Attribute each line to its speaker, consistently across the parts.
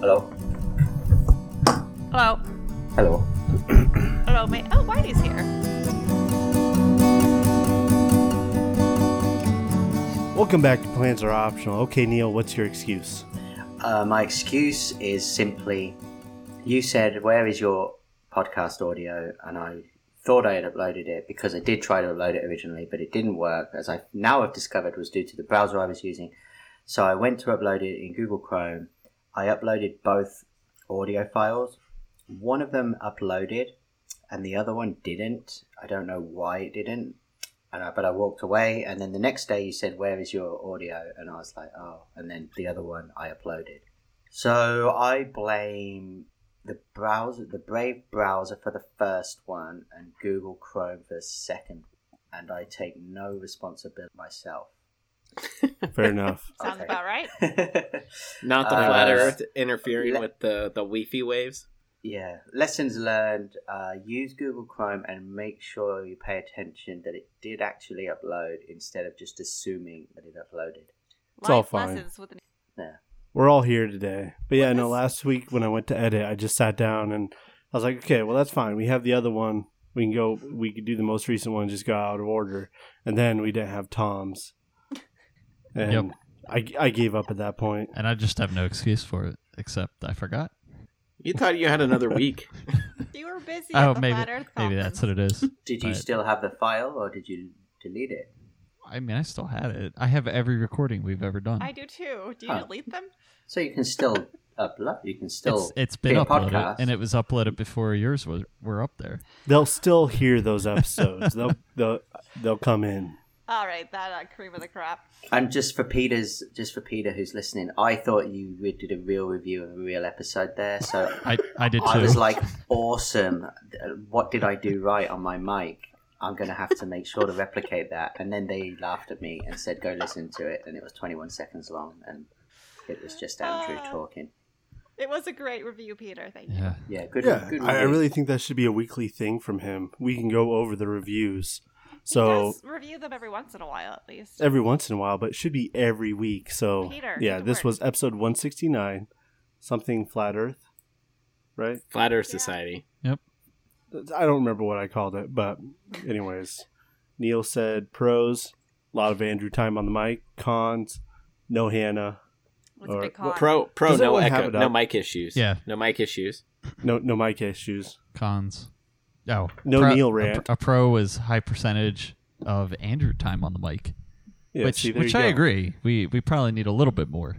Speaker 1: Hello.
Speaker 2: Hello.
Speaker 1: Hello.
Speaker 2: Hello, mate. Oh, Whitey's here.
Speaker 3: Welcome back to Plans Are Optional. Okay, Neil, what's your excuse?
Speaker 4: Uh, my excuse is simply you said, Where is your podcast audio? And I thought I had uploaded it because I did try to upload it originally, but it didn't work, as I now have discovered was due to the browser I was using. So I went to upload it in Google Chrome. I uploaded both audio files. One of them uploaded, and the other one didn't. I don't know why it didn't. And I, but I walked away, and then the next day you said, "Where is your audio?" And I was like, "Oh." And then the other one I uploaded. So I blame the browser, the Brave browser for the first one, and Google Chrome for the second. And I take no responsibility myself.
Speaker 3: Fair enough.
Speaker 2: Sounds
Speaker 4: Okay.
Speaker 2: about right.
Speaker 5: Not the
Speaker 4: Uh,
Speaker 5: flat Earth interfering
Speaker 4: le-
Speaker 5: with the the leafy waves.
Speaker 4: yeah. Lessons learned: uh, use Google Chrome and make sure you pay attention that it did actually upload instead of just assuming that it uploaded.
Speaker 3: It's all
Speaker 2: Life
Speaker 3: fine.
Speaker 2: lessons with an-
Speaker 4: Yeah.
Speaker 3: We're all here today. But yeah,
Speaker 2: What
Speaker 3: no,
Speaker 2: is-
Speaker 3: last week when I went to edit, I just sat down and I was like, okay, well, that's fine. We have the other one. We can go, we could do the most recent one, just go out of order. And then we didn't have Tom's. And
Speaker 6: Yep.
Speaker 3: I, I gave up at that point.
Speaker 6: And I just have no excuse for it, except I forgot.
Speaker 5: You thought you had another week.
Speaker 2: You were busy.
Speaker 6: Oh,
Speaker 2: at the
Speaker 6: maybe-
Speaker 2: Flat Earth
Speaker 6: Maybe that's what it is.
Speaker 4: Did you
Speaker 6: But-
Speaker 4: still have the file, or did you delete it?
Speaker 6: I mean, I still had it. I have every recording we've ever done.
Speaker 2: I do too. Do you
Speaker 4: Huh.
Speaker 2: delete them?
Speaker 4: So you can still upload. You can still.
Speaker 6: it's, it's been
Speaker 4: be a
Speaker 6: uploaded,
Speaker 4: podcast.
Speaker 6: and it was uploaded before yours was, were up there.
Speaker 3: They'll still hear those episodes. they'll, they'll, they'll come in.
Speaker 2: All right, that uh, cream of the crop.
Speaker 4: And just for Peter's, just for Peter who's listening, I thought you re- did a real review of a real episode there. So
Speaker 6: I, I did too.
Speaker 4: I was like, awesome. What did I do right on my mic? I'm going to have to make sure to replicate that. And then they laughed at me and said, go listen to it. And it was 21 seconds long. And it was just Andrew
Speaker 2: Ah.
Speaker 4: talking.
Speaker 2: It was a great review, Peter. Thank you.
Speaker 6: yeah.
Speaker 4: Yeah, good.
Speaker 3: Yeah,
Speaker 4: good
Speaker 3: I, I
Speaker 4: review.
Speaker 3: really think that should be a weekly thing from him. We can go over the reviews.
Speaker 2: He
Speaker 3: So
Speaker 2: does review them every once in a while, at least.
Speaker 3: every once in a while, but it should be every week. So
Speaker 2: Peter,
Speaker 3: yeah,
Speaker 2: get to
Speaker 3: this
Speaker 2: work.
Speaker 3: was episode 169, something flat Earth, right?
Speaker 5: Flat Earth
Speaker 2: Yeah.
Speaker 5: Society.
Speaker 3: I don't remember what I called it, but anyways, Neil said pros, a lot of Andrew time on the mic, cons, no Hannah,
Speaker 2: What's a
Speaker 3: Or-
Speaker 2: big
Speaker 3: well,
Speaker 2: con?
Speaker 5: Pro pro
Speaker 3: Does
Speaker 5: no
Speaker 3: everyone have
Speaker 5: echo
Speaker 3: it
Speaker 5: no
Speaker 3: up?
Speaker 5: mic issues.
Speaker 6: Yeah.
Speaker 5: no mic issues.
Speaker 3: no no mic issues,
Speaker 6: Cons. Oh.
Speaker 3: no
Speaker 6: pro-
Speaker 3: Neil
Speaker 6: a pr-
Speaker 3: rant.
Speaker 6: A, pro was high percentage of Andrew time on the mic,
Speaker 3: Yeah,
Speaker 6: which,
Speaker 3: see, there
Speaker 6: which
Speaker 3: you
Speaker 6: I
Speaker 3: go.
Speaker 6: agree. We, we probably need a little bit more.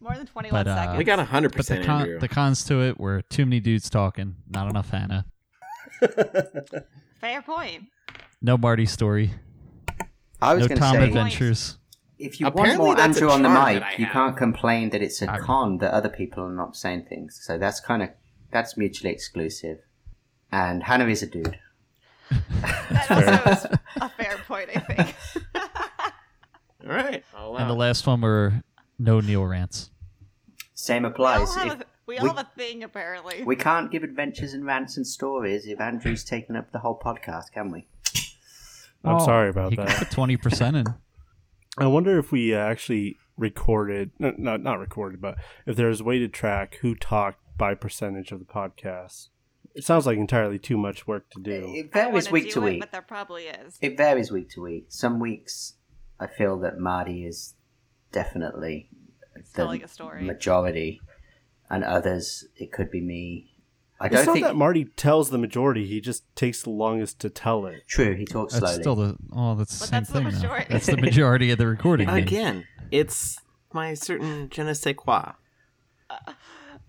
Speaker 2: More than 21
Speaker 6: But, uh,
Speaker 2: seconds.
Speaker 5: We got hundred
Speaker 6: But the,
Speaker 5: percent
Speaker 6: con-
Speaker 5: Andrew.
Speaker 6: the cons to it were too many dudes talking, not enough Hannah,
Speaker 2: Fair point.
Speaker 6: no Marty story,
Speaker 4: I was
Speaker 6: no
Speaker 4: going
Speaker 6: Tom
Speaker 4: to say,
Speaker 6: adventures.
Speaker 4: if you want
Speaker 5: Apparently
Speaker 4: more
Speaker 5: that's a
Speaker 4: Andrew on the
Speaker 5: charm that
Speaker 4: mic,
Speaker 5: I
Speaker 4: you
Speaker 5: have. Um,
Speaker 4: can't complain that it's a
Speaker 6: I-
Speaker 4: con that other people are not saying things. So that's kind of, that's mutually exclusive. And Hannah is a dude.
Speaker 2: That also is a fair point, I think.
Speaker 5: All right. I'll allow
Speaker 6: And the
Speaker 5: it.
Speaker 6: last one were no Neil rants.
Speaker 4: Same
Speaker 2: we all,
Speaker 4: applies.
Speaker 2: have
Speaker 4: If-
Speaker 2: a, we all
Speaker 4: we-
Speaker 2: have a thing, apparently.
Speaker 4: We can't give adventures and rants and stories if Andrew's taken up the whole podcast, can we?
Speaker 3: I'm
Speaker 6: Well,
Speaker 3: sorry about
Speaker 6: Oh, he
Speaker 3: that.
Speaker 6: can put twenty percent in.
Speaker 3: I wonder if we uh, actually recorded, no, no, not recorded, but if there was a way to track who talked by percentage of the podcast. It sounds like entirely too much work to do.
Speaker 4: It
Speaker 2: I don't
Speaker 4: varies
Speaker 2: wanna
Speaker 4: week
Speaker 2: do
Speaker 4: to
Speaker 2: it,
Speaker 4: week.
Speaker 2: But there probably is.
Speaker 4: It varies week to week. Some weeks I feel that Marty is definitely
Speaker 2: Telling
Speaker 4: the
Speaker 2: a story.
Speaker 4: majority, and others it could be me. I
Speaker 3: It's
Speaker 4: don't
Speaker 3: not
Speaker 4: think
Speaker 3: that Marty tells the majority; he just takes the longest to tell it.
Speaker 4: true. He talks
Speaker 6: That's
Speaker 4: slowly.
Speaker 6: still the oh, that's the
Speaker 2: But
Speaker 6: same
Speaker 2: that's the
Speaker 6: thing. though.
Speaker 2: majority.
Speaker 6: That's the majority of the recording. then.
Speaker 5: Again, it's my certain je ne sais quoi.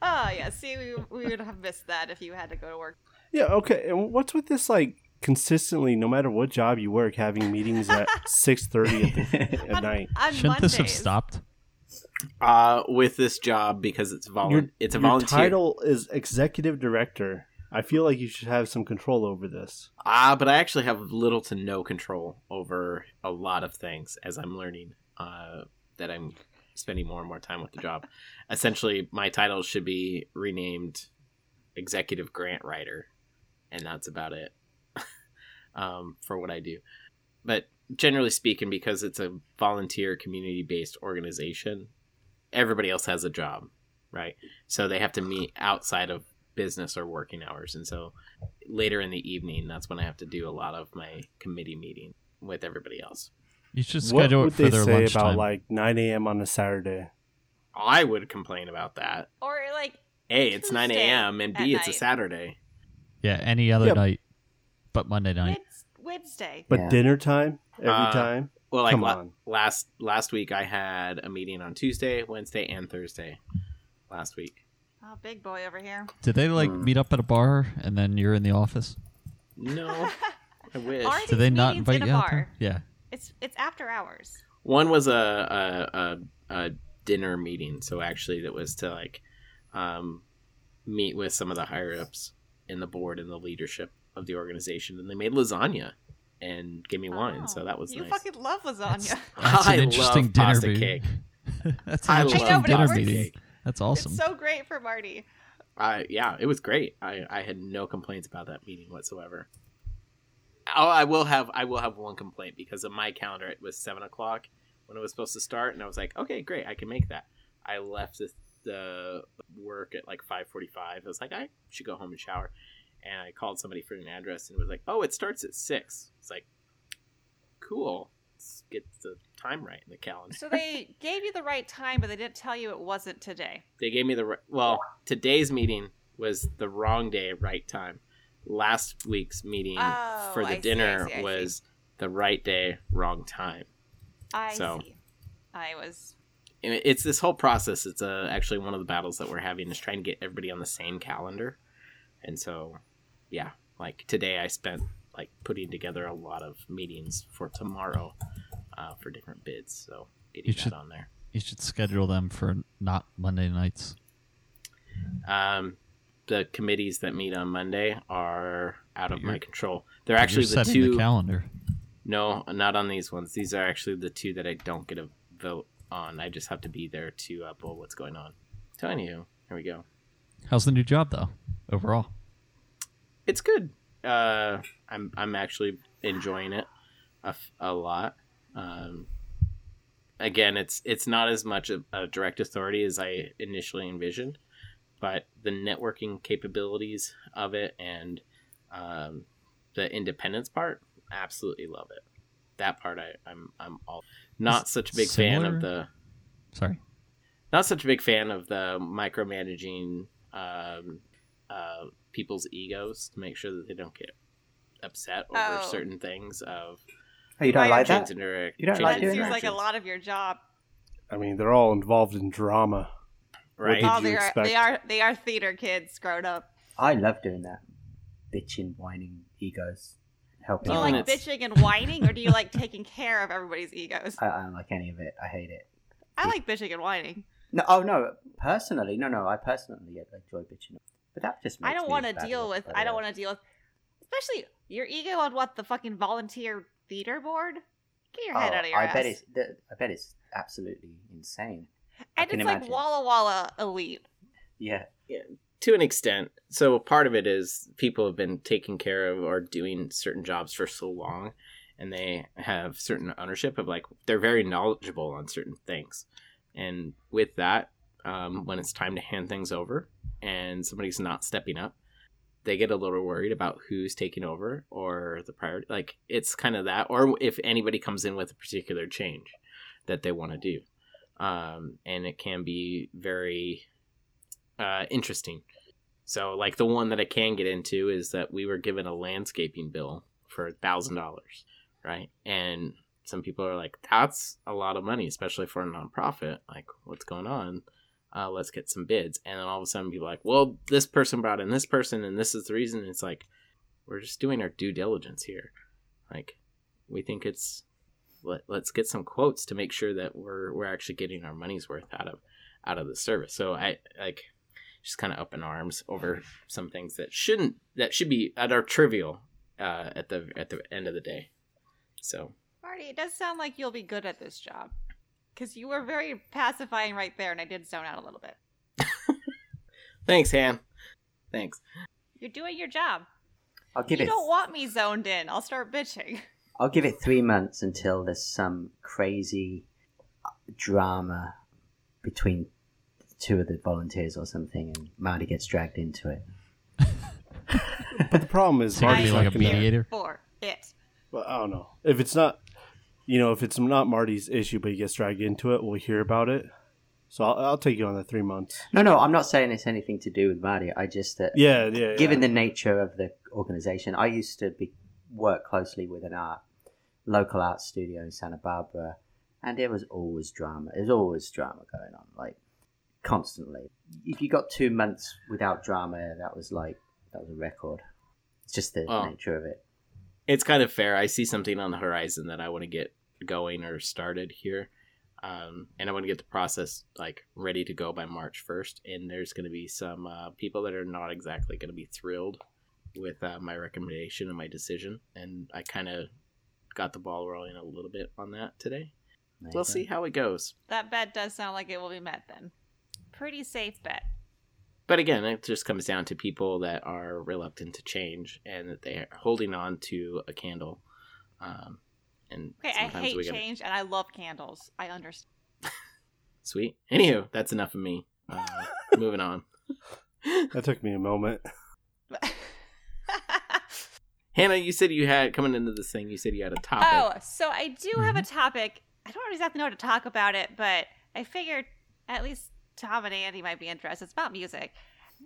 Speaker 2: Oh, yeah. See, we, we would have missed that if you had to go to work.
Speaker 3: Yeah. Okay. And what's with this? Like consistently, no matter what job you work, having meetings at six thirty at, the- at
Speaker 2: On,
Speaker 3: night.
Speaker 2: on
Speaker 6: Shouldn't
Speaker 2: Mondays.
Speaker 6: this have stopped?
Speaker 5: Uh, with this job because it's volu-
Speaker 3: Your-
Speaker 5: it's a
Speaker 3: your
Speaker 5: volunteer.
Speaker 3: title is executive director. I feel like you should have some control over this.
Speaker 5: Ah, but I actually have little to no control over a lot of things as I'm learning uh, that I'm spending more and more time with the job. Essentially, my title should be renamed Executive Grant Writer, and that's about it um, for what I do. But generally speaking, because it's a volunteer community based organization, everybody else has a job. right? So they have to meet outside of business or working hours. And so later in the evening, that's when I have to do a lot of my committee meeting with everybody else.
Speaker 6: You should
Speaker 3: what
Speaker 6: schedule
Speaker 3: would
Speaker 6: it for
Speaker 3: they
Speaker 6: their
Speaker 3: say
Speaker 6: lunchtime.
Speaker 3: about like 9 a.m. on a Saturday?
Speaker 5: I would complain about that.
Speaker 2: Or like,
Speaker 5: A, it's 9
Speaker 2: Tuesday
Speaker 5: a.m., and B,
Speaker 2: at
Speaker 5: it's a
Speaker 2: night.
Speaker 5: Saturday.
Speaker 6: yeah, any other
Speaker 3: Yeah.
Speaker 6: night, but Monday night.
Speaker 2: Weds- Wednesday.
Speaker 3: But
Speaker 4: Yeah.
Speaker 3: dinner time every
Speaker 5: Uh,
Speaker 3: time.
Speaker 5: Well, like
Speaker 3: Come
Speaker 5: la-
Speaker 3: on.
Speaker 5: last last week, I had a meeting on Tuesday, Wednesday, and Thursday. Last week,
Speaker 2: Oh, big boy over here.
Speaker 6: Did they like
Speaker 4: Hmm.
Speaker 6: meet up at a bar and then you're in the office?
Speaker 5: no, I wish.
Speaker 2: Aren't
Speaker 6: Did they
Speaker 2: These
Speaker 6: not
Speaker 2: meetings in
Speaker 6: invite
Speaker 2: a
Speaker 6: you out there?
Speaker 2: bar.
Speaker 6: Yeah.
Speaker 2: It's it's after hours.
Speaker 5: One was a a, a a dinner meeting, so actually that was to like um, meet with some of the higher ups in the board and the leadership of the organization, and they made lasagna and gave me wine, so
Speaker 2: Oh,
Speaker 5: that was
Speaker 2: you
Speaker 5: nice.
Speaker 2: fucking love lasagna.
Speaker 6: That's
Speaker 5: I
Speaker 6: an interesting
Speaker 5: love
Speaker 6: dinner
Speaker 5: pasta
Speaker 6: meeting.
Speaker 5: cake.
Speaker 6: That's an
Speaker 5: I
Speaker 6: interesting
Speaker 2: know,
Speaker 5: love
Speaker 2: but it
Speaker 6: dinner
Speaker 2: works.
Speaker 5: pasta
Speaker 6: meeting.
Speaker 5: cake.
Speaker 6: That's awesome.
Speaker 2: It's so great for Marty.
Speaker 5: I yeah, it was great. I I had no complaints about that meeting whatsoever. Oh, I will have I will have one complaint because of my calendar. It was seven o'clock when it was supposed to start, and I was like, okay, great, I can make that. I left the, the work at like five forty five. I was like, I should go home and shower, and I called somebody for an address, and it was like, oh, it starts at six. It's like, cool. Let's get the time right in the calendar.
Speaker 2: So they gave you the right time, but they didn't tell you it wasn't today.
Speaker 5: They gave me the ri- well. Today's meeting was the wrong day, right time. Last week's meeting
Speaker 2: Oh,
Speaker 5: for the
Speaker 2: I see, I
Speaker 5: dinner
Speaker 2: see, I see.
Speaker 5: was the right day, wrong time.
Speaker 2: I
Speaker 5: So.
Speaker 2: see. I was.
Speaker 5: And it- It's this whole process. It's uh, actually one of the battles that we're having is trying to get everybody on the same calendar. And so, yeah, like today I spent like putting together a lot of meetings for tomorrow uh, for different bids. So getting
Speaker 6: You
Speaker 5: that
Speaker 6: should-
Speaker 5: on there.
Speaker 6: You should schedule them for not Monday nights.
Speaker 5: Um, the committees that meet on Monday are out of my
Speaker 6: You're-
Speaker 5: control. They're
Speaker 6: You're
Speaker 5: actually the
Speaker 6: setting
Speaker 5: two.
Speaker 6: the calendar.
Speaker 5: no, not on these ones. These are actually the two that I don't get a vote on. I just have to be there to uh, pull what's going on. Telling you, here we go.
Speaker 6: How's the new job though? Overall,
Speaker 5: It's good. Uh, I'm I'm actually enjoying it a, f- a lot. Um, again, it's it's not as much a, a direct authority as I initially envisioned, but the networking capabilities of it and um, the independence part, absolutely love it. That part, I, I'm I'm all not such a big fan
Speaker 6: similar?
Speaker 5: of the
Speaker 6: sorry.
Speaker 5: not such a big fan of the micromanaging um, uh, people's egos to make sure that they don't get upset over
Speaker 2: Oh.
Speaker 5: certain things of
Speaker 4: Oh, you don't
Speaker 2: Why
Speaker 4: like
Speaker 5: change
Speaker 4: that?
Speaker 5: in direc-
Speaker 4: You don't
Speaker 5: change
Speaker 4: like
Speaker 2: that
Speaker 5: in
Speaker 4: doing
Speaker 2: seems
Speaker 4: that?
Speaker 2: like a
Speaker 5: directions.
Speaker 2: lot of your job.
Speaker 3: I mean, they're all involved in drama.
Speaker 5: right?
Speaker 3: did
Speaker 2: oh,
Speaker 3: you
Speaker 2: they are. They
Speaker 3: expect?
Speaker 2: are. They are theater kids grown up.
Speaker 4: I love doing that. Bitching, whining, egos, helping.
Speaker 2: Do you
Speaker 5: Oh,
Speaker 2: like
Speaker 5: and it's-
Speaker 2: bitching and whining, or do you like taking care of everybody's egos?
Speaker 4: I, I don't like any of it. I hate it.
Speaker 2: I like bitching and whining.
Speaker 4: No, oh no, personally, no, no. I personally enjoy bitching, but that just. Makes
Speaker 2: I don't
Speaker 4: want to
Speaker 2: deal with. I don't want to deal with, especially your ego on what the fucking volunteer theater board. Get your head out of your
Speaker 4: Oh, I
Speaker 2: ass.
Speaker 4: bet it's. the- I bet it's absolutely insane. I
Speaker 2: and
Speaker 4: can
Speaker 2: it's like
Speaker 4: imagine.
Speaker 2: Walla Walla elite.
Speaker 4: Yeah,
Speaker 5: to an extent. So part of it is people have been taking care of or doing certain jobs for so long, and they have certain ownership of like they're very knowledgeable on certain things, and with that, um, when it's time to hand things over and somebody's not stepping up, they get a little worried about who's taking over or the priority. Like it's kind of that, or if anybody comes in with a particular change that they want to do, um, and it can be very uh, interesting. So, like the one that I can get into is that we were given a landscaping bill for thousand dollars, right? And some people are like, "That's a lot of money, especially for a nonprofit. Like, what's going on? Uh, let's get some bids." And then all of a sudden, people are like, "Well, this person brought in this person, and this is the reason." it's like we're just doing our due diligence here. Like, we think it's let, let's get some quotes to make sure that we're we're actually getting our money's worth out of out of the service. So I like just kind of up in arms over some things that shouldn't that should be that are trivial uh, at the at the end of the day. So
Speaker 2: Marty, it does sound like you'll be good at this job, because you were very pacifying right there, and I did zone out a little bit.
Speaker 5: thanks, Han. Thanks.
Speaker 2: You're doing your job.
Speaker 4: I'll give
Speaker 2: you
Speaker 4: it.
Speaker 2: don't want me zoned in. I'll start bitching.
Speaker 4: I'll give it three months until there's some crazy drama uh, between two of the volunteers or something, and Marty gets dragged into it.
Speaker 3: But the problem is,
Speaker 6: So you're
Speaker 3: Marty's
Speaker 6: being
Speaker 3: not
Speaker 6: like a
Speaker 3: gonna-
Speaker 6: mediator?
Speaker 2: For it.
Speaker 3: Well, I don't know if it's not, you know, if it's not Marty's issue, but he gets dragged into it, we'll hear about it. So I'll, I'll take you on the three months.
Speaker 4: No, no, I'm not saying it's anything to do with Marty. I just that
Speaker 3: Yeah, yeah. yeah.
Speaker 4: given the nature of the organization, I used to be work closely with an art local art studio in Santa Barbara, and there was always drama. There's always drama going on, like constantly. If you got two months without drama, that was like that was a record. It's just the
Speaker 5: Oh.
Speaker 4: nature of it.
Speaker 5: it's kind of fair. I see something on the horizon that I want to get going or started here. Um, and I want to get the process like ready to go by March 1st. And there's going to be some uh, people that are not exactly going to be thrilled with uh, my recommendation and my decision. And I kind of got the ball rolling a little bit on that today. We'll see how it goes.
Speaker 2: That bet does sound like it will be met then. Pretty safe bet.
Speaker 5: But again, it just comes down to people that are reluctant to change and that they are holding on to a candle. Um, and
Speaker 2: Okay, I
Speaker 5: sometimes
Speaker 2: hate
Speaker 5: we gotta-
Speaker 2: change and I love candles. I understand.
Speaker 5: Sweet. Anywho, that's enough of me. Uh, moving on.
Speaker 3: that took me a moment.
Speaker 5: Hannah, you said you had coming into this thing. You said you had a topic.
Speaker 2: oh, so I do have a
Speaker 6: Mm-hmm.
Speaker 2: topic. I don't exactly know how to talk about it, but I figured at least Tom and Andy might be interested. It's about music.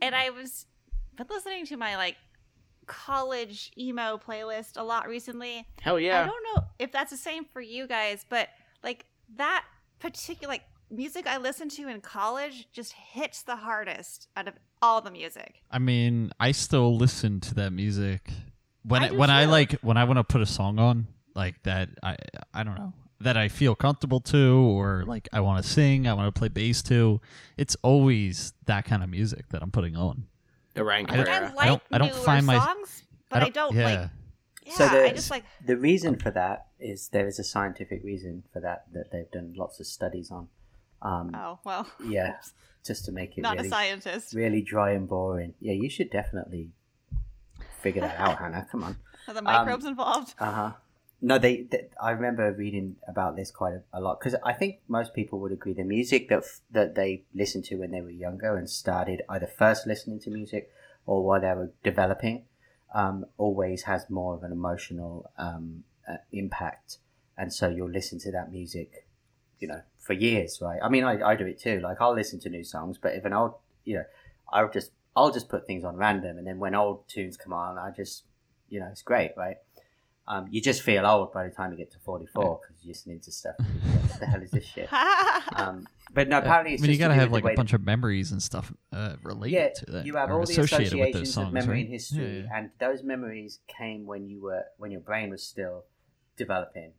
Speaker 2: And I was been listening to my like college emo playlist a lot recently.
Speaker 5: Hell
Speaker 2: I
Speaker 5: yeah!
Speaker 2: don't know if that's the same for you guys, but like that particular like music I listened to in college just hits the hardest out of all the music.
Speaker 6: I mean, I still listen to that music when
Speaker 2: I
Speaker 6: I
Speaker 2: do
Speaker 6: when I
Speaker 2: too.
Speaker 6: like when I want to put a song on like that. I I don't know that I feel comfortable to, or like I want to sing, I want to play bass to. It's always that kind of music that I'm putting on.
Speaker 5: Orion
Speaker 6: I don't-
Speaker 2: I
Speaker 5: Cabrera.
Speaker 2: like
Speaker 6: don't- I don't
Speaker 2: newer
Speaker 6: find my-
Speaker 2: songs, but I don't,
Speaker 6: yeah.
Speaker 2: like yeah,
Speaker 4: So the-
Speaker 2: I just like
Speaker 4: The reason for that is there is a scientific reason for that that they've done lots of studies on. Um,
Speaker 2: oh well.
Speaker 4: Yeah, just to make it
Speaker 2: Not
Speaker 4: really
Speaker 2: a scientist.
Speaker 4: really dry and boring. Yeah, you should definitely figure that out, Hannah. Come on.
Speaker 2: Are the microbes involved?
Speaker 4: Uh huh. No, they, they. I remember reading about this quite a, a lot because I think most people would agree the music that f- that they listened to when they were younger and started either first listening to music or while they were developing um, always has more of an emotional um, uh, impact, and so you'll listen to that music, you know, for years, right? I mean, I, I do it too. Like I'll listen to new songs, but if an old, you know, I'll just I'll just put things on random, and then when old tunes come on, I just, you know, it's great, right? Um, you just feel old by the time you get to 44 because you're listening to stuff. what the hell is this shit? Um, but no, apparently it's
Speaker 6: I mean, you
Speaker 4: just to
Speaker 6: gotta
Speaker 4: do
Speaker 6: have
Speaker 4: with
Speaker 6: like
Speaker 4: the way
Speaker 6: a
Speaker 4: that-
Speaker 6: bunch of memories and stuff uh, related to that.
Speaker 4: you have
Speaker 6: or
Speaker 4: all the
Speaker 6: associated
Speaker 4: associations
Speaker 6: with those songs,
Speaker 4: of memory
Speaker 6: right?
Speaker 4: and history,
Speaker 6: Yeah, yeah.
Speaker 4: and those memories came when you were when your brain was still developing.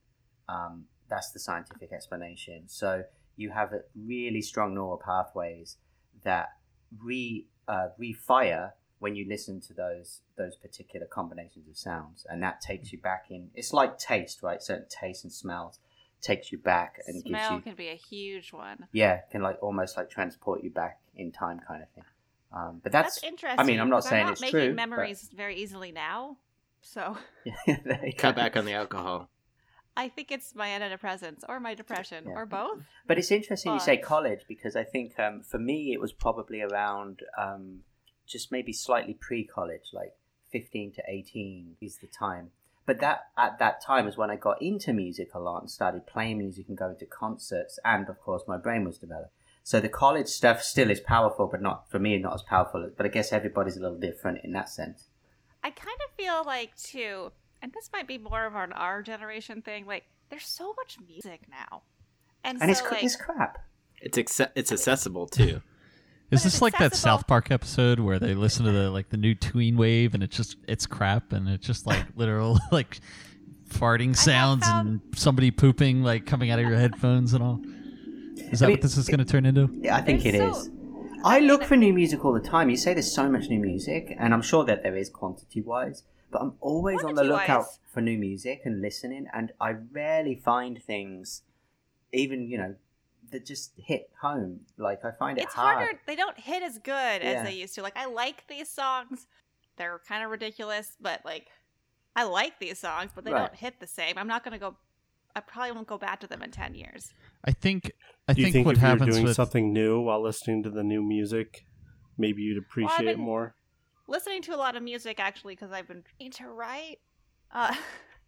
Speaker 4: Um, that's the scientific explanation. So you have a really strong neural pathways that re uh, refire when you listen to those those particular combinations of sounds, and that takes you back in. It's like taste, right? Certain tastes and smells takes you back and gives
Speaker 2: Smell
Speaker 4: you
Speaker 2: can be a huge one.
Speaker 4: yeah, can like almost like transport you back in time, kind of thing. Um, but that's,
Speaker 2: That's, interesting.
Speaker 4: I'm not
Speaker 2: 'cause
Speaker 4: saying
Speaker 2: I'm not
Speaker 4: it's
Speaker 2: making
Speaker 4: true, but-
Speaker 2: memories very easily now. So
Speaker 4: There you
Speaker 5: Cut
Speaker 4: go.
Speaker 5: back on the alcohol.
Speaker 2: I think it's my antidepressants or my depression
Speaker 4: Yeah.
Speaker 2: or both.
Speaker 4: But it's interesting you say
Speaker 2: But-
Speaker 4: college because I think um, for me it was probably around um, just maybe slightly pre-college, like 15 to 18 is the time. But that at that time is when I got into music a lot and started playing music and going to concerts, and of course my brain was developed. So the college stuff still is powerful, but not for me, not as powerful. But I guess everybody's a little different in that sense.
Speaker 2: I kind of feel like too, and this might be more of an our generation thing. Like, there's so much music now, and,
Speaker 4: And
Speaker 2: so
Speaker 4: it's cr-
Speaker 2: like,
Speaker 4: it's crap.
Speaker 5: It's acce- it's accessible too.
Speaker 6: Is
Speaker 2: But it's
Speaker 6: this like that
Speaker 2: accessible.
Speaker 6: South Park episode where they listen to the like the new tween wave and it's just it's crap and it's just like literal like farting sounds
Speaker 2: found-
Speaker 6: and somebody pooping like coming out of your headphones and all? Is that
Speaker 4: mean,
Speaker 6: what this is going to turn into?
Speaker 4: Yeah, I think it
Speaker 2: There's
Speaker 4: is.
Speaker 2: so-
Speaker 4: I
Speaker 2: I mean-
Speaker 4: look for new music all the time. You say there's so much new music, and I'm sure that there is quantity wise, but I'm always on the lookout
Speaker 2: Quantity-wise.
Speaker 4: for new music and listening, and I rarely find things, even, you know, that just hit home. Like, I find it
Speaker 2: it's
Speaker 4: hard.
Speaker 2: harder. They don't hit as good
Speaker 4: Yeah.
Speaker 2: as they used to. Like, I like these songs. They're kind of ridiculous, but like, I like these songs, but they
Speaker 4: Right.
Speaker 2: don't hit the same. I'm not gonna go. I probably won't go back to them in ten years.
Speaker 6: I think I
Speaker 3: Do you
Speaker 6: think,
Speaker 3: think
Speaker 6: what
Speaker 3: if you're
Speaker 6: happens
Speaker 3: doing
Speaker 6: with
Speaker 3: something new while listening to the new music, maybe you'd
Speaker 2: I've
Speaker 3: appreciate it
Speaker 2: been-
Speaker 3: more?
Speaker 2: listening to a lot of music actually because I've been trying to write. Uh,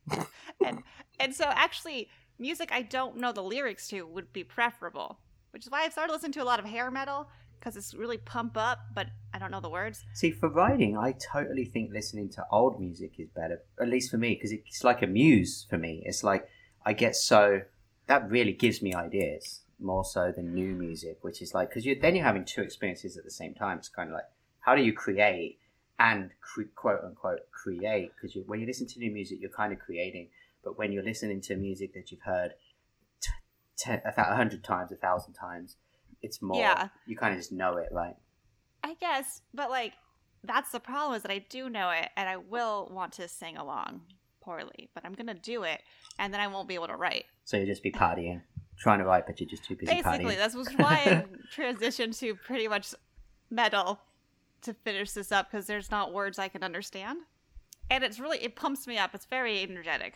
Speaker 2: and, and so actually, music I don't know the lyrics to would be preferable, which is why I've started listening to a lot of hair metal because it's really pump up, but I don't know the words.
Speaker 4: See, for writing, I totally think listening to old music is better, at least for me, because it's like a muse for me. It's like I get so that really gives me ideas more so than new music, which is like because you then you're having two experiences at the same time. It's kind of like how do you create and cre- quote unquote create? Because you, when you listen to new music, you're kind of creating, but when you're listening to music that you've heard t- ten, a thou- a hundred times, a thousand times, it's more
Speaker 2: Yeah.
Speaker 4: you kind of just know it, right?
Speaker 2: I guess, but like that's the problem is that I do know it and I will want to sing along poorly, but I'm gonna do it and then I won't be able to write.
Speaker 4: So you'll just be partying, trying to write, but you're just too busy
Speaker 2: Basically,
Speaker 4: partying.
Speaker 2: that's was why I transitioned to pretty much metal to finish this up because there's not words I can understand, and it's really it pumps me up. It's very energetic.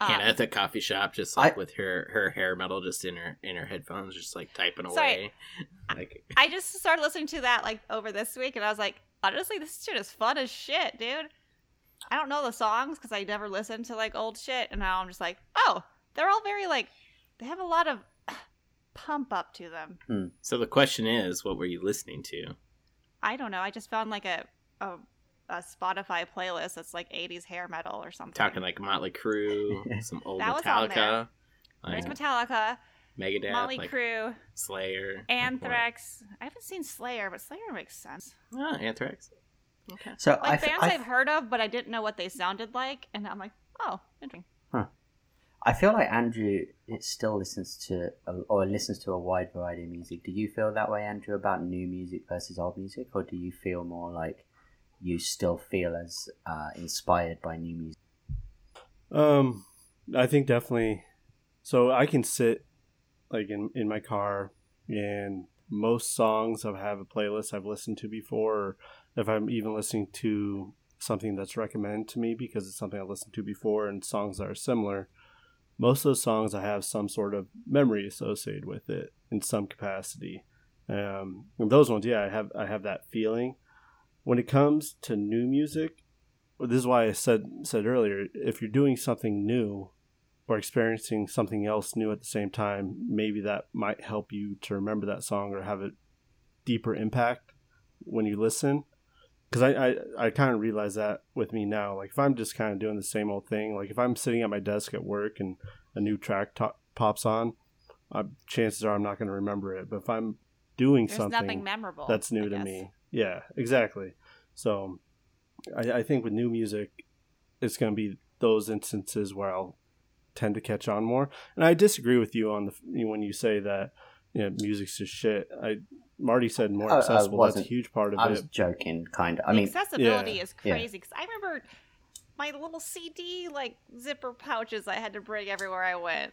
Speaker 2: Um,
Speaker 5: Hannah at the coffee shop, just like
Speaker 4: I-
Speaker 5: with her her hair metal just in her in her headphones, just like typing
Speaker 2: Sorry.
Speaker 5: away. Like
Speaker 2: I just started listening to that like over this week, and I was like, honestly, this shit is fun as shit, dude. I don't know the songs because I never listened to like old shit, and now I'm just like, oh, they're all very like they have a lot of pump up to them.
Speaker 5: so the question is, what were you listening to?
Speaker 2: I don't know. I just found like a a, a Spotify playlist that's like 80s hair metal or something.
Speaker 5: Talking like Motley Crue, some old
Speaker 2: That was on
Speaker 5: Metallica,
Speaker 2: there.
Speaker 5: like
Speaker 2: There's Metallica,
Speaker 5: Megadeth,
Speaker 2: Motley
Speaker 5: like
Speaker 2: Crue,
Speaker 5: Slayer, Like
Speaker 2: Anthrax. I haven't seen Slayer, but Slayer makes sense.
Speaker 5: what? Ah, Anthrax. Okay.
Speaker 4: so I,
Speaker 2: Like
Speaker 4: f-
Speaker 2: bands
Speaker 4: I
Speaker 2: I,
Speaker 4: f-
Speaker 2: have heard of, but I didn't know what they sounded like, and I'm like, oh, interesting.
Speaker 4: I feel like Andrew it still listens to or listens to a wide variety of music. Do you feel that way, Andrew, about new music versus old music, or do you feel more like you still feel as uh, inspired by new music?
Speaker 3: Um, I think definitely. So I can sit like in in my car, and most songs I have a playlist I've listened to before. Or if I'm even listening to something that's recommended to me because it's something I listened to before, and songs that are similar, most of those songs I have some sort of memory associated with it in some capacity. Um, and those ones, yeah, I have I have that feeling. When it comes to new music, well, this is why I said said earlier if you're doing something new or experiencing something else new at the same time, maybe that might help you to remember that song or have a deeper impact when you listen. Because I, I, I kind of realize that with me now. Like, if I'm just kind of doing the same old thing, like if I'm sitting at my desk at work and a new track to- pops on, uh, chances are I'm not going to remember it. But if I'm doing
Speaker 2: There's
Speaker 3: something
Speaker 2: nothing memorable.
Speaker 3: that's new
Speaker 2: I
Speaker 3: to
Speaker 2: guess.
Speaker 3: me. Yeah, exactly. So, I, I think with new music, it's going to be those instances where I'll tend to catch on more. And I disagree with you on the when you say that you know, music's just shit. I Marty said more
Speaker 4: I- I
Speaker 3: accessible. That's a
Speaker 4: wasn't-
Speaker 3: huge part of
Speaker 4: I
Speaker 3: it.
Speaker 4: was joking, kind of. I
Speaker 2: The
Speaker 4: mean,
Speaker 2: accessibility
Speaker 3: yeah,
Speaker 2: is
Speaker 4: yeah.
Speaker 2: crazy because I remember my little CD like zipper pouches I had to bring everywhere I went.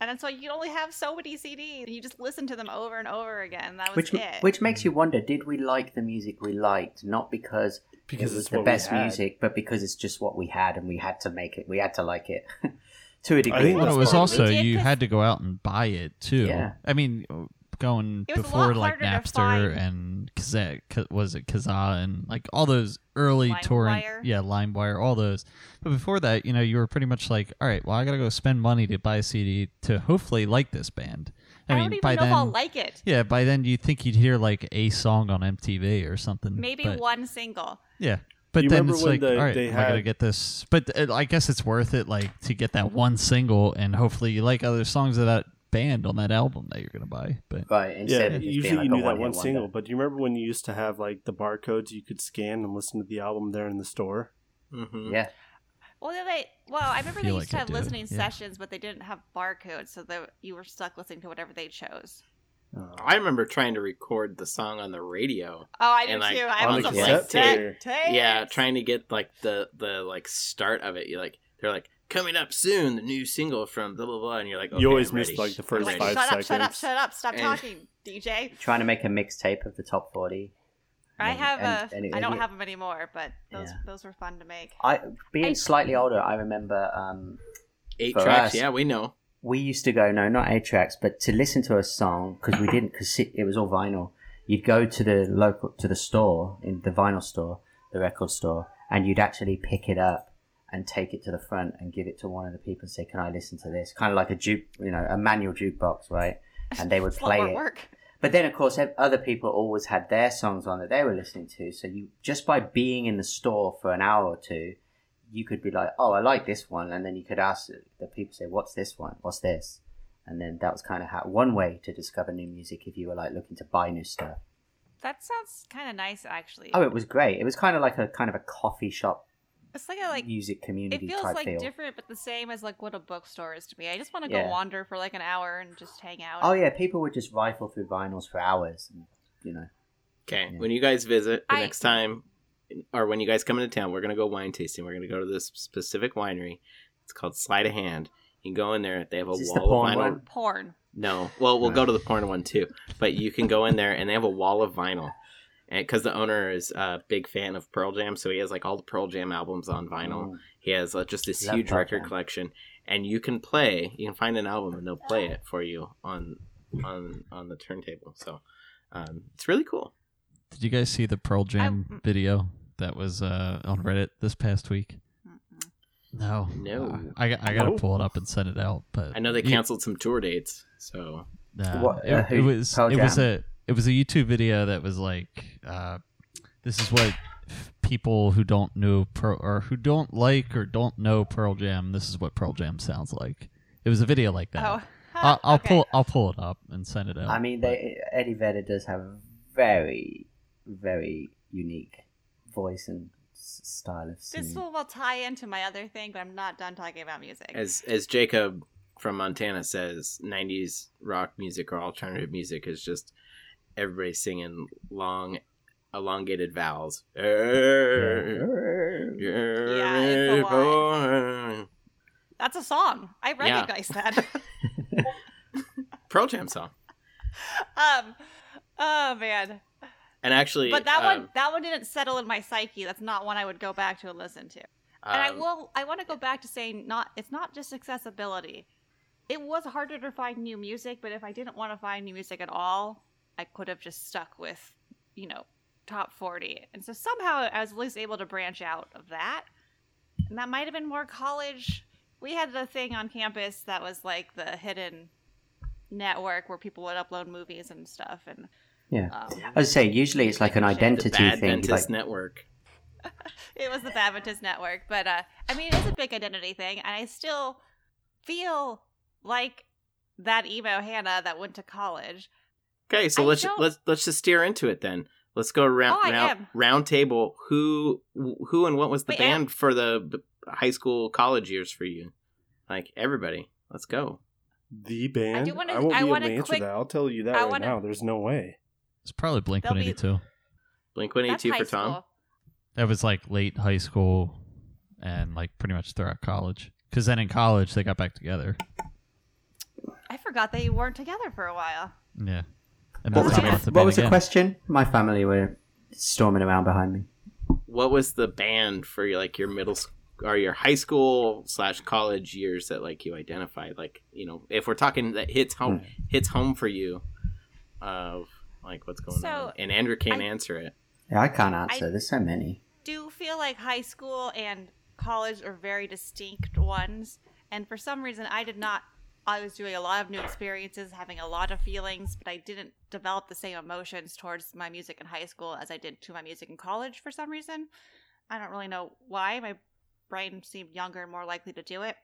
Speaker 2: And it's like you only have so many CDs, and you just listen to them over and over again. and That was
Speaker 4: which
Speaker 2: it.
Speaker 4: which makes you wonder: Did we like the music we liked, not because
Speaker 3: because
Speaker 4: it was
Speaker 3: it's
Speaker 4: the
Speaker 3: what
Speaker 4: best
Speaker 3: we had.
Speaker 4: music, but because it's just what we had, and we had to make it. We had to like it to a degree.
Speaker 3: think
Speaker 6: Well,
Speaker 3: that's
Speaker 6: it was
Speaker 2: what we
Speaker 6: also
Speaker 2: did
Speaker 6: you
Speaker 2: 'cause-
Speaker 6: had to go out and buy it too.
Speaker 4: Yeah.
Speaker 6: I mean, going
Speaker 2: It was a
Speaker 6: before
Speaker 2: lot
Speaker 6: like
Speaker 2: harder to
Speaker 6: Napster
Speaker 2: find.
Speaker 6: and Kazaa, Ka- was it Kazaa and like all those early torrent,
Speaker 2: LimeWire.
Speaker 6: yeah, LimeWire, all those. But before that, you know, you were pretty much like, all right, well, I gotta go spend money to buy a CD to hopefully like this band. I,
Speaker 2: I,
Speaker 6: mean,
Speaker 2: don't even
Speaker 6: by
Speaker 2: know
Speaker 6: then,
Speaker 2: if I'll like it.
Speaker 6: yeah, by then you think you'd hear like a song on MTV or something.
Speaker 2: Maybe
Speaker 6: but-
Speaker 2: one single.
Speaker 6: yeah. But
Speaker 3: You
Speaker 6: then
Speaker 3: remember
Speaker 6: it's
Speaker 3: when
Speaker 6: like,
Speaker 3: they-
Speaker 6: all right,
Speaker 3: they
Speaker 6: am I gonna
Speaker 3: had-
Speaker 6: get this? But uh, I guess it's worth it, like to get that one single, and hopefully you like other songs of that band on that album that you're gonna buy. But
Speaker 4: Right. Instead
Speaker 3: yeah,
Speaker 4: of just being like
Speaker 3: usually
Speaker 4: oh,
Speaker 3: you
Speaker 4: a
Speaker 3: knew that
Speaker 4: one-hit
Speaker 3: one
Speaker 4: wonder.
Speaker 3: single. But do you remember when you used to have like the barcodes you could scan and listen to the album there in the store?
Speaker 5: Mm-hmm.
Speaker 4: Yeah.
Speaker 2: Well, then they well, I remember they
Speaker 6: Feel
Speaker 2: used
Speaker 6: like
Speaker 2: to
Speaker 6: I
Speaker 2: have
Speaker 6: did,
Speaker 2: listening
Speaker 6: yeah.
Speaker 2: sessions, but they didn't have barcodes, so that you were stuck listening to whatever they chose.
Speaker 3: Uh,
Speaker 5: I remember trying to record the song on the radio.
Speaker 2: Oh, I
Speaker 5: And,
Speaker 2: did
Speaker 5: like,
Speaker 2: too.
Speaker 5: on
Speaker 2: I was
Speaker 5: the
Speaker 2: a
Speaker 5: cassette
Speaker 2: cassette tape.
Speaker 5: Yeah, trying to get like the the like start of it. You like they're like coming up soon, the new single from blah blah blah, and you're like, okay,
Speaker 3: you always
Speaker 5: I'm
Speaker 3: missed
Speaker 5: ready.
Speaker 3: like the
Speaker 5: I'm
Speaker 3: first
Speaker 2: like,
Speaker 5: ready.
Speaker 3: five
Speaker 2: shut up,
Speaker 3: seconds.
Speaker 2: shut up, shut up, stop
Speaker 5: And-
Speaker 2: talking, DJ.
Speaker 4: Trying to make a mixtape of the top forty.
Speaker 2: I
Speaker 4: And-
Speaker 2: have
Speaker 4: and-
Speaker 2: a.
Speaker 4: and it-
Speaker 2: I don't
Speaker 4: it-
Speaker 2: have them anymore, but those
Speaker 4: Yeah.
Speaker 2: those were fun to make.
Speaker 4: I being
Speaker 2: I-
Speaker 4: slightly older, I remember um,
Speaker 5: Eight
Speaker 4: For us.
Speaker 5: tracks. Yeah, we know.
Speaker 4: we used to go no not eight tracks but to listen to a song because we didn't because it was all vinyl you'd go to the local to the store in the vinyl store the record store and you'd actually pick it up and take it to the front and give it to one of the people and say can i listen to this kind of like a juke you know a manual jukebox right and they would
Speaker 2: It's a lot
Speaker 4: play
Speaker 2: more
Speaker 4: it
Speaker 2: work.
Speaker 4: but then, of course, ev- other people always had their songs on that they were listening to. So you just by being in the store for an hour or two, you could be like, "Oh, I like this one," and then you could ask the- the people, "Say, what's this one? What's this?" And then that was kind of how one way to discover new music if you were like looking to buy new stuff.
Speaker 2: That sounds kind of nice, actually.
Speaker 4: Oh, it was great. It was kind of like a kind of a coffee shop
Speaker 2: it's like a like
Speaker 4: music
Speaker 2: it
Speaker 4: community
Speaker 2: feels
Speaker 4: type
Speaker 2: like
Speaker 4: feel.
Speaker 2: different, but the same as like what a bookstore is to me. I just want to
Speaker 4: Yeah.
Speaker 2: go wander for like an hour and just hang out.
Speaker 4: Oh yeah, people would just rifle through vinyls for hours, and, you know.
Speaker 5: Okay,
Speaker 4: Yeah.
Speaker 5: when you guys visit the
Speaker 2: I-
Speaker 5: next time, or when you guys come into town, we're gonna go wine tasting. We're gonna go to this specific winery. It's called Sleight of Hand. You can go in there. They have a
Speaker 4: Is this the
Speaker 5: wall
Speaker 4: porn
Speaker 5: of vinyl.
Speaker 4: one?
Speaker 2: Porn.
Speaker 5: No, well, we'll go
Speaker 4: No.
Speaker 5: to the porn one too. But you can go in there, and they have a wall of vinyl. Because the owner is a big fan of Pearl Jam, so he has like all the Pearl Jam albums on vinyl.
Speaker 4: Mm.
Speaker 5: He has uh, just this
Speaker 4: Love
Speaker 5: huge
Speaker 4: Pearl
Speaker 5: record
Speaker 4: Jam.
Speaker 5: collection, and you can play. You can find an album, and they'll play it for you on on on the turntable. So um, it's really cool.
Speaker 6: Did you guys see the Pearl Jam video that was uh, on Reddit this past week?
Speaker 2: Mm-mm.
Speaker 6: No,
Speaker 5: No.
Speaker 6: Uh, I, I gotta
Speaker 3: No.
Speaker 6: pull it up and send it out. But
Speaker 5: I know they
Speaker 6: You-
Speaker 5: canceled some tour dates, so
Speaker 6: Nah,
Speaker 4: What-
Speaker 6: it,
Speaker 4: uh, who-
Speaker 6: it was
Speaker 4: Pearl
Speaker 6: it was
Speaker 4: Jam?
Speaker 6: a it was a YouTube video that was like, uh, this is what people who don't know Pearl or who don't like or don't know Pearl Jam. This is what Pearl Jam sounds like. It was a video like that.
Speaker 2: Oh.
Speaker 6: I'll, I'll
Speaker 2: Okay.
Speaker 6: pull I'll pull it up and send it out.
Speaker 4: I mean, they, Eddie Vedder does have a very, very unique voice and s- style of singing.
Speaker 2: This will, will tie into my other thing, but I'm not done talking about music.
Speaker 5: as as Jacob from Montana says, '90s rock music or alternative music is just everybody singing long, elongated vowels. Yeah,
Speaker 2: it's a That's a song. I
Speaker 5: Yeah.
Speaker 2: recognize that.
Speaker 5: Pearl Jam song,
Speaker 2: um, oh man.
Speaker 5: and actually,
Speaker 2: But that
Speaker 5: um,
Speaker 2: one, that one didn't settle in my psyche. That's not one I would go back to and listen to. and I
Speaker 5: um,
Speaker 2: will. I want to go back to saying not. It's not just accessibility. It was harder to find new music, but if I didn't want to find new music at all, I could have just stuck with, you know, top forty. And so somehow I was at least able to branch out of that. And that might have been more college. We had the thing on campus that was like the hidden network where people would upload movies and stuff. And
Speaker 4: Yeah.
Speaker 2: um,
Speaker 4: As I say, usually it's like an
Speaker 5: the
Speaker 4: identity
Speaker 5: Bad
Speaker 4: thing. Like,
Speaker 5: Dentist Network.
Speaker 2: it was the Baptist Network, but uh, I mean, it is a big identity thing, and I still feel like that emo Hannah that went to college.
Speaker 5: Okay, so
Speaker 2: I
Speaker 5: let's
Speaker 2: don't-
Speaker 5: let's let's just steer into it then. Let's go round
Speaker 2: Oh, I
Speaker 5: round,
Speaker 2: am.
Speaker 5: round table. Who who and what was the
Speaker 2: Wait, I am-
Speaker 5: band for the b- high school college years for you? Like everybody, let's go.
Speaker 3: The band. I,
Speaker 2: do wanna-
Speaker 3: won't
Speaker 2: I
Speaker 3: be able
Speaker 2: wanna
Speaker 3: to answer
Speaker 2: quick-
Speaker 3: that. I'll tell you that
Speaker 2: I
Speaker 3: right
Speaker 2: wanna-
Speaker 3: now. There's no way.
Speaker 6: it's probably Blink
Speaker 2: They'll
Speaker 6: One
Speaker 2: be-
Speaker 6: Eighty Two.
Speaker 5: Blink One Eighty
Speaker 2: That's
Speaker 5: Two
Speaker 2: high
Speaker 5: for Tom.
Speaker 2: school.
Speaker 6: That was like late high school and like pretty much throughout college. Because then in college they got back together.
Speaker 2: I forgot they weren't together for a while.
Speaker 6: Yeah. And
Speaker 4: what
Speaker 6: that's
Speaker 4: was,
Speaker 6: how
Speaker 4: the-
Speaker 6: I left
Speaker 4: what
Speaker 6: band
Speaker 4: was the
Speaker 6: again.
Speaker 4: question? My family were storming around behind me.
Speaker 5: What was the band for your, like your middle s- or your high school slash college years that like you identified? Like you know, if we're talking that hits home hits home for you, of like what's going
Speaker 2: So,
Speaker 5: on, and Andrew can't
Speaker 2: I-
Speaker 5: answer it.
Speaker 4: Yeah, I can't answer. There's so many.
Speaker 2: do feel like high school and college are very distinct ones. And for some reason, I did not. I was doing a lot of new experiences, having a lot of feelings, but I didn't develop the same emotions towards my music in high school as I did to my music in college for some reason. I don't really know why. My brain seemed younger and more likely to do it.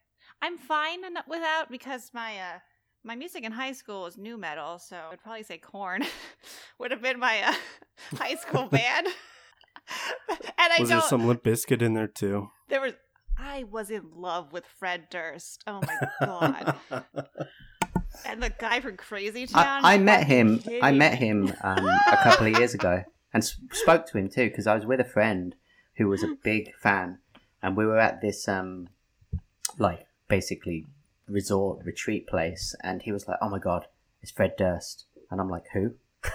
Speaker 2: I'm fine en- without because my uh, my music in high school was new metal, so I'd probably say Corn would have been my uh, high school band. and I
Speaker 3: was
Speaker 2: don't,
Speaker 3: there some Limp Biscuit in there too?
Speaker 2: there was I was in love with Fred Durst. Oh my god! and the guy from Crazy Town.
Speaker 4: I, I met him.
Speaker 2: fucking
Speaker 4: I
Speaker 2: kidding
Speaker 4: met
Speaker 2: me.
Speaker 4: him um, a couple of years ago and s- spoke to him too because I was with a friend who was a big fan, and we were at this um, like basically resort retreat place, and he was like, "Oh my god, it's Fred Durst," and I'm like, "Who?"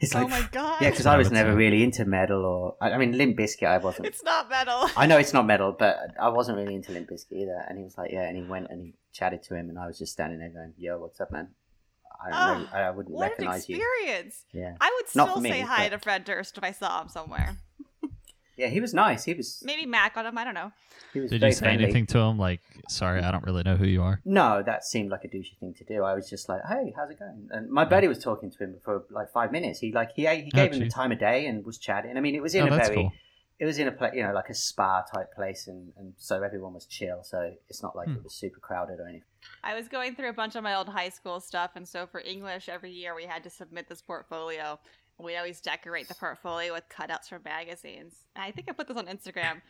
Speaker 4: it's
Speaker 2: oh
Speaker 4: like,
Speaker 2: my god.
Speaker 4: yeah, because I was
Speaker 6: That's
Speaker 4: never
Speaker 6: it.
Speaker 4: really into metal or I, I mean Limp Bizkit. I wasn't.
Speaker 2: it's not metal.
Speaker 4: I know it's not metal, but I wasn't really into Limp Bizkit either. And he was like, yeah, and he went and he chatted to him, and I was just standing there going, yo, what's up, man? I don't
Speaker 2: Ah,
Speaker 4: know, I wouldn't
Speaker 2: What an
Speaker 4: recognize you.
Speaker 2: experience.
Speaker 4: Yeah,
Speaker 2: I would
Speaker 4: Not
Speaker 2: still
Speaker 4: for me,
Speaker 2: say hi
Speaker 4: but-
Speaker 2: to Fred Durst if I saw him somewhere.
Speaker 4: yeah, he was nice. He was.
Speaker 2: Maybe Mac on him. I don't know.
Speaker 4: He was
Speaker 6: Did
Speaker 4: very
Speaker 6: you say
Speaker 4: friendly.
Speaker 6: anything to him like, sorry, I don't really know who you are?
Speaker 4: No, that seemed like a douchey thing to do. I was just like, "Hey, how's it going?" And my buddy was talking to him for like five minutes. He like he he
Speaker 6: Oh,
Speaker 4: gave him the
Speaker 6: geez.
Speaker 4: time of day and was chatting. I mean, it was in
Speaker 6: Oh,
Speaker 4: a
Speaker 6: that's
Speaker 4: very
Speaker 6: cool.
Speaker 4: it was in a pla you know like a spa type place, and and so everyone was chill. So it's not like
Speaker 6: Hmm.
Speaker 4: it was super crowded or anything.
Speaker 2: I was going through a bunch of my old high school stuff, and so for English, every year we had to submit this portfolio. We would always decorate the portfolio with cutouts from magazines. And I think I put this on Instagram.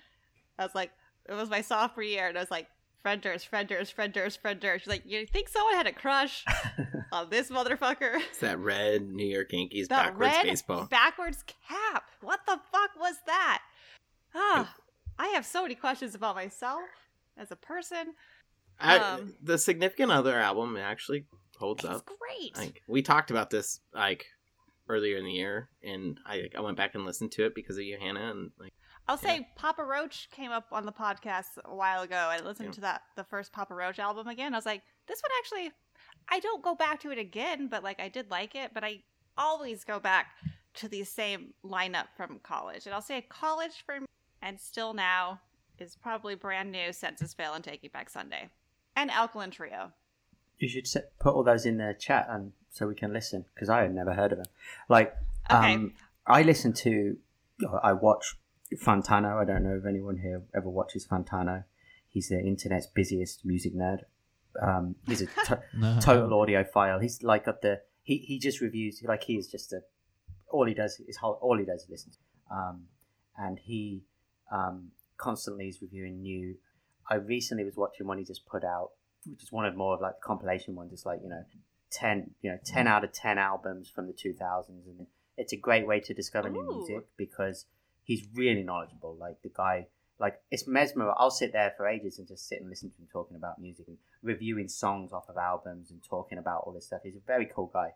Speaker 2: I was like, it was my sophomore year, and I was like, Fred Durst, Fred Durst, Fred Durst, Fred Durst. She's like, you think someone had a crush on this motherfucker?
Speaker 5: It's that red New York Yankees
Speaker 2: That
Speaker 5: backwards
Speaker 2: red
Speaker 5: baseball.
Speaker 2: backwards cap. What the fuck was that? Ah, I have so many questions about myself as a person.
Speaker 5: I-
Speaker 2: um,
Speaker 5: the significant other album actually holds
Speaker 2: It's
Speaker 5: up.
Speaker 2: great.
Speaker 5: Like we talked about this like earlier in the year, and I I went back and listened to it because of you, Hannah, and like
Speaker 2: I'll
Speaker 5: Yeah.
Speaker 2: say Papa Roach came up on the podcast a while ago. I listened
Speaker 5: Yeah.
Speaker 2: to that the first Papa Roach album again. I was like, this one actually I don't go back to it again, but like I did like it, but I always go back to the same lineup from college. And I'll say college for me and still now is probably brand new Census Fail and Taking Back Sunday. And Alkaline Trio.
Speaker 4: You should se- put all those in the chat and so we can listen because I had never heard of them. Like,
Speaker 2: Okay.
Speaker 4: um, I listen to, I watch Fantano. I don't know if anyone here ever watches Fantano. He's the internet's busiest music nerd. Um, he's a to-
Speaker 6: No.
Speaker 4: total audiophile. He's like got the he, he just reviews like he is just a all he does is whole all he does is listen. Um, and he um, constantly is reviewing new. I recently was watching one he just put out, which is one of more of like the compilation ones. It's like you know, ten you know ten out of ten albums from the two thousands, and it's a great way to discover new
Speaker 2: Ooh.
Speaker 4: music because he's really knowledgeable. Like the guy, like it's mesmer. I'll sit there for ages and just sit and listen to him talking about music and reviewing songs off of albums and talking about all this stuff. He's a very cool guy.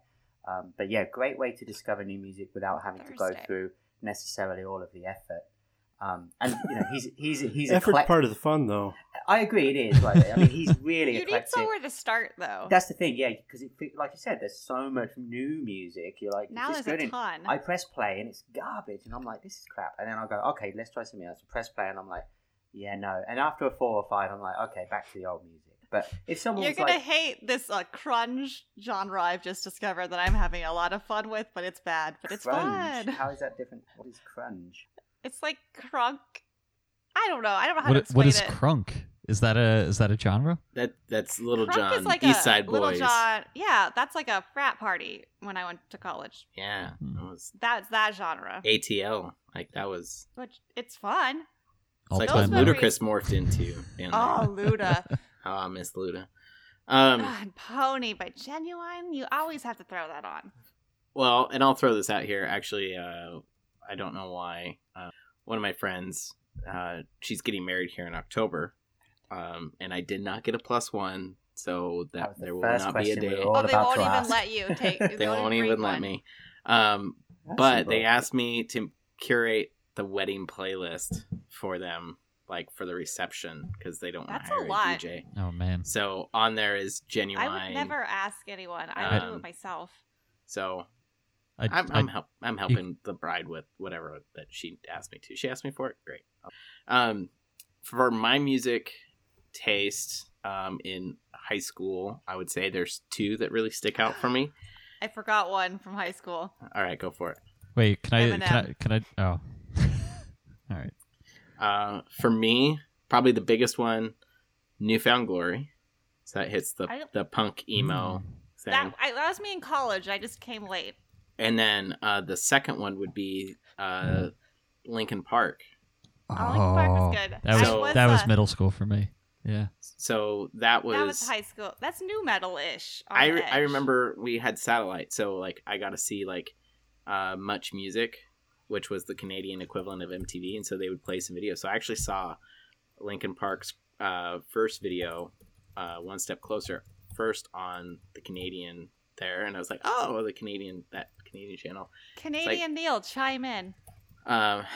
Speaker 4: Um, but yeah, great way to discover new music without having to go
Speaker 2: Thursday.
Speaker 4: through necessarily all of the effort. Um, and you know, he's he's he's
Speaker 3: Effort
Speaker 4: eclec-
Speaker 3: part of the fun, though.
Speaker 4: I agree, it is. Right? I mean, he's really
Speaker 2: You need
Speaker 4: eclectic.
Speaker 2: somewhere to start though.
Speaker 4: That's the thing, yeah, because like you said, there's so much new music. You're like,
Speaker 2: now
Speaker 4: this
Speaker 2: there's
Speaker 4: good
Speaker 2: a
Speaker 4: in-
Speaker 2: ton.
Speaker 4: I press play and it's garbage, and I'm like, this is crap. And then I'll go, okay, let's try something else. I press play, and I'm like, yeah, no. And after a four or five, I'm like, okay, back to the old music. But if someone
Speaker 2: You're
Speaker 4: was
Speaker 2: gonna
Speaker 4: like,
Speaker 2: hate this uh, crunge genre I've just discovered that I'm having a lot of fun with, but it's bad. But it's
Speaker 4: crunge,
Speaker 2: fun.
Speaker 4: how is that different? What is crunge?
Speaker 2: It's like crunk. I don't know. I don't know how to
Speaker 6: What,
Speaker 2: explain
Speaker 6: what is
Speaker 2: it.
Speaker 6: crunk? Is that a is that a genre?
Speaker 5: that that's Little
Speaker 2: Crunk
Speaker 5: John,
Speaker 2: is like
Speaker 5: East
Speaker 2: a
Speaker 5: Side
Speaker 2: Little
Speaker 5: Boys.
Speaker 2: John. Yeah, that's like a frat party when I went to college.
Speaker 5: Yeah,
Speaker 6: Hmm.
Speaker 5: that was
Speaker 2: That's that genre,
Speaker 5: ATL. Like that was
Speaker 2: which it's fun.
Speaker 5: it's like
Speaker 2: Those
Speaker 5: what
Speaker 2: memories-
Speaker 5: Ludacris morphed into. And
Speaker 2: Oh, Luda
Speaker 5: how I miss Luda. Um,
Speaker 2: Ah, and Pony by Genuine. You always have to throw that on.
Speaker 5: Well, and I'll throw this out here. Actually, uh, I don't know why. Uh, one of my friends, uh, she's getting married here in October, um, and I did not get a plus one, so
Speaker 4: That
Speaker 5: that
Speaker 4: was the
Speaker 5: there will
Speaker 4: first
Speaker 5: not be a
Speaker 4: question we
Speaker 5: day.
Speaker 4: were All
Speaker 2: oh, they
Speaker 4: about
Speaker 2: won't
Speaker 4: to
Speaker 2: even
Speaker 4: ask.
Speaker 2: let you take.
Speaker 5: They won't even
Speaker 2: read
Speaker 5: let
Speaker 2: one.
Speaker 5: me. Um,
Speaker 4: That's
Speaker 5: but they
Speaker 4: involved.
Speaker 5: asked me to curate the wedding playlist for them, like for the reception, because they don't want to
Speaker 2: That's a
Speaker 5: hire a,
Speaker 2: lot.
Speaker 5: DJ.
Speaker 6: Oh man.
Speaker 5: So on there is genuine.
Speaker 2: I would never ask anyone. I would do
Speaker 5: Um,
Speaker 2: it myself.
Speaker 5: So
Speaker 6: I,
Speaker 5: I'm
Speaker 6: I-
Speaker 5: I'm, help, I'm helping the bride with whatever that she asked me to. She asked me for it. Great. Um, for my music taste um, in high school, I would say there's two that really stick out for me.
Speaker 2: I forgot one from high school.
Speaker 5: All right, go for it.
Speaker 6: wait, can I, can I
Speaker 2: Eminem.
Speaker 6: can I oh. All right.
Speaker 5: Uh, for me, probably the biggest one, Newfound Glory. So that hits the
Speaker 2: I don't-
Speaker 5: the punk
Speaker 6: Hmm.
Speaker 5: emo thing.
Speaker 2: That, I, that was me in college. I just came late.
Speaker 5: and then uh, the second one would be uh, Lincoln Park.
Speaker 6: Oh,
Speaker 2: Linkin Park was good.
Speaker 6: That was,
Speaker 5: I was,
Speaker 6: that was
Speaker 2: uh,
Speaker 6: middle school for me. Yeah.
Speaker 5: So that was
Speaker 2: that was high school. That's new metal ish.
Speaker 5: I, re- I remember we had satellite, so like I got to see like uh, Much Music, which was the Canadian equivalent of MTV, and so they would play some video. So I actually saw Linkin Park's uh, first video, uh, One Step Closer, first on the Canadian there, and I was like, oh, the Canadian that Canadian channel.
Speaker 2: Canadian Neil, chime in.
Speaker 5: um,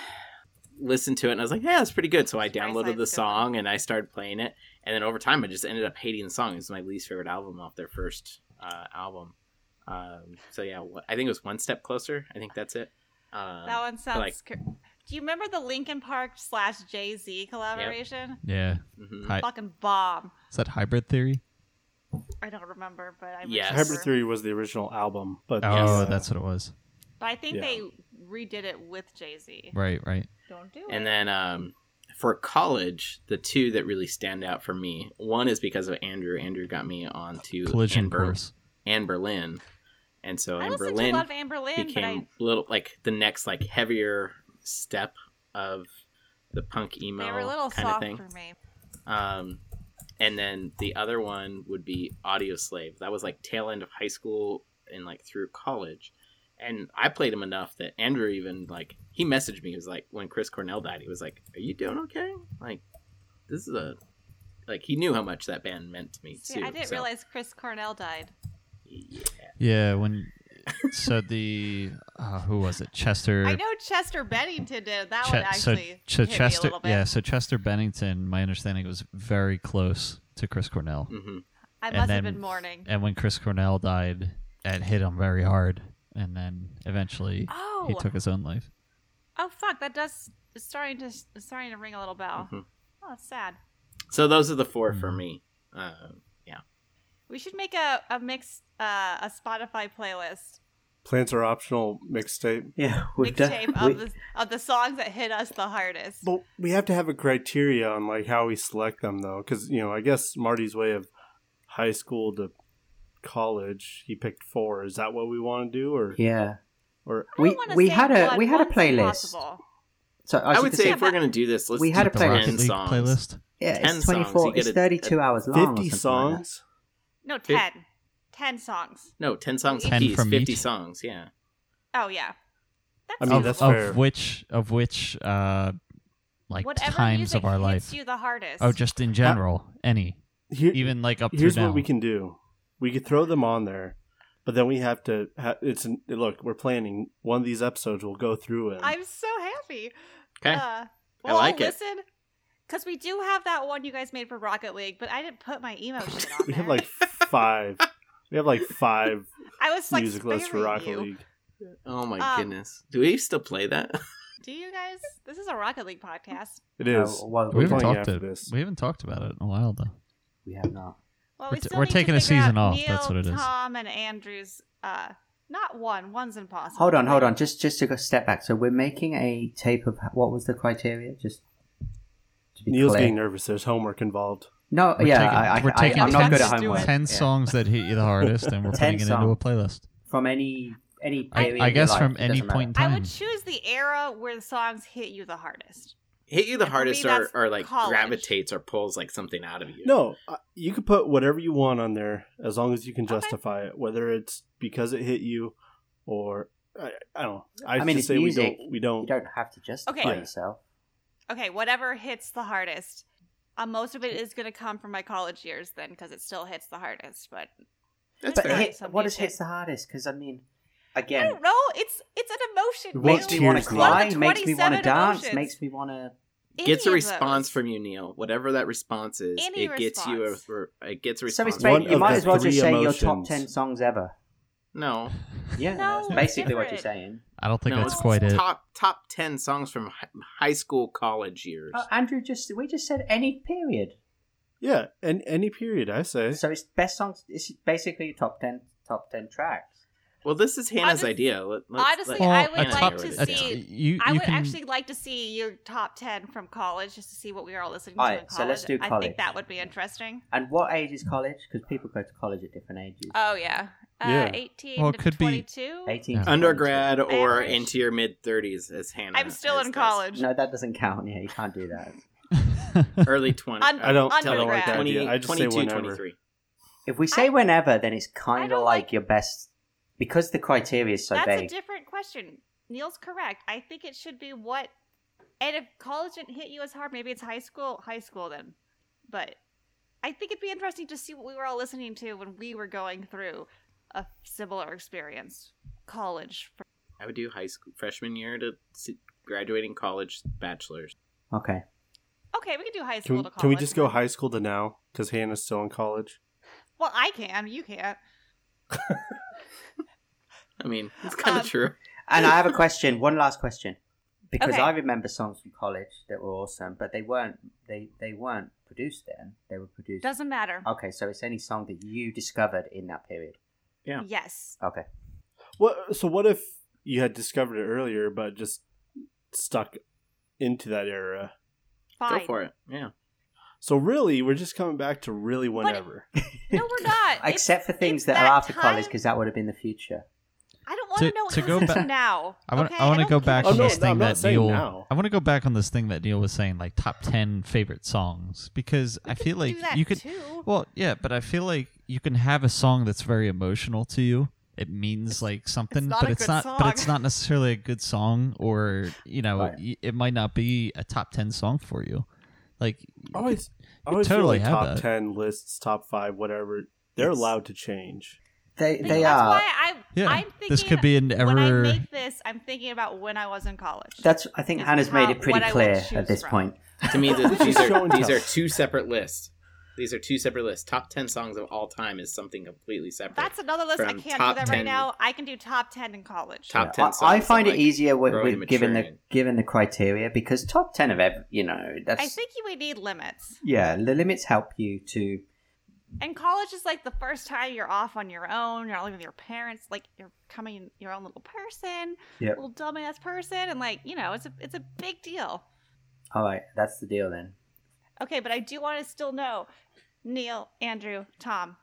Speaker 5: listened to it and I was like, yeah, it's pretty good. So I
Speaker 2: It's my
Speaker 5: downloaded the
Speaker 2: science fiction.
Speaker 5: song and I started playing it. And then over time, I just ended up hating the song. It's my least favorite album off their first uh, album. Um, so yeah, wh- I think it was One Step Closer. I think that's it. Um,
Speaker 2: That one sounds.
Speaker 5: like-
Speaker 2: cr- Do you remember the Linkin Park slash Jay Z collaboration?
Speaker 6: Yeah.
Speaker 5: mhm.
Speaker 6: Hi-
Speaker 2: Fucking bomb.
Speaker 6: Is that hybrid theory?
Speaker 2: I don't remember, but I'm
Speaker 5: Yes.
Speaker 3: Hybrid Theory was the original album, but
Speaker 6: Oh,
Speaker 3: uh,
Speaker 6: that's what it was.
Speaker 2: But I think
Speaker 3: Yeah.
Speaker 2: they redid it with Jay Z.
Speaker 6: Right, right.
Speaker 2: Don't do it.
Speaker 5: And then um, for college, the two that really stand out for me one is because of Andrew. Andrew got me onto
Speaker 6: Collision
Speaker 5: Anne Ber-
Speaker 6: course.
Speaker 5: Anne Berlin. And so
Speaker 2: I
Speaker 5: Anne
Speaker 2: listened
Speaker 5: Berlin.
Speaker 2: to a lot of Amber Lynn, but I,
Speaker 5: became little like the next like heavier step of the punk emo
Speaker 2: they were a little
Speaker 5: kind
Speaker 2: soft
Speaker 5: of um, thing.
Speaker 2: for me.
Speaker 5: Um, and then the other one would be Audio Slave. That was like tail end of high school and like through college. And I played him enough that Andrew even like he messaged me. He was like when Chris Cornell died, he was like, "Are you doing okay? Like this is a like he knew how much that band meant to me
Speaker 2: See,
Speaker 5: too."
Speaker 2: I didn't
Speaker 5: so-
Speaker 2: realize Oh. Chris Cornell died.
Speaker 5: Yeah.
Speaker 6: Yeah, when so the uh, who was it? Chester.
Speaker 2: I know Chester Bennington did that
Speaker 6: Che-
Speaker 2: one actually.
Speaker 6: so, so
Speaker 2: hit me a
Speaker 6: Chester,
Speaker 2: little bit.
Speaker 6: yeah. So Chester Bennington, my understanding was very close to Chris Cornell,
Speaker 5: hmm
Speaker 2: I must
Speaker 6: and
Speaker 2: have
Speaker 6: then-
Speaker 2: been mourning.
Speaker 6: and when Chris Cornell died, it hit him very hard, and then eventually
Speaker 2: Oh,
Speaker 6: he took his own life.
Speaker 2: oh, fuck! That does it's starting to it's starting to ring a little bell.
Speaker 4: Mm-hmm.
Speaker 5: Mhm.
Speaker 2: Oh, it's sad.
Speaker 5: So those are the 4 for
Speaker 6: Mhm.
Speaker 5: me. Uh,
Speaker 2: We should make a a mix uh, a Spotify playlist
Speaker 3: Plants Are Optional mixtape.
Speaker 4: Yeah, we've done.
Speaker 2: mixtape
Speaker 4: we-
Speaker 2: of the of the songs that hit us the hardest.
Speaker 3: But we have to have a criteria on like how we select them though, because you know I guess Marty's way of high school to college, he picked four. Is that what we want to do, or
Speaker 4: yeah.
Speaker 3: or
Speaker 2: I don't
Speaker 4: We-
Speaker 2: wanna
Speaker 4: we
Speaker 2: say
Speaker 4: had a-
Speaker 2: one.
Speaker 4: we had a
Speaker 2: One's
Speaker 4: playlist.
Speaker 2: impossible.
Speaker 4: So
Speaker 5: I,
Speaker 4: was
Speaker 5: would
Speaker 4: just
Speaker 5: say
Speaker 4: gonna
Speaker 5: if we're gonna do this, let's
Speaker 4: We
Speaker 5: do
Speaker 4: had a
Speaker 6: The
Speaker 4: playlist.
Speaker 6: Rocket
Speaker 5: 10
Speaker 6: League
Speaker 5: songs.
Speaker 6: playlist.
Speaker 4: yeah,
Speaker 5: 10
Speaker 4: it's
Speaker 5: songs,
Speaker 4: twenty
Speaker 5: you
Speaker 4: four.
Speaker 5: get
Speaker 4: It's
Speaker 5: a-
Speaker 4: thirty two hours long. or something like
Speaker 3: fifty
Speaker 4: that.
Speaker 3: songs?
Speaker 2: No,
Speaker 5: Fif-
Speaker 2: ten. Ten songs.
Speaker 5: No, ten songs
Speaker 6: Ten
Speaker 5: apiece,
Speaker 6: from
Speaker 5: fifty
Speaker 6: each?
Speaker 5: songs. Yeah,
Speaker 2: Oh yeah. That's
Speaker 3: I mean,
Speaker 6: of,
Speaker 3: that's
Speaker 6: of
Speaker 3: fair.
Speaker 6: which of which uh Oh, like
Speaker 2: Whatever
Speaker 6: times
Speaker 2: music
Speaker 6: of our
Speaker 2: hits
Speaker 6: life.
Speaker 2: you the hardest.
Speaker 6: Oh, just in general, any,
Speaker 3: Here-
Speaker 6: even like up
Speaker 3: here's
Speaker 6: to now.
Speaker 3: what we can do: we could throw them on there, but then we have to. Ha- it's an, look, we're planning one of these episodes. We'll go through it.
Speaker 2: I'm so happy.
Speaker 5: okay.
Speaker 2: Uh,
Speaker 5: I
Speaker 2: well,
Speaker 5: like it.
Speaker 2: listen, because we do have that one you guys made for Rocket League, but I didn't put my emo shit on
Speaker 3: We
Speaker 2: there.
Speaker 3: have like five. we have like five
Speaker 2: I was like
Speaker 3: music lists for
Speaker 2: sparing
Speaker 3: Rocket
Speaker 2: you.
Speaker 3: League.
Speaker 5: oh my
Speaker 2: um,
Speaker 5: goodness, do we still play that?
Speaker 2: Do you guys? This is a Rocket League podcast.
Speaker 3: It is.
Speaker 4: Uh, well,
Speaker 6: we
Speaker 4: we,
Speaker 3: We're
Speaker 6: haven't
Speaker 3: playing
Speaker 6: talked
Speaker 3: after
Speaker 6: to,
Speaker 3: this.
Speaker 6: we haven't talked about it in a while though.
Speaker 4: we have not.
Speaker 2: Well,
Speaker 6: We're
Speaker 2: we
Speaker 6: t-
Speaker 2: still
Speaker 6: we're
Speaker 2: need to
Speaker 6: taking a
Speaker 2: figure out
Speaker 6: season off,
Speaker 2: Neil,
Speaker 6: that's what it is.
Speaker 2: Tom and Andrew's. Uh, not one. One's impossible.
Speaker 4: Hold on, hold on. Just just to go step back. So we're making a tape of what was the criteria? Just to be
Speaker 3: Neil's
Speaker 4: clear.
Speaker 3: getting nervous. There's homework involved.
Speaker 4: No,
Speaker 6: We're
Speaker 4: Oh, yeah,
Speaker 6: taking,
Speaker 4: I, I,
Speaker 6: we're taking
Speaker 4: I, am not good at
Speaker 2: ten-
Speaker 4: homework.
Speaker 6: Ten
Speaker 4: Yeah.
Speaker 6: songs that hit you the hardest, and we're
Speaker 4: Ten
Speaker 6: putting it into a
Speaker 4: songs.
Speaker 6: playlist.
Speaker 4: from any any.
Speaker 6: I-
Speaker 4: period
Speaker 6: I
Speaker 4: of your
Speaker 6: guess
Speaker 4: life,
Speaker 6: from
Speaker 4: it
Speaker 6: any
Speaker 4: doesn't
Speaker 6: point
Speaker 4: matter.
Speaker 6: in
Speaker 2: I would
Speaker 6: time.
Speaker 2: choose the era where the songs hit you the hardest.
Speaker 5: Hit you the
Speaker 2: For me,
Speaker 5: hardest, or,
Speaker 2: that's
Speaker 5: or like
Speaker 2: college.
Speaker 5: gravitates or pulls like something out of you.
Speaker 3: No, uh, you can put whatever you want on there as long as you can justify it. Whether it's because it hit you, or I, I don't. know. I,
Speaker 4: I mean,
Speaker 3: just
Speaker 4: it's
Speaker 3: say
Speaker 4: music.
Speaker 3: we don't.
Speaker 4: You
Speaker 3: We don't.
Speaker 4: don't have to justify
Speaker 2: Okay.
Speaker 4: yourself.
Speaker 2: Okay, whatever hits the hardest. Uh, most of it is going to come from my college years then, because it still hits the hardest. But
Speaker 5: that's
Speaker 4: But
Speaker 5: fair.
Speaker 4: hit,
Speaker 2: Some
Speaker 4: what is
Speaker 2: music.
Speaker 4: hits the hardest? Because I mean,
Speaker 2: I
Speaker 4: again,
Speaker 2: don't know. It's it's an emotion.
Speaker 3: What
Speaker 4: makes
Speaker 2: Neil.
Speaker 4: me want to
Speaker 3: tears, Neil?
Speaker 4: cry,
Speaker 2: One of the
Speaker 4: makes me want to
Speaker 2: 27
Speaker 4: dance,
Speaker 2: emotions.
Speaker 4: makes me want to.
Speaker 2: Any
Speaker 5: gets a
Speaker 2: of
Speaker 5: response
Speaker 2: those.
Speaker 5: from you, Neil. Whatever that response is,
Speaker 2: Any
Speaker 5: it gets you.
Speaker 2: response.
Speaker 5: A, it gets a
Speaker 4: So
Speaker 5: response.
Speaker 4: it's
Speaker 5: from
Speaker 3: One
Speaker 4: ba-
Speaker 5: you.
Speaker 4: you
Speaker 3: of
Speaker 4: might
Speaker 3: the
Speaker 4: as well just
Speaker 3: three
Speaker 4: say your top
Speaker 3: emotions.
Speaker 4: ten songs ever.
Speaker 5: No,
Speaker 4: Yeah,
Speaker 2: No,
Speaker 4: that's basically what you're
Speaker 2: different.
Speaker 4: saying.
Speaker 6: I don't think
Speaker 5: no,
Speaker 6: that's
Speaker 5: it's
Speaker 6: quite it.
Speaker 5: Top top ten songs from hi- high school, college years.
Speaker 4: Oh, Andrew just we just said any period.
Speaker 3: Yeah, and any period I say.
Speaker 4: So it's best songs. It's basically your top ten top ten tracks.
Speaker 5: well, this is
Speaker 2: Honest-
Speaker 5: Hannah's idea. Let, let's,
Speaker 2: honestly,
Speaker 5: let
Speaker 2: Well, I
Speaker 5: Hannah
Speaker 2: would
Speaker 6: a
Speaker 5: hear
Speaker 2: like
Speaker 5: what
Speaker 2: to
Speaker 5: it
Speaker 6: a
Speaker 5: is.
Speaker 6: t-
Speaker 2: see-
Speaker 6: you,
Speaker 2: I
Speaker 6: you
Speaker 2: would
Speaker 6: can,
Speaker 2: actually like to see your top ten from college, just to see what we were all listening to
Speaker 4: Alright,
Speaker 2: in college.
Speaker 4: so let's do
Speaker 2: I
Speaker 4: college.
Speaker 2: think that would be interesting.
Speaker 4: And what age is college? Because people go to college at different ages.
Speaker 2: Oh yeah, uh,
Speaker 3: Yeah.
Speaker 2: eighteen
Speaker 6: Well, it
Speaker 2: to
Speaker 6: could be-
Speaker 2: twenty-two.
Speaker 4: Eighteen to
Speaker 5: undergrad
Speaker 2: I
Speaker 5: or
Speaker 2: average-
Speaker 5: into your mid thirties as Hannah.
Speaker 2: I'm still
Speaker 5: as
Speaker 2: in
Speaker 5: does.
Speaker 2: college.
Speaker 4: 22. No, that doesn't count. Yeah, you can't do that.
Speaker 5: Early twenty.
Speaker 2: Un-
Speaker 3: I don't. I don't like
Speaker 2: Undergrad.
Speaker 3: that idea. I just say
Speaker 5: 22,
Speaker 3: whenever.
Speaker 5: 23.
Speaker 4: If we say
Speaker 2: I-
Speaker 4: whenever, then it's
Speaker 2: I
Speaker 4: kind of
Speaker 2: don't
Speaker 4: like
Speaker 2: like-
Speaker 4: your best because the criteria is so
Speaker 2: That's a
Speaker 4: vague.
Speaker 2: different question. Neil's correct. I think it should be what, and if college didn't hit you as hard, maybe it's high school. High school then, but I think it'd be interesting to see what we were all listening to when we were going through a similar experience. College.
Speaker 5: I would do high school freshman year to s- graduating college bachelor's.
Speaker 4: Okay.
Speaker 2: Okay, we can do high
Speaker 3: Can
Speaker 2: school
Speaker 3: we,
Speaker 2: to college.
Speaker 3: can we just go high school to now? Because Hannah's still in college.
Speaker 2: Well, I can. You can't.
Speaker 5: I mean, it's kind of
Speaker 2: Um,
Speaker 5: true.
Speaker 4: And I have a question, one last question. Because
Speaker 2: Okay.
Speaker 4: I remember songs from college that were awesome, but they weren't they, they weren't produced then. They were produced
Speaker 2: Doesn't matter.
Speaker 4: Okay, so it's any song that you discovered in that period.
Speaker 5: Yeah.
Speaker 2: Yes.
Speaker 4: Okay.
Speaker 3: What? So what if you had discovered it earlier, but just stuck into that era?
Speaker 2: Fine.
Speaker 5: Go for it. Yeah.
Speaker 3: So really, we're just coming back to really
Speaker 2: But-
Speaker 3: whenever.
Speaker 2: No, we're not. It's-
Speaker 4: Except for things
Speaker 2: it's
Speaker 4: that,
Speaker 2: that
Speaker 4: are after
Speaker 2: time-
Speaker 4: college, because that would have been the future.
Speaker 2: I don't want to
Speaker 6: To-
Speaker 2: know what
Speaker 6: to
Speaker 2: to
Speaker 6: go
Speaker 2: listen to
Speaker 6: back-
Speaker 2: now.
Speaker 6: I want
Speaker 2: okay?
Speaker 6: I want to
Speaker 2: don't
Speaker 6: go back
Speaker 2: care.
Speaker 3: Oh,
Speaker 6: on
Speaker 3: no,
Speaker 6: this
Speaker 3: no,
Speaker 6: thing
Speaker 3: I'm not
Speaker 6: that
Speaker 3: saying
Speaker 6: Neil.
Speaker 3: now.
Speaker 6: I want to go back on this thing that Neil was saying, like top ten favorite songs, because I feel like
Speaker 2: do that
Speaker 6: you could.
Speaker 2: too.
Speaker 6: Well, yeah, but I feel like you can have a song that's very emotional to you. It means like something,
Speaker 2: not
Speaker 6: but
Speaker 2: a
Speaker 6: it's
Speaker 2: good
Speaker 6: not. But it's
Speaker 2: song.
Speaker 6: not necessarily a good song, or you know,
Speaker 4: Right.
Speaker 6: y- it might not be a top ten song for you. Like,
Speaker 3: I always, I always
Speaker 6: totally
Speaker 3: feel like
Speaker 6: have
Speaker 3: top
Speaker 6: that.
Speaker 3: ten lists, top five, whatever. They're
Speaker 4: It's-
Speaker 3: allowed to change.
Speaker 4: They
Speaker 2: But
Speaker 4: they
Speaker 2: that's
Speaker 4: are.
Speaker 2: why I,
Speaker 6: yeah,
Speaker 2: I'm thinking
Speaker 6: this could be an ever.
Speaker 2: when I make this, I'm thinking about when I was in college.
Speaker 4: That's I think
Speaker 2: Is
Speaker 4: Hannah's made
Speaker 2: how-
Speaker 4: it pretty
Speaker 2: what I will
Speaker 4: clear
Speaker 2: choose
Speaker 4: at this
Speaker 2: from.
Speaker 4: point.
Speaker 5: To me, th- these
Speaker 3: Show
Speaker 5: are
Speaker 3: and
Speaker 5: these
Speaker 3: tell.
Speaker 5: are two separate lists. These are two separate lists. Top ten songs of all time is something completely separate.
Speaker 2: That's another list. I
Speaker 5: From
Speaker 2: can't do
Speaker 5: top
Speaker 2: that
Speaker 5: 10.
Speaker 2: right now. I can do top ten in college.
Speaker 5: Top
Speaker 4: Yeah.
Speaker 5: 10
Speaker 4: I-
Speaker 5: songs
Speaker 4: I,
Speaker 5: that,
Speaker 4: find it
Speaker 5: like,
Speaker 4: easier with,
Speaker 5: growing and
Speaker 4: with given the
Speaker 5: maturing.
Speaker 4: given the criteria because top ten of ev you know that's
Speaker 2: I think we need limits.
Speaker 4: yeah the limits help you to
Speaker 2: And college is like the first time you're off on your own. You're not living with your parents. Like you're coming your own little person,
Speaker 4: Yep.
Speaker 2: little dumbass person, and like you know, it's a it's a big deal.
Speaker 4: all right that's the deal then
Speaker 2: Okay, but I do want to still know Neil, Andrew, Tom,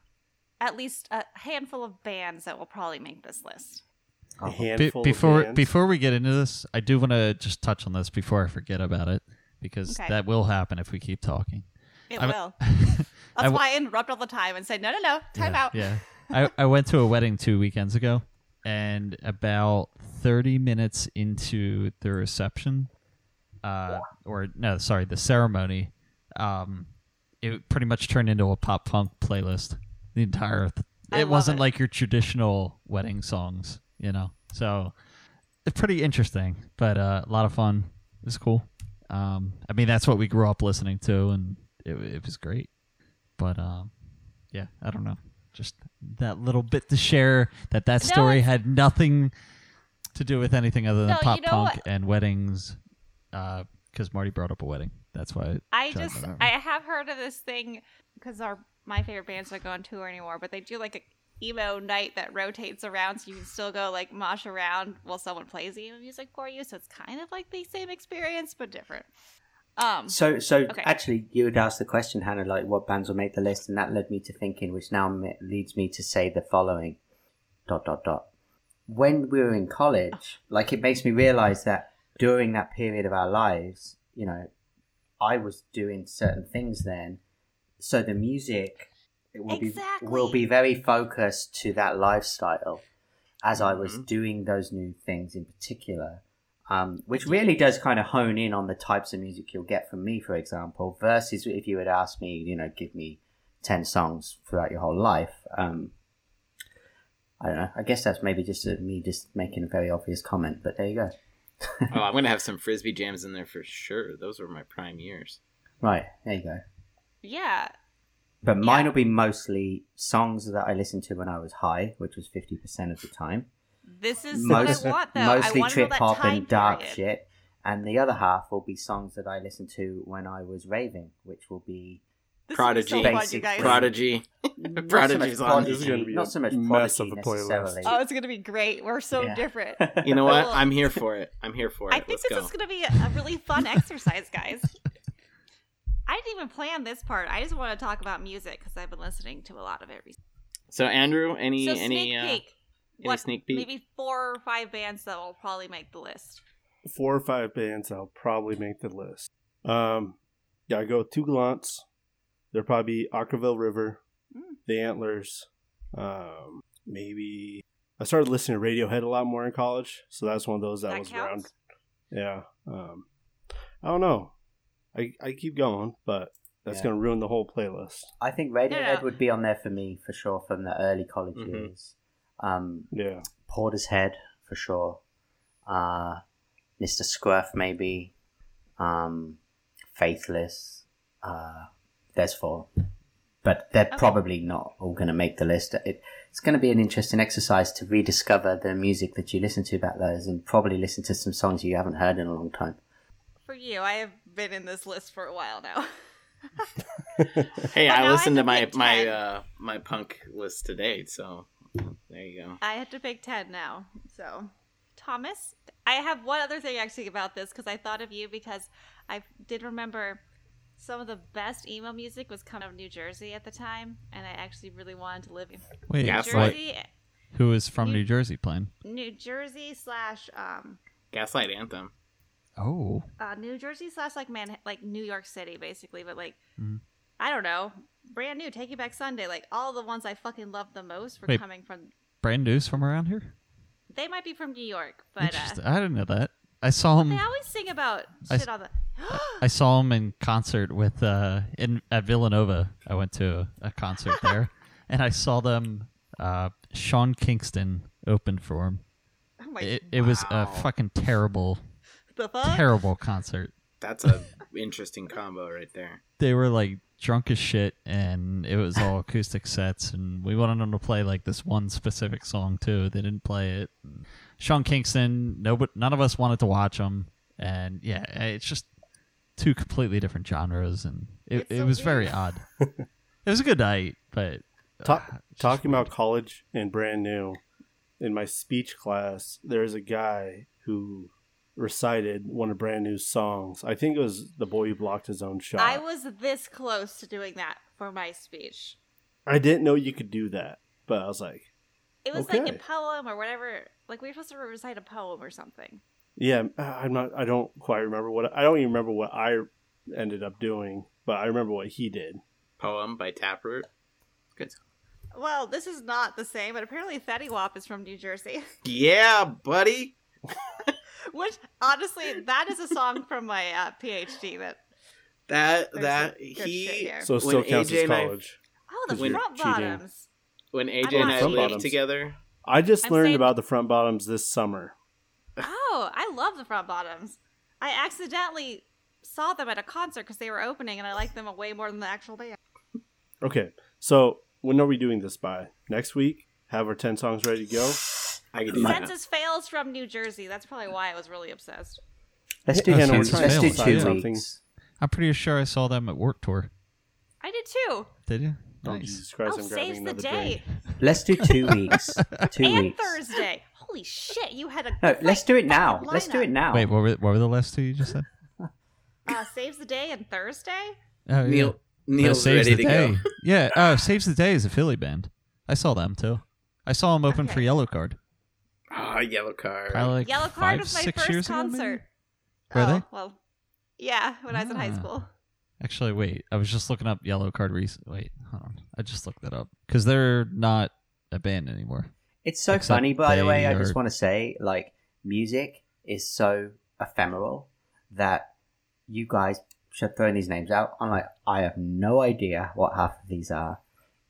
Speaker 2: at least a handful of bands that will probably make this list.
Speaker 4: Oh.
Speaker 3: A
Speaker 6: Uh-huh. Be-
Speaker 3: handful
Speaker 6: before
Speaker 3: of bands.
Speaker 6: before we get into this, I do want to just touch on this before I forget about it because
Speaker 2: Okay.
Speaker 6: that will happen if we keep talking.
Speaker 2: It
Speaker 6: I'm-
Speaker 2: will.
Speaker 6: I
Speaker 2: That's
Speaker 6: w-
Speaker 2: why I interrupt all the time and say, no, no, no, time
Speaker 6: yeah,
Speaker 2: out.
Speaker 6: Yeah. I, I went to a wedding two weekends ago, and about 30 minutes into the reception, uh, or no, sorry, the ceremony, um, it pretty much turned into a pop punk playlist. The entire, th-
Speaker 2: I
Speaker 6: it
Speaker 2: love
Speaker 6: wasn't
Speaker 2: it.
Speaker 6: like your traditional wedding songs, you know? So it's pretty interesting, but uh, a lot of fun. It was cool. Um, I mean, that's what we grew up listening to, and it, it was great. But um, yeah, I don't know. Just that little bit to share that that
Speaker 2: No,
Speaker 6: story
Speaker 2: it's-
Speaker 6: had nothing to do with anything other than
Speaker 2: No, you
Speaker 6: pop
Speaker 2: know
Speaker 6: punk
Speaker 2: what?
Speaker 6: and weddings, because Marty brought up a wedding. That's why.
Speaker 2: I
Speaker 6: Sorry
Speaker 2: just,
Speaker 6: about
Speaker 2: I
Speaker 6: that.
Speaker 2: have heard of this thing because our my favorite bands don't go on tour anymore, but they do like a emo night that rotates around, so you can still go like mosh around while someone plays emo music for you. So it's kind of like the same experience but different. Um,
Speaker 4: so so
Speaker 2: Okay.
Speaker 4: actually you had asked the question Hannah like what bands will make the list and that led me to thinking which now me- leads me to say the following dot dot dot when we were in college like it makes me realize that during that period of our lives you know I was doing certain things then so the music it will
Speaker 2: Exactly.
Speaker 4: be will be very focused to that lifestyle as I was
Speaker 5: Mhm.
Speaker 4: doing those new things in particular, um, which really does kind of hone in on the types of music you'll get from me, for example, versus if you had asked me, you know, give me 10 songs throughout your whole life. Um, I don't know. I guess that's maybe just uh me just making a very obvious comment, but there you go.
Speaker 5: oh, I'm gonna have some frisbee jams in there for sure. Those were my prime years.
Speaker 4: Right, there you go.
Speaker 2: yeah,
Speaker 4: But mine will be mostly songs that I listened to when I was high, which was 50% of the time.
Speaker 2: this is
Speaker 4: Most-
Speaker 2: what I want though. I
Speaker 4: mostly
Speaker 2: want to know
Speaker 4: trip
Speaker 2: that
Speaker 4: hop
Speaker 2: time
Speaker 4: and dark
Speaker 2: period.
Speaker 4: shit. And the other half will be songs that I listened to when I was raving, which will be
Speaker 2: This
Speaker 5: Prodigy.
Speaker 2: Is so fun, you
Speaker 4: Basic
Speaker 2: guys.
Speaker 5: Prodigy.
Speaker 4: not so much
Speaker 5: Prodigy's on.
Speaker 4: prodigy,
Speaker 3: This is gonna be
Speaker 4: not
Speaker 3: a
Speaker 4: so much
Speaker 3: mess
Speaker 4: prodigy
Speaker 3: of a playlist.
Speaker 4: necessarily.
Speaker 2: Oh, it's gonna be great. We're so
Speaker 4: Yeah.
Speaker 2: different.
Speaker 5: You know what?
Speaker 2: Well-
Speaker 5: I'm here for it. I'm here for it.
Speaker 2: I think
Speaker 5: Let's
Speaker 2: this
Speaker 5: go.
Speaker 2: is going to be a really fun exercise, guys. I didn't even plan this part. I just want to talk about music because I've been listening to a lot of it recently.
Speaker 5: So Andrew, any
Speaker 2: so
Speaker 5: any
Speaker 2: sneak
Speaker 5: uh,
Speaker 2: peek.
Speaker 5: any sneak peek?
Speaker 2: Maybe four or five bands that will probably make the list.
Speaker 3: four or five bands that'll probably make the list. Um, yeah, I go with two glants. There'll probably be Aquaville River,
Speaker 2: Mm.
Speaker 3: the Antlers. Um, maybe I started listening to Radiohead a lot more in college, so that's one of those that,
Speaker 2: That
Speaker 3: was around.
Speaker 2: counts.
Speaker 3: Yeah. Um, I don't know. I I keep going, but that's
Speaker 4: Yeah.
Speaker 3: gonna ruin the whole playlist.
Speaker 4: I think
Speaker 2: No,
Speaker 4: Radiohead
Speaker 2: no.
Speaker 4: would be on there for me for sure from the early college
Speaker 5: Mhm.
Speaker 4: years.
Speaker 3: Mm-hmm.
Speaker 4: Um,
Speaker 3: Yeah.
Speaker 4: Porter's Head for sure. Uh, Mr. Scruff maybe. Um, Faithless. Uh, there's four, but they're
Speaker 2: Okay.
Speaker 4: probably not all going to make the list. It, it's going to be an interesting exercise to rediscover the music that you listen to back those, and probably listen to some songs you haven't heard in a long time.
Speaker 2: For you, I have been in this list for a while now.
Speaker 5: Hey,
Speaker 2: Well, now
Speaker 5: I
Speaker 2: I
Speaker 5: listened to
Speaker 2: have to
Speaker 5: my
Speaker 2: pick
Speaker 5: my
Speaker 2: 10.
Speaker 5: uh, my punk list today, so there you go.
Speaker 2: I had to pick 10 now. So, Thomas, I have one other thing actually about this because I thought of you because I did remember some of the best emo music was coming out of New Jersey at the time, and I actually really wanted to live in
Speaker 5: Yeah,
Speaker 6: Wait,
Speaker 2: New
Speaker 5: That's right.
Speaker 6: what,
Speaker 2: Jersey.
Speaker 6: who is from
Speaker 2: You-
Speaker 6: New Jersey playing?
Speaker 2: New Jersey slash um,
Speaker 5: Gaslight Anthem.
Speaker 6: Oh,
Speaker 2: uh, New Jersey slash like man like New York City basically, but like
Speaker 6: Mhm.
Speaker 2: I don't know, brand new Take You Back Sunday, like all the ones I fucking loved the most were
Speaker 6: Wait.
Speaker 2: coming from.
Speaker 6: brand new's from around here.
Speaker 2: They might be from New York, but uh,
Speaker 6: Interesting. I didn't know that. I saw him.
Speaker 2: they always sing about
Speaker 6: I
Speaker 2: shit
Speaker 6: s-
Speaker 2: on the.
Speaker 6: I saw him in concert with uh in at Villanova. I went to a, a concert there, and I saw them. Uh, Sean Kingston opened for him.
Speaker 2: I'm like,
Speaker 6: It, it was
Speaker 5: wow.
Speaker 6: a fucking terrible,
Speaker 2: the fuck?
Speaker 6: terrible concert.
Speaker 5: That's a interesting combo right there.
Speaker 6: They were like drunk as shit, and it was all acoustic sets. And we wanted them to play like this one specific song too. They didn't play it. Sean Kingston. Nobody, none of us wanted to watch him. And yeah, eh, it's just two completely different genres, and it,
Speaker 2: It's
Speaker 6: it
Speaker 2: so
Speaker 6: was very
Speaker 2: weird.
Speaker 6: odd. it was a good night, but
Speaker 3: Ta-
Speaker 6: Ah, it's
Speaker 3: talking
Speaker 6: just
Speaker 3: about college and brand new, in my speech class, there's a guy who recited one of brand new's songs. I think it was "The Boy Who Blocked His Own Shot." I
Speaker 2: I was this close to doing that for my speech.
Speaker 3: didn't know you could do that, but I was like,
Speaker 2: It was like
Speaker 3: Okay.
Speaker 2: a poem or whatever. Like we were supposed to recite a poem or something.
Speaker 3: "Yeah, I'm not. I don't quite remember what. I don't even remember what I ended up doing, but I remember what he did."
Speaker 5: Poem by Taproot. Good. song.
Speaker 2: Well, this is not the same, but apparently Fetty Wap is from New Jersey,
Speaker 5: Yeah, buddy.
Speaker 2: which honestly, that is a song from my uh, PhD. That
Speaker 5: That
Speaker 2: There's
Speaker 5: that
Speaker 2: some good
Speaker 5: he
Speaker 2: shit here.
Speaker 3: So it still
Speaker 5: When
Speaker 3: counts
Speaker 5: AJ
Speaker 3: as
Speaker 5: and I-
Speaker 3: college.
Speaker 2: oh, the
Speaker 5: Because you're
Speaker 2: front
Speaker 3: cheating.
Speaker 2: bottoms.
Speaker 5: when AJ
Speaker 2: I'm
Speaker 5: and
Speaker 2: not
Speaker 5: I
Speaker 2: front
Speaker 5: lived
Speaker 3: bottoms.
Speaker 5: together.
Speaker 3: I, just
Speaker 2: I'm
Speaker 3: learned
Speaker 2: saying-
Speaker 3: about the front bottoms this summer.
Speaker 2: Oh, I love the front bottoms. I accidentally saw them at a concert because they were opening, and I liked them way more than the actual band.
Speaker 3: Okay, so when are we doing this by next week? Have our ten songs ready to go.
Speaker 5: I could do that.
Speaker 2: Census fails from New Jersey. That's probably why I was really obsessed.
Speaker 4: Let's
Speaker 3: Yeah,
Speaker 4: do
Speaker 3: Hannah,
Speaker 4: two,
Speaker 3: we're
Speaker 4: let's
Speaker 3: trying to
Speaker 4: do
Speaker 3: decide
Speaker 4: two
Speaker 3: something.
Speaker 4: weeks.
Speaker 6: I'm pretty sure I saw them at Warped Tour.
Speaker 2: I did too.
Speaker 6: Did you?
Speaker 3: Oh,
Speaker 6: Nice.
Speaker 3: Jesus Christ,
Speaker 2: oh,
Speaker 3: I'm
Speaker 2: saves
Speaker 3: grabbing
Speaker 2: the
Speaker 3: another
Speaker 2: day.
Speaker 3: drink.
Speaker 4: Let's do two weeks. Two
Speaker 2: and
Speaker 4: weeks.
Speaker 2: Thursday. Holy shit, you had a.
Speaker 4: No,
Speaker 2: great
Speaker 4: let's do it now.
Speaker 2: fucking
Speaker 4: Let's do it
Speaker 2: lineup.
Speaker 4: now.
Speaker 6: Wait, what were what were the last two you just said?
Speaker 2: Uh, saves the day and Thursday.
Speaker 6: Oh, yeah.
Speaker 5: Neil
Speaker 6: No,
Speaker 5: Neil's
Speaker 6: saves
Speaker 5: ready to
Speaker 6: the day.
Speaker 5: go.
Speaker 6: yeah, oh, saves the day is a Philly band. I saw them too. I saw them open for
Speaker 2: Okay.
Speaker 6: Yellow Card.
Speaker 5: Ah, yellow card.
Speaker 6: Probably like
Speaker 2: Yellow
Speaker 6: five,
Speaker 2: Card was my
Speaker 6: six
Speaker 2: first
Speaker 6: years ago, maybe?
Speaker 2: concert.
Speaker 6: Were
Speaker 2: oh,
Speaker 6: they?
Speaker 2: Well, yeah, when I was in high
Speaker 6: Ah.
Speaker 2: school.
Speaker 6: Actually, wait. I was just looking up Yellow Card. Re- wait, hold on. I just looked that up because they're not a band anymore.
Speaker 4: It's so
Speaker 6: Except
Speaker 4: funny, by the way. I
Speaker 6: they
Speaker 4: just
Speaker 6: are-
Speaker 4: want to say, like, music is so ephemeral that you guys should throw these names out. I'm like, I have no idea what half of these are,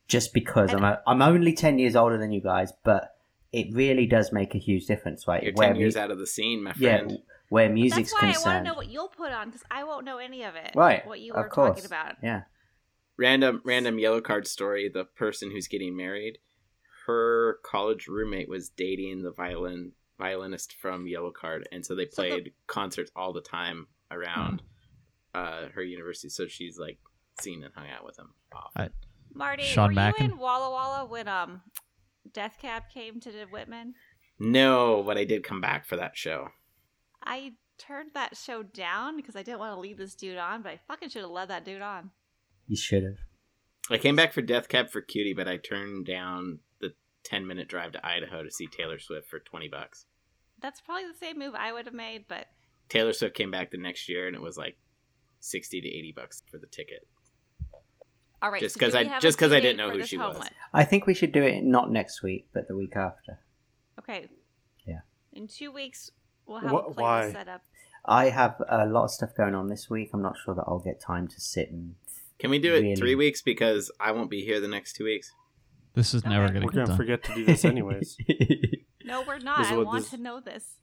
Speaker 4: just because I'm a, I'm only ten years older than you guys, but it really does make a huge difference, right?
Speaker 5: You're ten
Speaker 4: mu-
Speaker 5: years out of the scene, my
Speaker 4: yeah,
Speaker 5: friend.
Speaker 4: where
Speaker 2: But
Speaker 4: music's
Speaker 2: That's why I want
Speaker 4: concerned.
Speaker 2: to know what you'll put on because I won't know any of it.
Speaker 4: Right,
Speaker 2: What you
Speaker 4: of
Speaker 2: were
Speaker 4: course.
Speaker 2: talking about.
Speaker 4: yeah,
Speaker 5: Random random yellow card story. The person who's getting married, her college roommate was dating the violin violinist from Yellow Card, and so they
Speaker 2: So the-
Speaker 5: played concerts all the time around
Speaker 2: Hmm.
Speaker 5: uh, her university. So she's like seen and hung out with him. often.
Speaker 2: Marty,
Speaker 6: Sean
Speaker 2: were
Speaker 6: Macken?
Speaker 2: you in Walla Walla when um, Death Cab came to the Whitman?
Speaker 5: No, but I did come back for that show.
Speaker 2: I turned that show down because I didn't want to leave this dude on, but I fucking should have led that dude on.
Speaker 4: you should have.
Speaker 5: I came back for Death Cab for Cutie, but I turned down the ten minute drive to Idaho to see Taylor Swift for twenty bucks.
Speaker 2: That's probably the same move I would have made, but
Speaker 5: Taylor Swift came back the next year, and it was like sixty to eighty bucks for the ticket.
Speaker 2: all right.
Speaker 5: Just
Speaker 2: so do
Speaker 5: 'cause
Speaker 2: we
Speaker 5: I-
Speaker 2: have a
Speaker 5: just 'cause I
Speaker 2: due
Speaker 5: didn't
Speaker 2: date
Speaker 5: know
Speaker 2: for
Speaker 5: who
Speaker 2: this
Speaker 5: she
Speaker 2: home
Speaker 5: was.
Speaker 2: one?
Speaker 4: I think we should do it not next week, but the week after.
Speaker 2: Okay.
Speaker 4: Yeah.
Speaker 2: In two weeks, we'll have
Speaker 3: Wha-
Speaker 2: a playlist
Speaker 3: why?
Speaker 2: set up.
Speaker 4: I have a lot of stuff going on this week. I'm not sure that I'll get time to sit and
Speaker 5: Can we do it
Speaker 4: Really?
Speaker 5: three weeks because I won't be here the next two weeks?
Speaker 6: This is never
Speaker 2: Okay.
Speaker 6: going
Speaker 3: We're
Speaker 6: to get
Speaker 3: gonna
Speaker 6: done.
Speaker 3: forget to do this anyways.
Speaker 2: No, we're not.
Speaker 3: This is
Speaker 2: I
Speaker 3: what
Speaker 2: want
Speaker 3: this-
Speaker 2: to know this.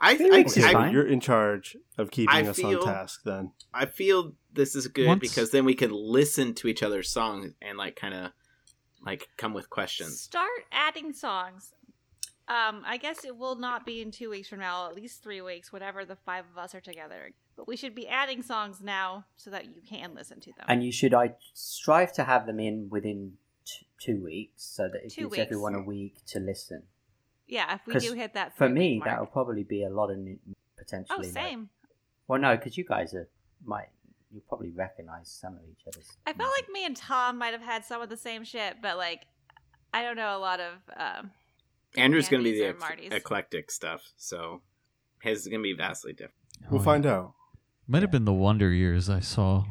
Speaker 5: I, I,
Speaker 4: Which is
Speaker 5: I-
Speaker 4: fine.
Speaker 3: You're in charge of keeping
Speaker 5: I
Speaker 3: us
Speaker 5: feel-
Speaker 3: on task. Then
Speaker 6: Oh,
Speaker 5: I feel this is good
Speaker 6: Once-
Speaker 5: because then we can listen to each other's songs and like kind of like come with questions.
Speaker 2: Start adding songs. Um, I guess it will not be in two weeks from now, at least three weeks, whenever the five of us are together. But we should be adding songs now so that you can listen to them.
Speaker 4: And you should I strive to have them in within t- two weeks so that it
Speaker 2: Two
Speaker 4: gives
Speaker 2: weeks.
Speaker 4: everyone a week to listen.
Speaker 2: yeah, if we
Speaker 4: 'Cause
Speaker 2: do hit that
Speaker 4: For
Speaker 2: three
Speaker 4: me,
Speaker 2: week mark.
Speaker 4: that'll probably be a lot of n-
Speaker 2: oh
Speaker 4: potentially. no-
Speaker 2: same.
Speaker 4: Well, no, because you guys are might you probably recognize some of each other's.
Speaker 2: I felt like me and Tom might have had some of the same shit, but like I don't know a lot of. Um,
Speaker 5: Andrew's going to be
Speaker 2: Andy's
Speaker 5: the
Speaker 2: or
Speaker 5: ec-
Speaker 2: Marty's.
Speaker 5: eclectic stuff, so his is going to be vastly different.
Speaker 3: we'll
Speaker 6: Oh,
Speaker 3: find
Speaker 6: yeah.
Speaker 3: out.
Speaker 6: Might have been the Wonder Years I saw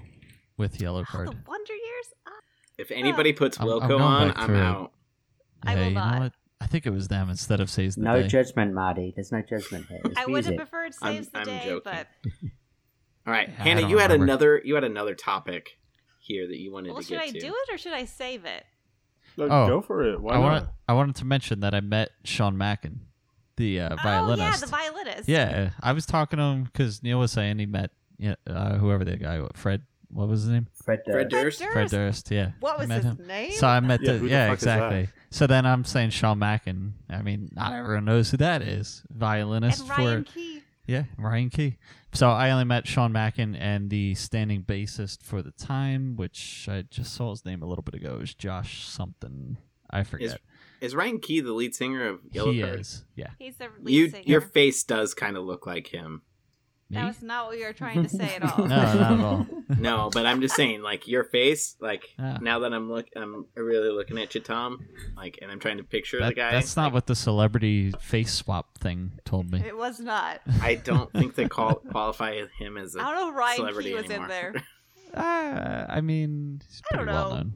Speaker 6: with Yellow
Speaker 2: oh,
Speaker 6: Card.
Speaker 2: the Wonder Years. Ah,
Speaker 5: If anybody puts
Speaker 6: I'm- I'm
Speaker 5: Wilco
Speaker 6: going
Speaker 5: on,
Speaker 6: back
Speaker 5: I'm
Speaker 6: through it.
Speaker 5: out.
Speaker 2: I will
Speaker 6: hey, you
Speaker 2: not.
Speaker 6: know what? I think it was them instead of Saves the
Speaker 4: no
Speaker 6: Day.
Speaker 4: judgment, Marty. There's no judgment here. It's
Speaker 2: I would have
Speaker 4: music.
Speaker 2: preferred
Speaker 5: I'm-
Speaker 2: Saves the
Speaker 5: I'm
Speaker 2: Day,
Speaker 5: joking.
Speaker 2: but
Speaker 5: All right,
Speaker 6: I
Speaker 5: Hannah,
Speaker 6: don't
Speaker 5: you had
Speaker 6: remember.
Speaker 5: another you had another topic here that you wanted
Speaker 2: well,
Speaker 5: to
Speaker 2: should
Speaker 5: get
Speaker 2: I
Speaker 5: to.
Speaker 2: do it or should I save it?
Speaker 3: Like,
Speaker 6: Oh.
Speaker 3: Uh, Go for it. Why
Speaker 6: I
Speaker 3: not?
Speaker 6: wanted, I wanted to mention that I met Sean Mackin, the uh, violinist.
Speaker 2: Oh yeah, the violinist.
Speaker 6: Yeah, I was talking to him because Neil was saying he met yeah, uh, whoever the guy, what, Fred, what was his name?
Speaker 4: Fred,
Speaker 5: Fred
Speaker 4: Durst.
Speaker 5: Durst.
Speaker 6: Fred Durst, yeah.
Speaker 2: What
Speaker 6: I
Speaker 2: was
Speaker 6: met
Speaker 2: his
Speaker 6: him.
Speaker 2: name?
Speaker 6: So I met
Speaker 3: Yeah,
Speaker 6: the,
Speaker 3: who the
Speaker 6: yeah,
Speaker 3: fuck is that?
Speaker 6: exactly. So then I'm saying Sean Mackin. I mean, not everyone knows who that is. Violinist
Speaker 2: and
Speaker 6: for
Speaker 2: Ryan Key.
Speaker 6: yeah, Ryan Key. So I only met Sean Mackin and the standing bassist for the time, which I just saw his name a little bit ago. It was Josh something. I forget.
Speaker 5: Is Ryan Key the lead singer of Yellow
Speaker 6: he
Speaker 5: Card?
Speaker 6: is. Yeah.
Speaker 2: He's the lead
Speaker 5: You
Speaker 2: singer.
Speaker 5: your face does kind of look like him.
Speaker 6: Me?
Speaker 2: that was not what you were trying to say at all.
Speaker 6: No, not at all.
Speaker 5: No, but I'm just saying, like your face, like
Speaker 6: Yeah.
Speaker 5: now that I'm look, I'm really looking at you, Tom. Like, and I'm trying to picture the
Speaker 6: That-
Speaker 5: guy.
Speaker 6: that's not what the celebrity face swap thing told me.
Speaker 2: It was not.
Speaker 5: I don't think they call qualify him as
Speaker 2: I
Speaker 5: a
Speaker 2: don't know. if Ryan
Speaker 5: celebrity
Speaker 2: Key was
Speaker 5: anymore.
Speaker 2: in there.
Speaker 6: Uh, I mean, he's
Speaker 2: I don't
Speaker 6: pretty well
Speaker 2: know.
Speaker 6: known.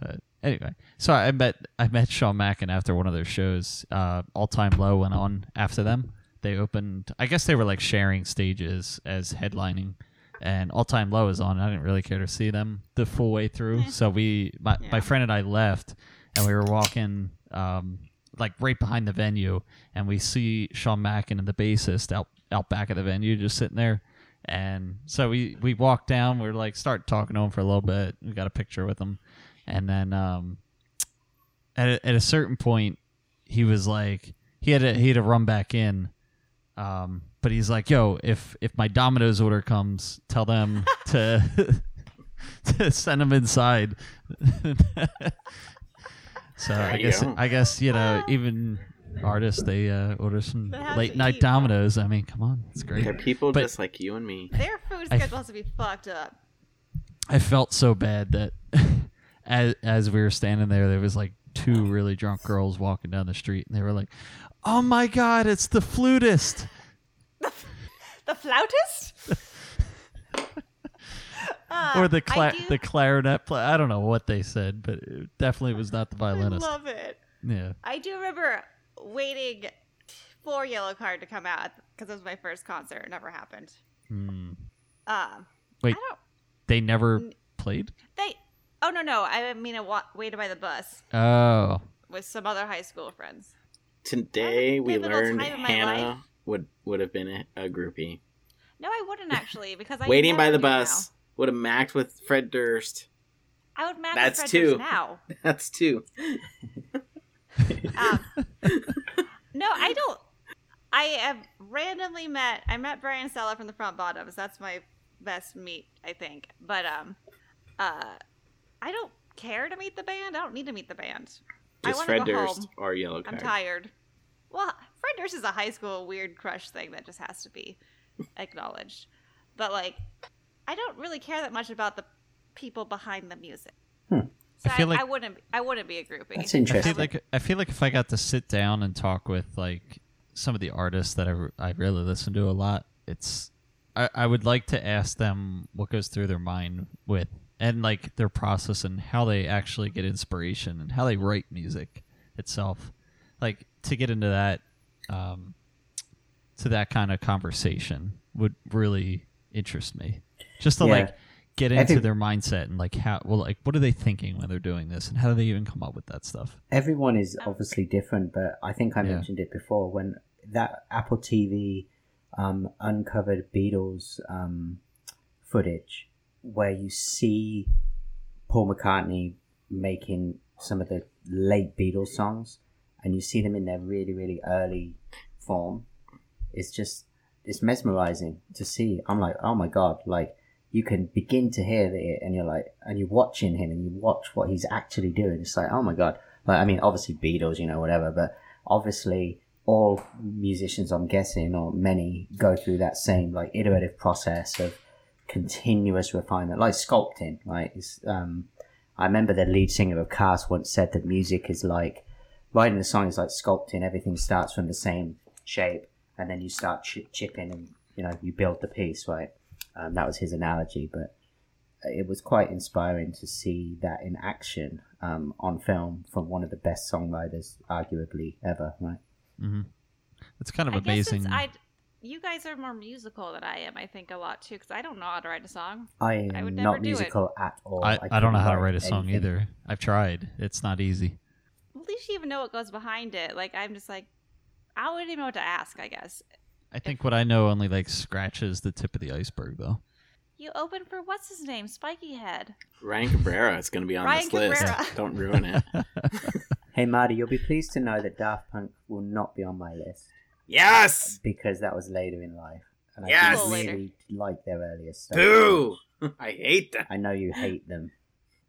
Speaker 6: But anyway, so I met I met Sean Mackin after one of their shows. Uh, All Time Low went on after them. They opened. I guess they were like sharing stages as headlining, and All Time Low is on. I didn't really care to see them the full way through.
Speaker 2: Eh.
Speaker 6: So we, my,
Speaker 5: Yeah.
Speaker 6: my friend and I left, and we were walking. Um, like right behind the venue, and we see Sean Mackin and the bassist out out back of the venue, just sitting there. And so we we walked down. We are like start talking to him for a little bit. We got a picture with him, and then um, at a, at a certain point, he was like he had to, he had to run back in. Um, but he's like, "Yo, if if my Domino's order comes, tell them to to send them inside." so I
Speaker 5: There you
Speaker 6: guess
Speaker 5: go.
Speaker 6: I guess you know even artists they uh, order some
Speaker 2: They have to
Speaker 6: late night
Speaker 2: eat.
Speaker 6: Domino's. I mean, come on, it's
Speaker 5: They're
Speaker 6: great.
Speaker 5: people
Speaker 6: But-
Speaker 5: just like you and me.
Speaker 2: Their food
Speaker 6: I-
Speaker 2: schedule has to be fucked up.
Speaker 6: I felt so bad that as as we were standing there, there was like two really drunk girls walking down the street, and they were like, "Oh my god, it's the flutist!"
Speaker 2: The flautist. Uh,
Speaker 6: or the
Speaker 2: I
Speaker 6: cla-
Speaker 2: do-
Speaker 6: the clarinet player. I don't know what they said, but it definitely was not the
Speaker 2: I
Speaker 6: violinist.
Speaker 2: love it.
Speaker 6: yeah,
Speaker 2: I do remember waiting for Yellow Card to come out because it was my first concert. It never happened.
Speaker 6: Hmm.
Speaker 2: Um,
Speaker 6: Wait.
Speaker 2: I don't.
Speaker 6: they never
Speaker 2: N-
Speaker 6: played.
Speaker 2: They. Oh no no! I mean, I wa- waited by the bus
Speaker 6: Oh,
Speaker 2: with some other high school friends.
Speaker 5: Today we
Speaker 2: pivotal
Speaker 5: learned
Speaker 2: time in my
Speaker 5: Hannah
Speaker 2: life.
Speaker 5: would would have been a, a groupie.
Speaker 2: No, I wouldn't actually because I
Speaker 5: Waiting
Speaker 2: never
Speaker 5: by the
Speaker 2: do
Speaker 5: bus would have macked with Fred Durst.
Speaker 2: now. I would match
Speaker 5: That's
Speaker 2: That's
Speaker 5: two.
Speaker 2: two now.
Speaker 5: That's two.
Speaker 2: Um, no, I don't. I have randomly met. I met Brian Stella from the Front Bottoms. That's my best meet, I think. But um, uh, I don't care to meet the band. I don't need to meet the band. I
Speaker 5: Just
Speaker 2: wanna
Speaker 5: Fred
Speaker 2: go
Speaker 5: Durst
Speaker 2: home.
Speaker 5: or Yellow
Speaker 2: I'm
Speaker 5: Card.
Speaker 2: tired. Well, Fred Durst is a high school weird crush thing that just has to be acknowledged. But like, I don't really care that much about the people behind the music.
Speaker 4: Hmm.
Speaker 2: So
Speaker 6: I
Speaker 2: I,
Speaker 6: feel like-
Speaker 2: I wouldn't. I wouldn't be a groupie.
Speaker 4: That's
Speaker 6: I feel
Speaker 4: interesting.
Speaker 6: like I feel like if I got to sit down and talk with like some of the artists that I, I really listen to a lot, it's I, I would like to ask them what goes through their mind with and like their process and how they actually get inspiration and how they write music itself. Like to get into that um, to that kind of conversation would really interest me. Just to
Speaker 4: Yeah.
Speaker 6: like get into
Speaker 4: Every-
Speaker 6: their mindset and like how well like what are they thinking when they're doing this and how do they even come up with that stuff?
Speaker 4: everyone is obviously different, but I think I
Speaker 6: Yeah.
Speaker 4: mentioned it before when that Apple TV um, uncovered Beatles um, footage where you see Paul McCartney making some of the late Beatles songs and you see them in their really, really early form. It's just, it's mesmerizing to see. I'm like, oh my God, like, you can begin to hear it and you're like, and you're watching him and you watch what he's actually doing. It's like, oh my God. Like, I mean, obviously Beatles, you know, whatever, but obviously all musicians, I'm guessing, or many go through that same like iterative process of continuous refinement, like sculpting, right? It's, um, I remember the lead singer of Cast once said that music is like writing a song is like sculpting. Everything starts from the same shape, and then you start chi- chipping, and you know you build the piece, right? Um, that was his analogy, but it was quite inspiring to see that in action um, on film from one of the best songwriters, arguably ever, right?
Speaker 6: Mm-hmm. It's kind of
Speaker 2: I guess
Speaker 6: amazing.
Speaker 2: since I, you guys are more musical than I am. I think a lot too, because I don't know how to write a song.
Speaker 4: I am
Speaker 2: I would never
Speaker 4: not
Speaker 2: do it.
Speaker 4: musical at all.
Speaker 6: I, I don't know
Speaker 4: couldn't
Speaker 6: how to write a song
Speaker 4: anything.
Speaker 6: either. I've tried. It's not easy.
Speaker 2: At least you even know what goes behind it. Like I'm just like, I wouldn't even know what to ask. I guess
Speaker 6: I think what I know only like scratches the tip of the iceberg though.
Speaker 2: you open for what's his name, Spiky Head.
Speaker 5: Ryan Cabrera is going to be on
Speaker 2: Ryan
Speaker 5: this list.
Speaker 2: Cabrera.
Speaker 5: Don't ruin it.
Speaker 4: Hey, Marty, you'll be pleased to know that Daft Punk will not be on my list.
Speaker 5: yes.
Speaker 4: because that was later in life. And I
Speaker 5: Yes!
Speaker 4: didn't
Speaker 2: Later.
Speaker 4: really like their earlier stuff.
Speaker 5: Boo! I hate them.
Speaker 4: I know you hate them.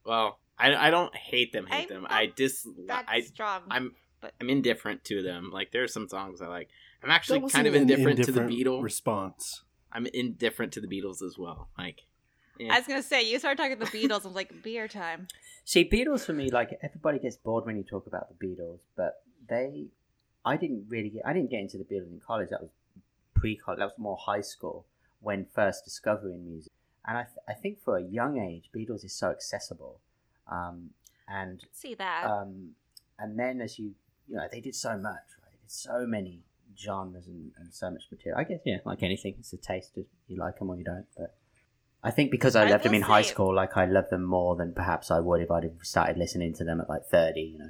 Speaker 5: Well, I, I don't hate them. Hate
Speaker 2: I'm
Speaker 5: them.
Speaker 2: not
Speaker 5: I dis.
Speaker 2: That's
Speaker 5: I
Speaker 2: strong.
Speaker 5: I'm
Speaker 2: but-
Speaker 5: I'm indifferent to them. Like there are some songs I like. I'm actually
Speaker 3: That
Speaker 5: kind of
Speaker 3: wasn't an
Speaker 5: indifferent, to the
Speaker 3: indifferent
Speaker 5: Beatles.
Speaker 3: response.
Speaker 5: I'm indifferent to the Beatles as well. Like
Speaker 2: I was gonna say you started talking the Beatles. I was like beer time.
Speaker 4: See, Beatles for me, like everybody gets bored when you talk about the Beatles, but they, I didn't really, get, I didn't get into the Beatles in college. That was pre-college. That was more high school when first discovering music. And I, th- I think for a young age, Beatles is so accessible, um, and
Speaker 2: See that?
Speaker 4: um, and then as you you know they did so much right There's so many genres and, and so much material i guess yeah like anything it's a taste of you like them or you don't but i think because i
Speaker 2: I
Speaker 4: loved them
Speaker 2: will
Speaker 4: in high
Speaker 2: say-
Speaker 4: school like i love them more than perhaps i would if i'd have started listening to them at like 30 you know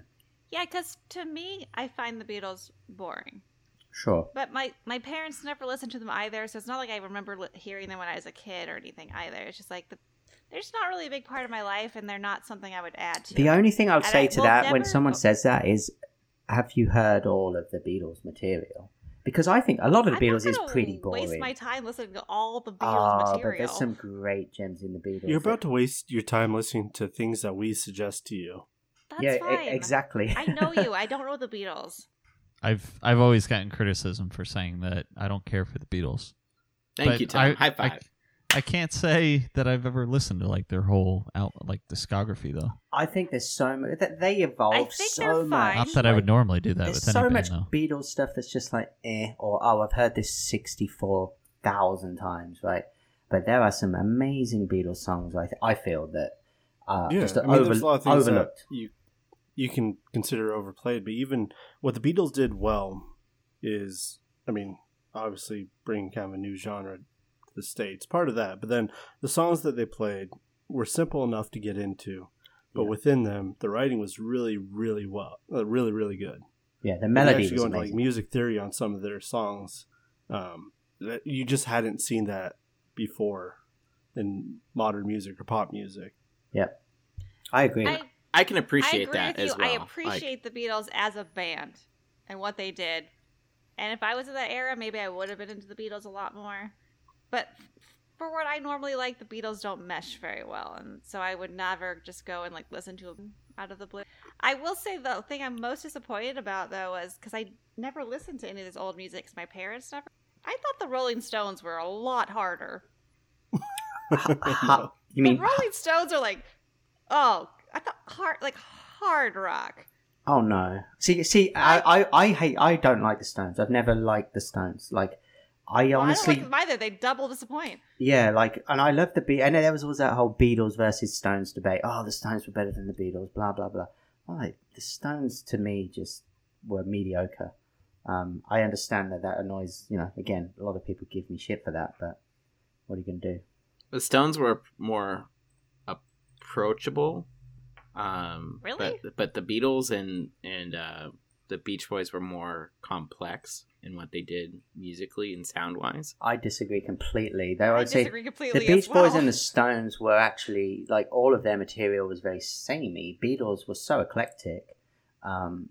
Speaker 2: yeah, because to me, I find the Beatles boring.
Speaker 4: sure
Speaker 2: But my my parents never listened to them either, so it's not like I remember li- hearing them when I was a kid or anything either. It's just like the, they're just not really a big part of my life, and they're not something I would add to.
Speaker 4: the only thing i'll
Speaker 2: And
Speaker 4: say
Speaker 2: I
Speaker 4: to
Speaker 2: will
Speaker 4: that when
Speaker 2: never-
Speaker 4: someone says that is have you heard all of the beatles material because i think a lot of
Speaker 2: I'm
Speaker 4: the beatles
Speaker 2: not
Speaker 4: is
Speaker 2: gonna
Speaker 4: pretty boring
Speaker 2: Waste my time listening to all the
Speaker 4: Ah,
Speaker 2: Beatles
Speaker 4: but
Speaker 2: material.
Speaker 4: there's some great gems in the beatles
Speaker 3: You're
Speaker 4: that-
Speaker 3: about to waste your time listening to things that we suggest to you.
Speaker 2: That's
Speaker 4: yeah e-
Speaker 2: fine.
Speaker 4: exactly
Speaker 2: I know you. I don't know the Beatles.
Speaker 6: I've I've always gotten criticism for saying that I don't care for the Beatles.
Speaker 5: thank
Speaker 6: But
Speaker 5: you, Tom.
Speaker 6: I-
Speaker 5: High five.
Speaker 6: I can't say that I've ever listened to like their whole out like discography though.
Speaker 4: I think there's so much that they evolve
Speaker 2: I think
Speaker 4: so
Speaker 2: they're
Speaker 4: much.
Speaker 2: fine.
Speaker 6: Not that I would
Speaker 4: like,
Speaker 6: normally do that
Speaker 4: There's
Speaker 6: with any
Speaker 4: so
Speaker 6: band
Speaker 4: much
Speaker 6: though.
Speaker 4: Beatles stuff that's just like eh, or oh, I've heard this sixty-four thousand times, right? But there are some amazing Beatles songs. I th- I feel that uh,
Speaker 3: yeah,
Speaker 4: just
Speaker 3: I mean,
Speaker 4: over-
Speaker 3: there's a lot of things
Speaker 4: overlooked.
Speaker 3: that you you can consider overplayed, but even what the Beatles did well is, I mean, obviously bringing kind of a new genre to the states. Part of that, but then the songs that they played were simple enough to get into, but
Speaker 4: Yeah.
Speaker 3: within them, the writing was really, really well, uh, really, really good.
Speaker 4: Yeah, the
Speaker 3: If you
Speaker 4: melody
Speaker 3: actually
Speaker 4: was
Speaker 3: go into
Speaker 4: amazing.
Speaker 3: like music theory on some of their songs um, that you just hadn't seen that before in modern music or pop music
Speaker 4: Yep, I agree.
Speaker 2: I,
Speaker 5: I can
Speaker 2: I
Speaker 5: appreciate
Speaker 2: agree
Speaker 5: that
Speaker 2: with you.
Speaker 5: as well.
Speaker 2: I
Speaker 5: Like,
Speaker 2: appreciate the Beatles as a band and what they did. And if I was in that era, maybe I would have been into the Beatles a lot more. But for what I normally like, the Beatles don't mesh very well, and so I would never just go and like listen to them out of the blue. I will say the thing I'm most disappointed about though was because I never listened to any of this old music 'cause my parents never. I thought the Rolling Stones were a lot harder.
Speaker 4: Ha- you mean?
Speaker 2: the Rolling Stones are like, oh, I thought hard like hard rock.
Speaker 4: Oh no! See, see, I, I, I hate. I don't like the Stones. I've never liked the Stones. Like, I
Speaker 2: Well,
Speaker 4: honestly.
Speaker 2: I don't like them either. They double disappoint.
Speaker 4: Yeah, like, and I love the Beatles. And there was always that whole Beatles versus Stones debate. Oh, the Stones were better than the Beatles, blah, blah, blah. Like, the Stones to me just were mediocre. Um, I understand that that annoys, you know, again, a lot of people give me shit for that, but what are you going to do?
Speaker 5: The Stones were more approachable. Um,
Speaker 2: Really?
Speaker 5: But, but the Beatles and and uh, the Beach Boys were more complex in what they did musically and sound wise.
Speaker 4: I disagree completely. Though I
Speaker 2: I
Speaker 4: would say
Speaker 2: disagree
Speaker 4: the
Speaker 2: completely.
Speaker 4: Beach
Speaker 2: as well.
Speaker 4: Boys and the Stones were actually like all of their material was very samey. Beatles were so eclectic, um,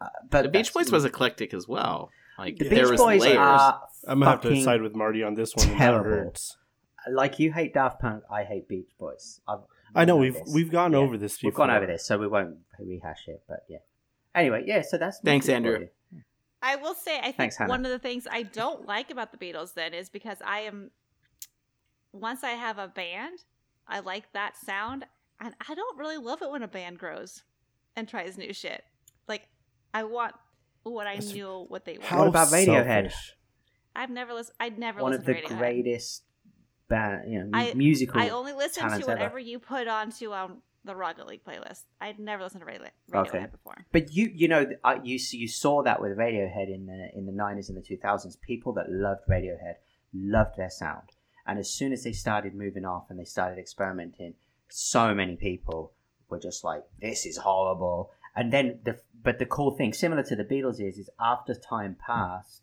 Speaker 4: uh, but
Speaker 5: The Beach
Speaker 4: that's-
Speaker 5: Boys was eclectic as well. Like
Speaker 4: The
Speaker 5: there
Speaker 4: Beach
Speaker 5: was
Speaker 4: Boys
Speaker 5: layers.
Speaker 4: are
Speaker 3: I'm gonna have to
Speaker 4: fucking-
Speaker 3: side with Marty on this one. and that
Speaker 4: terrible.
Speaker 3: hurts.
Speaker 4: Like you hate Daft Punk, I hate Beach Boys. I've,
Speaker 3: I know
Speaker 4: we
Speaker 3: we've
Speaker 4: this.
Speaker 3: we've gone
Speaker 4: Yeah.
Speaker 3: over this. Before.
Speaker 4: We've gone over this, so we won't rehash it. But yeah. Anyway, yeah. So that's
Speaker 5: Thanks,
Speaker 4: music
Speaker 5: Andrew.
Speaker 4: for you.
Speaker 2: I will say, I think
Speaker 4: Thanks, Hannah.
Speaker 2: one of the things I don't like about the Beatles then is because I am, once I have a band, I like that sound, and I don't really love it when a band grows and tries new shit. Like, I want what I
Speaker 3: That's-
Speaker 2: knew what they were.
Speaker 3: How
Speaker 4: What about Radiohead?
Speaker 3: selfish.
Speaker 2: I've never listened. I'd never
Speaker 4: One of
Speaker 2: listened
Speaker 4: the
Speaker 2: to Radiohead.
Speaker 4: greatest band, you know, mu-
Speaker 2: I-
Speaker 4: musical.
Speaker 2: I only listen to
Speaker 4: talents ever.
Speaker 2: whatever you put onto um, the Rocket League playlist. I'd never listened to Radiohead, Radiohead
Speaker 4: Okay.
Speaker 2: before.
Speaker 4: But you, you know, I- you s- you saw that with Radiohead in the in the nineties and the two thousands. People that loved Radiohead loved their sound, and as soon as they started moving off and they started experimenting, so many people were just like, "This is horrible." And then the but the cool thing, similar to the Beatles, is is after time passed,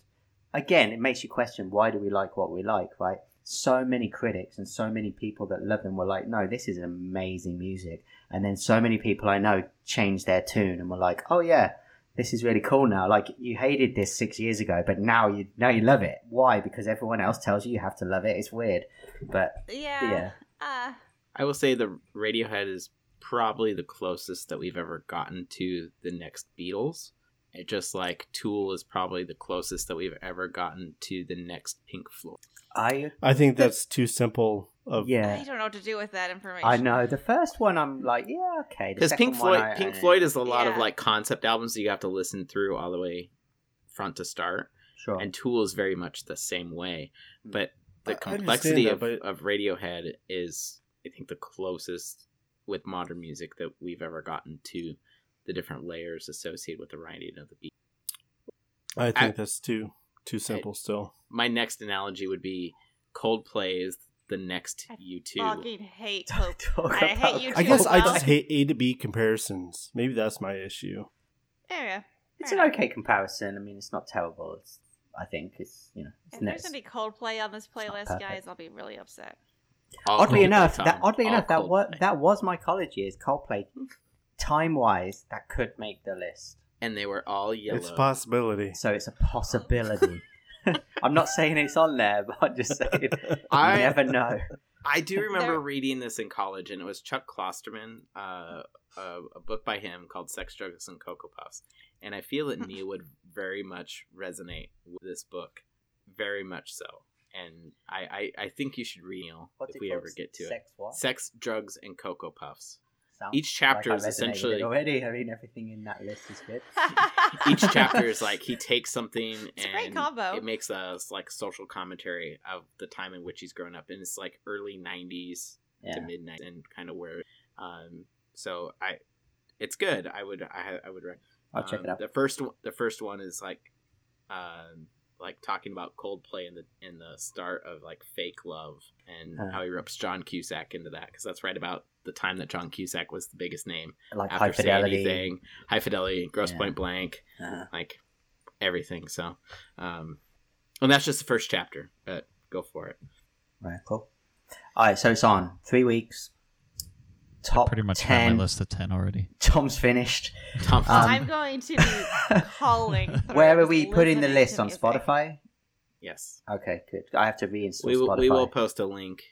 Speaker 4: again, it makes you question why do we like what we like, right? So many critics and so many people that love them were like, "No, this is amazing music." And then so many people I know changed their tune and were like, "Oh yeah, this is really cool now." Like you hated this six years ago, but now you now you love it. Why? Because everyone else tells you you have to love it. It's weird, but
Speaker 2: Yeah.
Speaker 4: yeah,
Speaker 2: Uh,
Speaker 5: I will say the Radiohead is probably the closest that we've ever gotten to the next Beatles. It just like Tool is probably the closest that we've ever gotten to the next Pink Floyd.
Speaker 4: I
Speaker 3: I think that's too simple. Of
Speaker 2: I
Speaker 4: yeah.
Speaker 2: don't know what to do with that information.
Speaker 4: I know the first one. I'm like, yeah, okay. The
Speaker 5: Because
Speaker 4: second
Speaker 5: Pink
Speaker 4: one,
Speaker 5: Floyd,
Speaker 4: I-
Speaker 5: Pink
Speaker 4: I-
Speaker 5: Floyd is a lot of
Speaker 2: Yeah.
Speaker 5: like concept albums that you have to listen through all the way front to start,
Speaker 4: sure.
Speaker 5: and Tool is very much the same way.
Speaker 4: Mm.
Speaker 5: But
Speaker 3: I- I
Speaker 5: the
Speaker 3: understand
Speaker 5: complexity
Speaker 3: that,
Speaker 5: of,
Speaker 3: but-
Speaker 5: of Radiohead is, I think, the closest with modern music that we've ever gotten to the different layers associated with the writing of the Beatles.
Speaker 3: I think
Speaker 5: I-
Speaker 3: that's too too simple. Still,
Speaker 5: my next analogy would be Coldplay is the next
Speaker 2: I
Speaker 5: U2.
Speaker 2: Fucking hate Coldplay.
Speaker 4: Don't talk
Speaker 2: I hate
Speaker 4: about
Speaker 2: you
Speaker 3: I
Speaker 2: too.
Speaker 3: guess I
Speaker 2: well-
Speaker 3: just hate A to B comparisons. Maybe that's my issue.
Speaker 2: There you go.
Speaker 4: It's an okay comparison. I mean, it's not terrible. It's, I think it's you know. It's
Speaker 2: If
Speaker 4: nice.
Speaker 2: there's any Coldplay on this playlist,
Speaker 4: perfect.
Speaker 2: guys, I'll be really upset.
Speaker 5: All
Speaker 4: oddly
Speaker 5: Coldplay,
Speaker 4: enough,
Speaker 5: Tom.
Speaker 4: that oddly
Speaker 5: All
Speaker 4: enough, that was
Speaker 5: Coldplay.
Speaker 4: that was my college years. Coldplay, time wise, that could make the list.
Speaker 5: and they were all yellow.
Speaker 3: It's a possibility.
Speaker 4: So it's a possibility. I'm not saying it's on there, but I'm just saying you
Speaker 5: I
Speaker 4: never know.
Speaker 5: I do remember
Speaker 2: There-
Speaker 5: reading this in college, and it was Chuck Klosterman, uh, a, a book by him called "Sex, Drugs, and Cocoa Puffs," and I feel
Speaker 4: Hmm.
Speaker 5: that Neil would very much resonate with this book, very much so. And I, I, I think you should read Neil
Speaker 4: What's
Speaker 5: if
Speaker 4: it
Speaker 5: we
Speaker 4: called?
Speaker 5: ever get to
Speaker 4: Sex what?
Speaker 5: it. Sex, drugs, and cocoa puffs.
Speaker 4: Sounds
Speaker 5: Each chapter
Speaker 4: I
Speaker 5: is
Speaker 4: resonated with it
Speaker 5: essentially
Speaker 4: already. I mean, everything in that list is good.
Speaker 5: each chapter is like he takes something
Speaker 2: It's a
Speaker 5: and
Speaker 2: great combo.
Speaker 5: it makes a like social commentary of the time in which he's grown up and it's like early 90s to
Speaker 4: Yeah.
Speaker 5: midnight and kind of where um so i it's good i would i, I would recommend
Speaker 4: I'll check
Speaker 5: um,
Speaker 4: it out.
Speaker 5: the first one the first one is like um like talking about coldplay in the in the start of like fake love and
Speaker 4: Huh.
Speaker 5: how he ropes john cusack into that because that's right about the time that john cusack was the biggest name
Speaker 4: Like
Speaker 5: after
Speaker 4: high fidelity.
Speaker 5: say anything high fidelity gross
Speaker 4: Yeah.
Speaker 5: point blank
Speaker 4: Uh,
Speaker 5: like everything. So, um, and that's just the first chapter, but go for it.
Speaker 4: right, cool. All right, so it's on three weeks. Top
Speaker 6: Pretty much had
Speaker 4: ten.
Speaker 6: my list of ten already.
Speaker 4: Tom's finished.
Speaker 5: Tom,
Speaker 4: Um,
Speaker 2: I'm going to be calling. through
Speaker 4: Where are
Speaker 2: just
Speaker 4: we putting the
Speaker 2: listening
Speaker 4: list
Speaker 2: to
Speaker 4: on
Speaker 2: music.
Speaker 4: Spotify?
Speaker 5: yes,
Speaker 4: Okay, good. I have to reinstall
Speaker 5: we will,
Speaker 4: Spotify.
Speaker 5: we will post a link.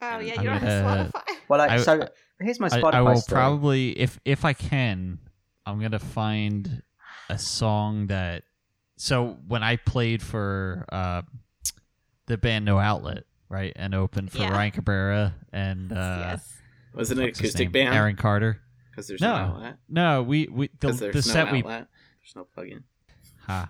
Speaker 2: Oh yeah,
Speaker 6: I
Speaker 2: you're on
Speaker 6: mean, uh,
Speaker 2: Spotify.
Speaker 4: Well, I,
Speaker 6: I-
Speaker 4: so here's my
Speaker 6: I,
Speaker 4: Spotify.
Speaker 6: I will
Speaker 4: story.
Speaker 6: probably, if if I can, I'm gonna find a song that. So when I played for uh, the band No Outlet, right, and opened for
Speaker 2: Yeah.
Speaker 6: Ryan Cabrera and uh,
Speaker 2: yes.
Speaker 5: Was it an
Speaker 6: what's his
Speaker 5: acoustic
Speaker 6: name?
Speaker 5: band?
Speaker 6: Aaron Carter.
Speaker 5: Because there's
Speaker 6: No.
Speaker 5: no, outlet.
Speaker 6: No, we we the,
Speaker 5: 'Cause
Speaker 6: the
Speaker 5: there's no
Speaker 6: set we
Speaker 5: outlet. There's no plug-in.
Speaker 6: ah,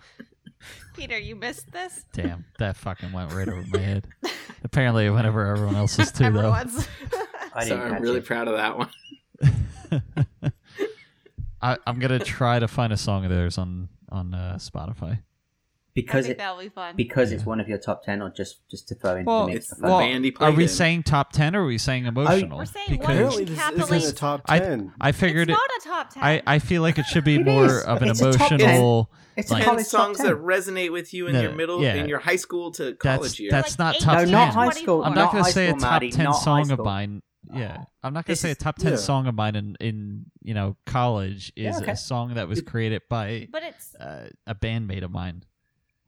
Speaker 2: Peter, you missed this.
Speaker 6: damn that fucking went right over my head. Apparently, it went over everyone else's too though.
Speaker 2: Everyone's.
Speaker 4: I
Speaker 5: So
Speaker 4: didn't
Speaker 5: I'm
Speaker 4: catch
Speaker 5: really
Speaker 4: it.
Speaker 5: proud of that one.
Speaker 6: I, I'm gonna try to find a song of theirs on on uh, Spotify.
Speaker 2: I
Speaker 4: because
Speaker 2: think
Speaker 4: it
Speaker 2: that'll be fun.
Speaker 4: because it's one of your top ten, or just just to throw into
Speaker 6: Well,
Speaker 4: the mix
Speaker 5: It's
Speaker 4: for
Speaker 5: the
Speaker 4: fun?
Speaker 6: well,
Speaker 5: band he
Speaker 6: Are
Speaker 5: played
Speaker 6: we
Speaker 5: in.
Speaker 6: saying top ten or are we saying emotional?
Speaker 2: We're saying one
Speaker 6: because
Speaker 2: each.
Speaker 3: Apparently, this isn't a
Speaker 2: Calculate-
Speaker 3: top
Speaker 6: I-
Speaker 3: ten.
Speaker 6: I figured
Speaker 2: it's
Speaker 6: it.
Speaker 2: not a top ten.
Speaker 6: I, I feel like it should be
Speaker 4: It
Speaker 6: more
Speaker 4: is.
Speaker 6: of an
Speaker 4: It's a top
Speaker 6: emotional.
Speaker 4: It's
Speaker 6: like-
Speaker 4: a
Speaker 5: Ten
Speaker 4: college top
Speaker 5: songs
Speaker 4: ten.
Speaker 5: that resonate with you in
Speaker 6: No,
Speaker 5: your middle
Speaker 6: yeah.
Speaker 5: in your high school to
Speaker 6: That's
Speaker 5: college years.
Speaker 6: that's
Speaker 2: Like
Speaker 6: not
Speaker 2: eight
Speaker 6: top
Speaker 4: no,
Speaker 6: ten.
Speaker 4: not high school.
Speaker 6: I'm
Speaker 2: I'm
Speaker 6: not,
Speaker 4: not
Speaker 6: gonna
Speaker 4: high
Speaker 6: say
Speaker 4: school,
Speaker 6: a top
Speaker 4: Maddie,
Speaker 6: ten
Speaker 4: not high
Speaker 6: song of
Speaker 4: school.
Speaker 6: mine. Yeah, I'm not gonna
Speaker 4: This
Speaker 6: say a
Speaker 4: is-
Speaker 6: top ten
Speaker 3: yeah.
Speaker 6: song of mine in in you know college is
Speaker 4: Yeah, okay.
Speaker 6: a song that was created by
Speaker 2: but it's
Speaker 6: uh, a bandmate of mine.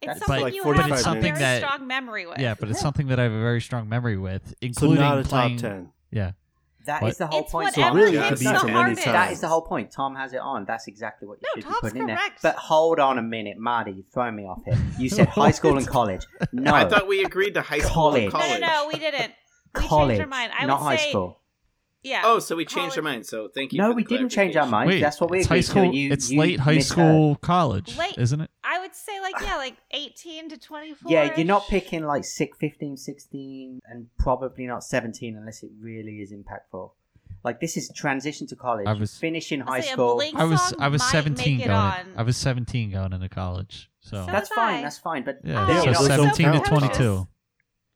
Speaker 2: it's
Speaker 4: That's
Speaker 2: something
Speaker 3: like
Speaker 2: you
Speaker 3: 45
Speaker 2: have a
Speaker 6: minutes.
Speaker 2: very
Speaker 6: Something that-
Speaker 2: strong memory with.
Speaker 6: Yeah, but it's something that I have a very strong memory with,
Speaker 3: So
Speaker 6: including
Speaker 3: not a
Speaker 6: playing.
Speaker 3: top ten.
Speaker 6: Yeah,
Speaker 4: That
Speaker 6: What?
Speaker 4: is the whole
Speaker 2: It's
Speaker 4: point.
Speaker 2: whatever
Speaker 4: Tom.
Speaker 3: really it
Speaker 2: hits
Speaker 3: could be
Speaker 2: the
Speaker 3: from any
Speaker 2: hardest.
Speaker 3: time.
Speaker 4: That is the whole point. Tom has it on. That's exactly what you
Speaker 2: No,
Speaker 4: should
Speaker 2: Tom's
Speaker 4: be putting in there.
Speaker 2: correct.
Speaker 4: But hold on a minute, Marty, you're throwing me off here. You said high school and college. No,
Speaker 5: I thought we agreed to high school and
Speaker 4: College.
Speaker 2: No, no, no,
Speaker 5: college.
Speaker 2: we didn't. We
Speaker 4: college,
Speaker 2: changed our mind. I
Speaker 4: not
Speaker 2: would
Speaker 4: high
Speaker 2: say,
Speaker 4: school.
Speaker 2: Yeah.
Speaker 5: Oh, so we changed our
Speaker 2: College.
Speaker 5: mind. So thank you.
Speaker 4: No,
Speaker 5: for
Speaker 4: we
Speaker 5: the
Speaker 4: didn't change our
Speaker 5: clarification.
Speaker 4: mind.
Speaker 6: wait,
Speaker 4: That's what we
Speaker 6: it's
Speaker 4: agreed
Speaker 6: high school.
Speaker 4: to. You,
Speaker 6: it's
Speaker 4: you
Speaker 6: late high
Speaker 4: misheard.
Speaker 6: school college,
Speaker 2: Late-
Speaker 6: isn't it?
Speaker 2: I would say like yeah, like 18 to 24.
Speaker 4: Yeah, you're not picking like six, 15, 16, and probably not 17 unless it really is impactful. Like this is transition to college,
Speaker 6: I was-
Speaker 4: finishing high
Speaker 2: I'll say a
Speaker 4: school.
Speaker 2: blink-
Speaker 6: I was
Speaker 2: song
Speaker 6: I was
Speaker 2: might
Speaker 6: seventeen
Speaker 2: make it
Speaker 6: going.
Speaker 2: on.
Speaker 6: I was seventeen going into college. So,
Speaker 2: So- Oh,
Speaker 4: That's
Speaker 2: was I.
Speaker 4: fine. That's fine. But
Speaker 6: yeah,
Speaker 2: Yeah,
Speaker 6: so
Speaker 3: those don't
Speaker 6: seventeen to
Speaker 3: count.
Speaker 6: twenty two.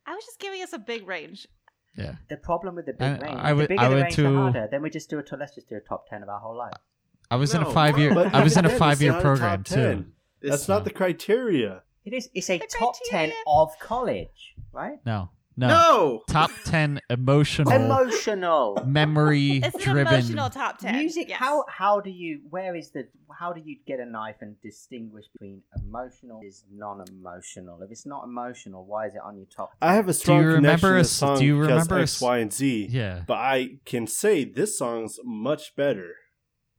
Speaker 2: I was just giving us a big range.
Speaker 6: Yeah.
Speaker 4: The problem with the big
Speaker 6: And
Speaker 4: range,
Speaker 6: I
Speaker 4: the
Speaker 6: would-
Speaker 4: bigger
Speaker 6: I
Speaker 4: the
Speaker 6: would
Speaker 4: range, the
Speaker 6: too-
Speaker 4: harder. Then we just do a. To, let's just do a top ten of our whole life.
Speaker 6: I was in
Speaker 5: No,
Speaker 6: a five year.
Speaker 5: but
Speaker 6: I was in a
Speaker 3: that is
Speaker 6: five year
Speaker 3: not a
Speaker 6: program
Speaker 3: top 10.
Speaker 6: too.
Speaker 5: This-
Speaker 3: That's not the criteria.
Speaker 4: It is. It's a
Speaker 2: The
Speaker 4: top
Speaker 2: criteria.
Speaker 4: ten of college, right?
Speaker 6: No, no,
Speaker 5: no.
Speaker 6: Top ten emotional,
Speaker 4: Emotional
Speaker 6: memory
Speaker 2: It's an
Speaker 6: driven.
Speaker 2: emotional top 10.
Speaker 4: music.
Speaker 2: Yes. Oh
Speaker 4: How how do you? Where is the? How do you get a knife and distinguish between emotional is non-emotional? If it's not emotional, why is it on your top?
Speaker 3: I have a strong
Speaker 6: you remember
Speaker 3: connection
Speaker 6: a
Speaker 3: to
Speaker 6: s-
Speaker 3: this song
Speaker 6: do you
Speaker 3: because
Speaker 6: remember a
Speaker 3: X,
Speaker 6: s-
Speaker 3: Y, and Z.
Speaker 6: Yeah.
Speaker 3: But I can say this song's much better.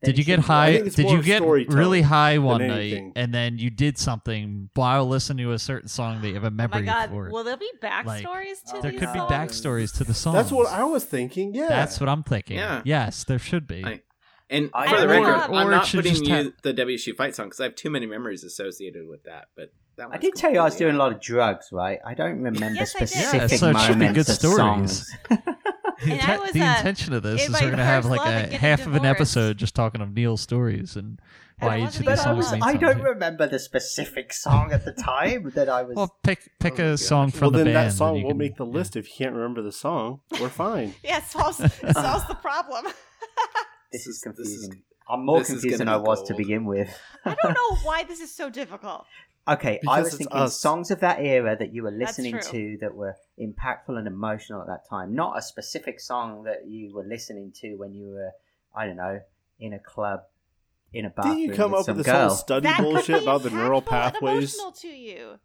Speaker 4: Then
Speaker 6: Did you
Speaker 4: it
Speaker 6: get
Speaker 4: should-
Speaker 6: high?
Speaker 3: think it's
Speaker 6: Did
Speaker 3: more
Speaker 6: you
Speaker 3: of
Speaker 6: get
Speaker 3: storytelling
Speaker 6: really high one
Speaker 3: than
Speaker 6: night
Speaker 3: anything.
Speaker 6: and then you did something while listening to a certain song that you have a
Speaker 2: Oh my
Speaker 6: memory
Speaker 2: god.
Speaker 6: for?
Speaker 2: Will there be backstories to
Speaker 4: Like,
Speaker 6: there
Speaker 2: these
Speaker 6: could be
Speaker 2: songs?
Speaker 6: backstories to the songs.
Speaker 3: That's what I was thinking. Yeah.
Speaker 6: That's what I'm thinking.
Speaker 5: Yeah.
Speaker 6: Yes, there should be.
Speaker 5: I- And
Speaker 4: I
Speaker 5: for the
Speaker 2: don't
Speaker 5: record,
Speaker 2: know.
Speaker 5: I'm
Speaker 6: Or it
Speaker 5: not
Speaker 6: should
Speaker 5: putting
Speaker 6: just
Speaker 5: you
Speaker 6: have-
Speaker 5: the WSU fight song because I have too many memories associated with that. But that
Speaker 4: I
Speaker 5: one's
Speaker 4: did tell you I was
Speaker 5: completely
Speaker 4: doing a lot of drugs, right? I don't remember
Speaker 2: Yes, I did.
Speaker 4: specific
Speaker 6: Yeah, so it should be
Speaker 4: moments
Speaker 6: good
Speaker 4: of
Speaker 6: stories.
Speaker 4: songs.
Speaker 6: The,
Speaker 2: And I
Speaker 6: inten-
Speaker 2: was,
Speaker 6: the
Speaker 2: uh,
Speaker 6: intention of this
Speaker 2: in
Speaker 6: is
Speaker 2: my
Speaker 6: we're gonna have
Speaker 2: first
Speaker 6: like
Speaker 2: love and
Speaker 6: a
Speaker 2: getting
Speaker 6: half of an
Speaker 2: divorced.
Speaker 6: episode just talking of Neil's stories and
Speaker 2: And
Speaker 6: why
Speaker 2: it
Speaker 6: each
Speaker 2: wasn't
Speaker 6: of these
Speaker 4: But I
Speaker 2: even
Speaker 6: songs
Speaker 4: was
Speaker 2: song.
Speaker 6: means
Speaker 4: I don't
Speaker 6: something.
Speaker 4: remember the specific song at the time that I was
Speaker 6: Well, pick pick
Speaker 5: Oh my
Speaker 6: a song
Speaker 3: well,
Speaker 6: from the
Speaker 3: then
Speaker 6: band.
Speaker 3: that song
Speaker 6: you
Speaker 3: won't
Speaker 6: can-
Speaker 3: make the
Speaker 6: yeah.
Speaker 3: list if you can't remember the song. We're fine.
Speaker 2: Yeah, it solves, it solves the problem.
Speaker 4: this is
Speaker 5: This is-
Speaker 4: confusing. I'm more
Speaker 5: this is
Speaker 4: confused than
Speaker 5: gonna
Speaker 4: I
Speaker 5: be
Speaker 4: was to
Speaker 5: gold.
Speaker 4: begin with.
Speaker 2: I don't know why this is so difficult.
Speaker 4: Okay, I
Speaker 3: Because
Speaker 4: was
Speaker 3: it's
Speaker 4: thinking
Speaker 3: us.
Speaker 4: songs of that era that you were
Speaker 2: That's
Speaker 4: listening to
Speaker 2: true.
Speaker 4: that were impactful and emotional at that time. Not a specific song that you were listening to when you were, I don't know, in a club, in a bathroom
Speaker 3: Didn't you come
Speaker 4: with
Speaker 3: up
Speaker 4: some
Speaker 3: with this
Speaker 4: girl.
Speaker 3: whole study
Speaker 2: That could
Speaker 3: bullshit
Speaker 2: be
Speaker 3: about the neural
Speaker 2: impactful and
Speaker 3: pathways?
Speaker 2: emotional to you.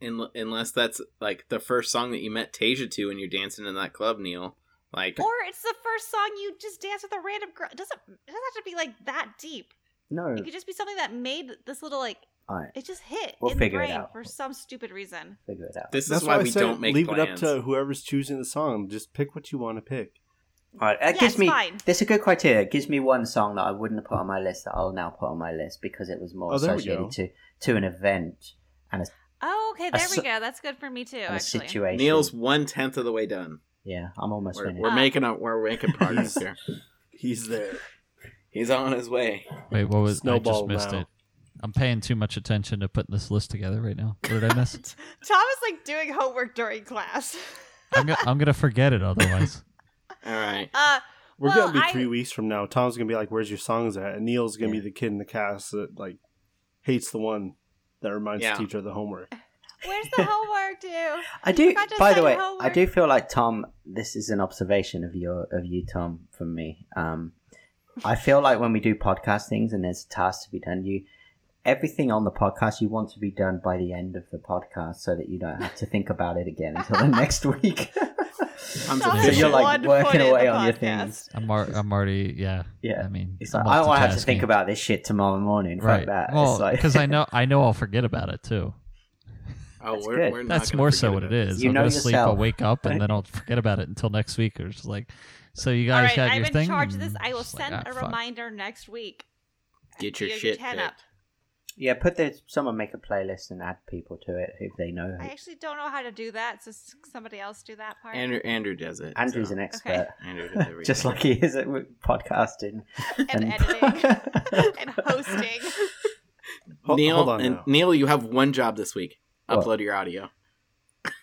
Speaker 5: in, unless that's like the first song that you met Tasia to and you're dancing in that club, Neil. Like
Speaker 2: Or it's the first song you just dance with a random girl. It doesn't, it doesn't have to be like that deep.
Speaker 4: No,
Speaker 2: It could just be something that made this little like
Speaker 4: all right,
Speaker 2: it just hit
Speaker 4: We'll
Speaker 2: in the
Speaker 4: figure it
Speaker 2: brain
Speaker 4: out.
Speaker 2: for some stupid reason.
Speaker 4: figure it out.
Speaker 5: this
Speaker 3: That's
Speaker 5: is why
Speaker 3: I
Speaker 5: we
Speaker 3: said
Speaker 5: don't make
Speaker 3: leave
Speaker 5: plans.
Speaker 3: it up to whoever's choosing the song. Just pick what you want to pick.
Speaker 4: All right, that
Speaker 2: Yeah,
Speaker 4: gives
Speaker 2: it's
Speaker 4: me.
Speaker 2: fine.
Speaker 4: That's a good criteria. It gives me one song that I wouldn't have put on my list that I'll now put on my list because it was more
Speaker 3: Oh, there we
Speaker 4: associated
Speaker 3: go.
Speaker 4: to to an event and a,
Speaker 2: Oh, okay, there we
Speaker 4: si-
Speaker 2: go. That's good for me too,
Speaker 4: and a
Speaker 2: actually.
Speaker 4: situation.
Speaker 5: Neil's one tenth of the way done.
Speaker 4: yeah, I'm almost
Speaker 5: We're,
Speaker 4: finished.
Speaker 5: we're making a we're making progress here.
Speaker 3: He's there.
Speaker 5: He's on his way.
Speaker 6: Wait, what was? I just
Speaker 3: Snowball
Speaker 6: missed
Speaker 3: now.
Speaker 6: it. I'm paying too much attention to putting this list together right now. What did I miss?
Speaker 2: Tom is like doing homework during class.
Speaker 6: I'm, go- I'm gonna forget it otherwise.
Speaker 5: All right.
Speaker 2: Uh,
Speaker 3: We're
Speaker 2: Well,
Speaker 3: gonna be
Speaker 2: I-
Speaker 3: three weeks from now. Tom's gonna be like, "Where's your songs at?" And Neil's gonna
Speaker 4: Yeah.
Speaker 3: be the kid in the cast that like hates the one that reminds
Speaker 5: Yeah.
Speaker 3: the teacher of the homework.
Speaker 2: where's the homework due?
Speaker 4: I do.
Speaker 2: forgot to
Speaker 4: By the
Speaker 2: say
Speaker 4: way, I
Speaker 2: homework.
Speaker 4: do feel like Tom. This is an observation of your of you, Tom, from me. Um, I feel like when we do podcast things and there's tasks to be done, you everything on the podcast you want to be done by the end of the podcast so that you don't have to think about it again until the next week.
Speaker 5: I'm
Speaker 4: so
Speaker 2: Tom
Speaker 5: so
Speaker 2: has
Speaker 4: you're like
Speaker 2: one foot
Speaker 4: working
Speaker 2: in
Speaker 4: away
Speaker 2: the
Speaker 4: on your
Speaker 2: podcast.
Speaker 4: things.
Speaker 6: I'm, ar- I'm already yeah.
Speaker 4: Yeah.
Speaker 6: I mean,
Speaker 4: It's
Speaker 6: I'm
Speaker 4: like I don't want to have to
Speaker 6: multitasking.
Speaker 4: think about this shit tomorrow morning. Fuck
Speaker 6: right.
Speaker 4: that.
Speaker 6: Well,
Speaker 4: it's like,
Speaker 6: because I know I know I'll forget about it too.
Speaker 5: Oh,
Speaker 4: That's
Speaker 5: we're,
Speaker 4: good.
Speaker 5: we're not
Speaker 6: That's
Speaker 5: gonna
Speaker 6: more
Speaker 5: forget
Speaker 6: so what
Speaker 5: about
Speaker 6: it is.
Speaker 4: You
Speaker 6: I'll
Speaker 4: know
Speaker 6: go to sleep,
Speaker 4: yourself,
Speaker 6: I'll wake up,
Speaker 4: right?
Speaker 6: and then I'll forget about it until next week. Or just like, so you
Speaker 2: All
Speaker 6: guys
Speaker 2: right,
Speaker 6: got
Speaker 2: I'm
Speaker 6: your
Speaker 2: in
Speaker 6: thing.
Speaker 2: charge of this.
Speaker 6: and
Speaker 2: I will
Speaker 6: it's like,
Speaker 2: send
Speaker 6: ah,
Speaker 2: a
Speaker 6: fuck.
Speaker 2: reminder next week.
Speaker 5: Get your
Speaker 2: You're
Speaker 5: shit.
Speaker 2: ten
Speaker 5: picked.
Speaker 2: up.
Speaker 4: yeah, put the someone make a playlist and add people to it if they know.
Speaker 2: I
Speaker 4: Who.
Speaker 2: actually don't know how to do that, so s- somebody else do that part.
Speaker 5: Andrew Andrew does it.
Speaker 4: Andrew's
Speaker 5: so.
Speaker 4: an expert.
Speaker 5: Andrew does everything.
Speaker 4: just like he is at podcasting
Speaker 2: And editing. and hosting.
Speaker 3: Ho-
Speaker 5: Neil
Speaker 3: hold on
Speaker 5: and
Speaker 3: now.
Speaker 5: Neil, you have one job this week.
Speaker 4: What?
Speaker 5: Upload your audio.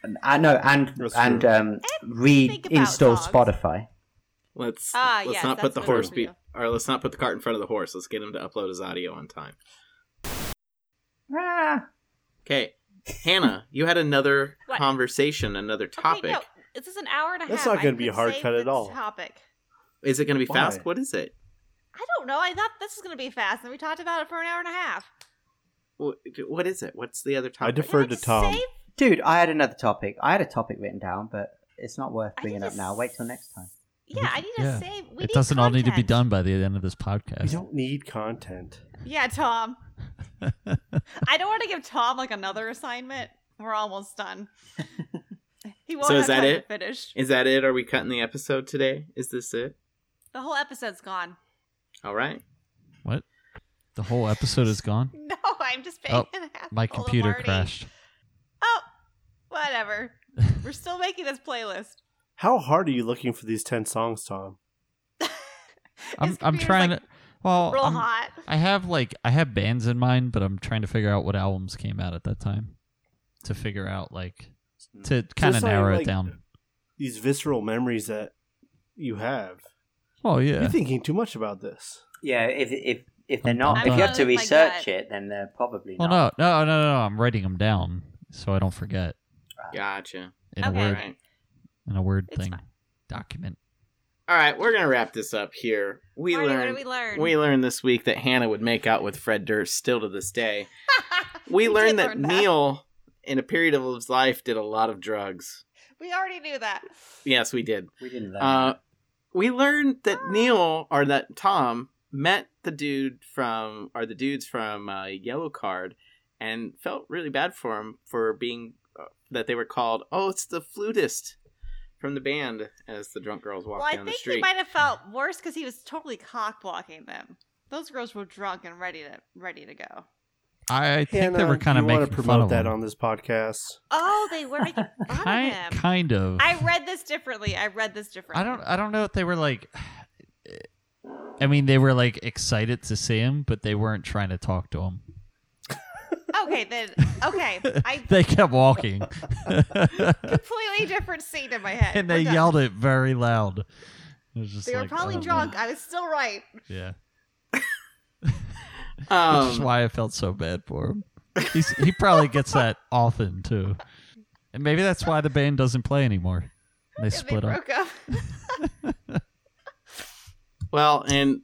Speaker 4: And- I know, Uh, and
Speaker 3: That's
Speaker 4: and
Speaker 3: true.
Speaker 4: um,
Speaker 2: And think about
Speaker 4: reinstall
Speaker 2: songs.
Speaker 4: Spotify.
Speaker 5: Let's
Speaker 2: Ah,
Speaker 5: let's
Speaker 2: yes,
Speaker 5: not
Speaker 2: that's
Speaker 5: put the
Speaker 2: what I'm
Speaker 5: horse be
Speaker 2: thinking
Speaker 5: or let's not put the cart in front of the horse. Let's get him to upload his audio on time.
Speaker 4: Ah,
Speaker 5: Okay. Hannah, you had another
Speaker 2: What?
Speaker 5: conversation, another topic.
Speaker 2: Okay, no, this is an hour and a half.
Speaker 3: That's not
Speaker 2: I
Speaker 3: gonna be
Speaker 2: could
Speaker 3: hard
Speaker 2: save
Speaker 3: cut at
Speaker 2: the
Speaker 3: all.
Speaker 2: Topic.
Speaker 5: Is it going to be
Speaker 3: Why?
Speaker 5: fast? What is it?
Speaker 2: I don't know. I thought this was going to be fast, and we talked about it for an hour and a half.
Speaker 5: Wh- What is it? What's the other topic?
Speaker 3: def- Defer to
Speaker 2: just
Speaker 3: Tom.
Speaker 2: save-
Speaker 4: dude, I had another topic. I had a topic written down, but it's not worth
Speaker 2: I
Speaker 4: bringing
Speaker 2: need
Speaker 4: up
Speaker 2: to
Speaker 4: now.
Speaker 2: s-
Speaker 4: Wait till next time.
Speaker 2: Yeah, I need to
Speaker 6: Yeah.
Speaker 2: save. We
Speaker 6: it
Speaker 2: need
Speaker 6: doesn't all need to be
Speaker 2: content.
Speaker 6: done by the end of this
Speaker 3: We
Speaker 6: podcast.
Speaker 3: don't need content.
Speaker 2: Yeah, Tom. I don't want to give Tom like another assignment. We're almost done. He won't
Speaker 5: So
Speaker 2: have
Speaker 5: is that
Speaker 2: time
Speaker 5: it?
Speaker 2: to finish.
Speaker 5: is that it? Are we cutting the episode today? Is this it?
Speaker 2: The whole episode's gone.
Speaker 5: All right.
Speaker 6: what? The whole episode is gone.
Speaker 2: No, I'm just being
Speaker 6: Oh,
Speaker 2: an asshole
Speaker 6: My
Speaker 2: to
Speaker 6: computer
Speaker 2: Marty.
Speaker 6: crashed.
Speaker 2: Oh, whatever. We're still making this playlist.
Speaker 3: How hard are you looking for these 10 songs, Tom?
Speaker 6: I'm
Speaker 2: His
Speaker 6: I'm
Speaker 2: computer's,
Speaker 6: trying
Speaker 2: like,
Speaker 6: to. Well,
Speaker 2: Real
Speaker 6: I'm-
Speaker 2: hot.
Speaker 6: I have like I have bands in mind, but I'm trying to figure out what albums came out at that time to figure out like to kind of
Speaker 3: Just like-
Speaker 6: narrow
Speaker 3: like-
Speaker 6: it down.
Speaker 3: These visceral memories that you have.
Speaker 6: Oh yeah,
Speaker 3: You're thinking too much about this.
Speaker 4: Yeah, if if if they're
Speaker 6: I'm
Speaker 4: not,
Speaker 6: done.
Speaker 4: if
Speaker 6: I'm
Speaker 4: you have to
Speaker 2: going with my
Speaker 4: research
Speaker 2: gut.
Speaker 4: it, then they're probably
Speaker 6: Well,
Speaker 4: not.
Speaker 6: no, no, no, no, no. I'm writing them down so I don't forget
Speaker 5: Gotcha.
Speaker 2: Okay.
Speaker 6: in a
Speaker 5: All
Speaker 6: word
Speaker 5: right.
Speaker 6: in a word
Speaker 2: It's
Speaker 6: thing
Speaker 2: fine.
Speaker 6: document.
Speaker 5: All right. We're going to wrap this up here. We
Speaker 2: Marty,
Speaker 5: learned
Speaker 2: what did we learn?
Speaker 5: We learned this week that Hannah would make out with Fred Durst still to this day. We,
Speaker 2: did
Speaker 5: learned that,
Speaker 2: learn
Speaker 5: Neil, in a period of his life, did a lot of drugs.
Speaker 2: We already knew that.
Speaker 5: Yes, we did.
Speaker 4: We didn't learn.
Speaker 5: Uh, we learned that Neil, or that Tom, met the dude from, or the dudes from uh, Yellow Card and felt really bad for him for being, uh, that they were called, oh, it's the flutist from the band as the drunk girls walked
Speaker 2: Well, I
Speaker 5: down the
Speaker 2: think
Speaker 5: street.
Speaker 2: he might have felt worse because he was totally cock blocking them. Those girls were drunk and ready to ready to go.
Speaker 6: I I think
Speaker 3: Hannah,
Speaker 6: they were kind of
Speaker 3: uh, you wanna
Speaker 6: making fun
Speaker 3: promote
Speaker 6: of
Speaker 3: that
Speaker 6: him.
Speaker 3: on this podcast.
Speaker 2: Oh, they were making fun of
Speaker 6: Kind,
Speaker 2: him.
Speaker 6: kind of.
Speaker 2: I read this differently. I read this differently.
Speaker 6: I don't. I don't know if they were like. I mean, they were like excited to see him, but they weren't trying to talk to him.
Speaker 2: Okay, then. Okay, I
Speaker 6: They kept walking,
Speaker 2: completely different scene in my head.
Speaker 6: and
Speaker 2: We're
Speaker 6: they
Speaker 2: done.
Speaker 6: yelled it very loud. It was just
Speaker 2: They were
Speaker 6: like,
Speaker 2: probably
Speaker 6: oh,
Speaker 2: drunk.
Speaker 6: man.
Speaker 2: I was still right.
Speaker 6: Yeah.
Speaker 5: Um,
Speaker 6: Which is why I felt so bad for him. He's, he probably gets that often too, and maybe that's why the band doesn't play anymore. They
Speaker 2: and They
Speaker 6: split up.
Speaker 2: broke up.
Speaker 5: Well, and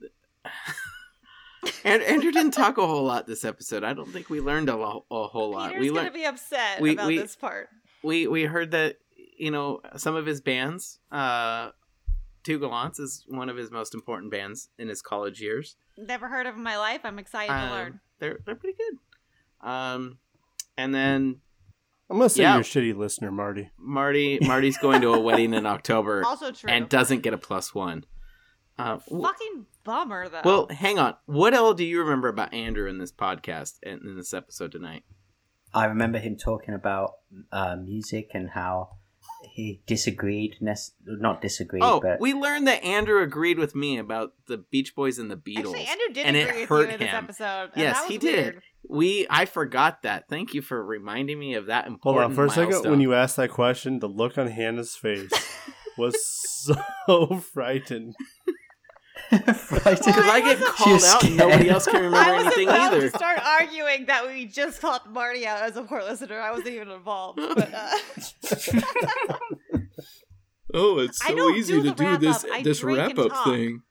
Speaker 5: and Andrew didn't talk a whole lot this episode. I don't think we learned a, lo- a whole lot.
Speaker 2: Peter's
Speaker 5: we
Speaker 2: gonna
Speaker 5: learned
Speaker 2: be upset
Speaker 5: we-
Speaker 2: about
Speaker 5: we-
Speaker 2: this part.
Speaker 5: we we heard that you know some of his bands. Uh, Two Gallants is one of his most important bands in his college years.
Speaker 2: Never heard of in my life. I'm excited to
Speaker 5: Um,
Speaker 2: learn.
Speaker 5: They're they're pretty good. Um, and then
Speaker 3: I'm going to say
Speaker 5: Yeah.
Speaker 3: you're a shitty listener, Marty.
Speaker 5: Marty Marty's going to a wedding in October
Speaker 2: Also true.
Speaker 5: and doesn't get a plus one. Uh, w-
Speaker 2: Fucking bummer though.
Speaker 5: well, hang on. What all do you remember about Andrew in this podcast and in this episode tonight?
Speaker 4: I remember him talking about uh, music and how he disagreed, nes- not disagreed,
Speaker 5: Oh,
Speaker 4: but
Speaker 5: we learned that Andrew agreed with me about the Beach Boys and the Beatles.
Speaker 2: Actually, Andrew did
Speaker 5: and it
Speaker 2: agree with
Speaker 5: hurt
Speaker 2: you in this
Speaker 5: him.
Speaker 2: episode. and
Speaker 5: Yes,
Speaker 2: that was
Speaker 5: he did.
Speaker 2: weird.
Speaker 5: we I forgot that. Thank you for reminding me of that
Speaker 3: Hold
Speaker 5: important
Speaker 3: on for a second.
Speaker 5: milestone.
Speaker 3: When you asked that question, the look on Hannah's face was so frightened.
Speaker 4: frightened.
Speaker 5: because I get
Speaker 4: She was
Speaker 5: called out and
Speaker 4: scared.
Speaker 5: nobody else can remember
Speaker 2: I was
Speaker 5: anything
Speaker 2: about
Speaker 5: either.
Speaker 2: to start arguing that we just called Marty out as a poor listener. I wasn't even involved. But, uh,
Speaker 5: Oh, it's
Speaker 2: I so don't easy do to the do wrap this- up. I this drink and wrap-up talk. thing.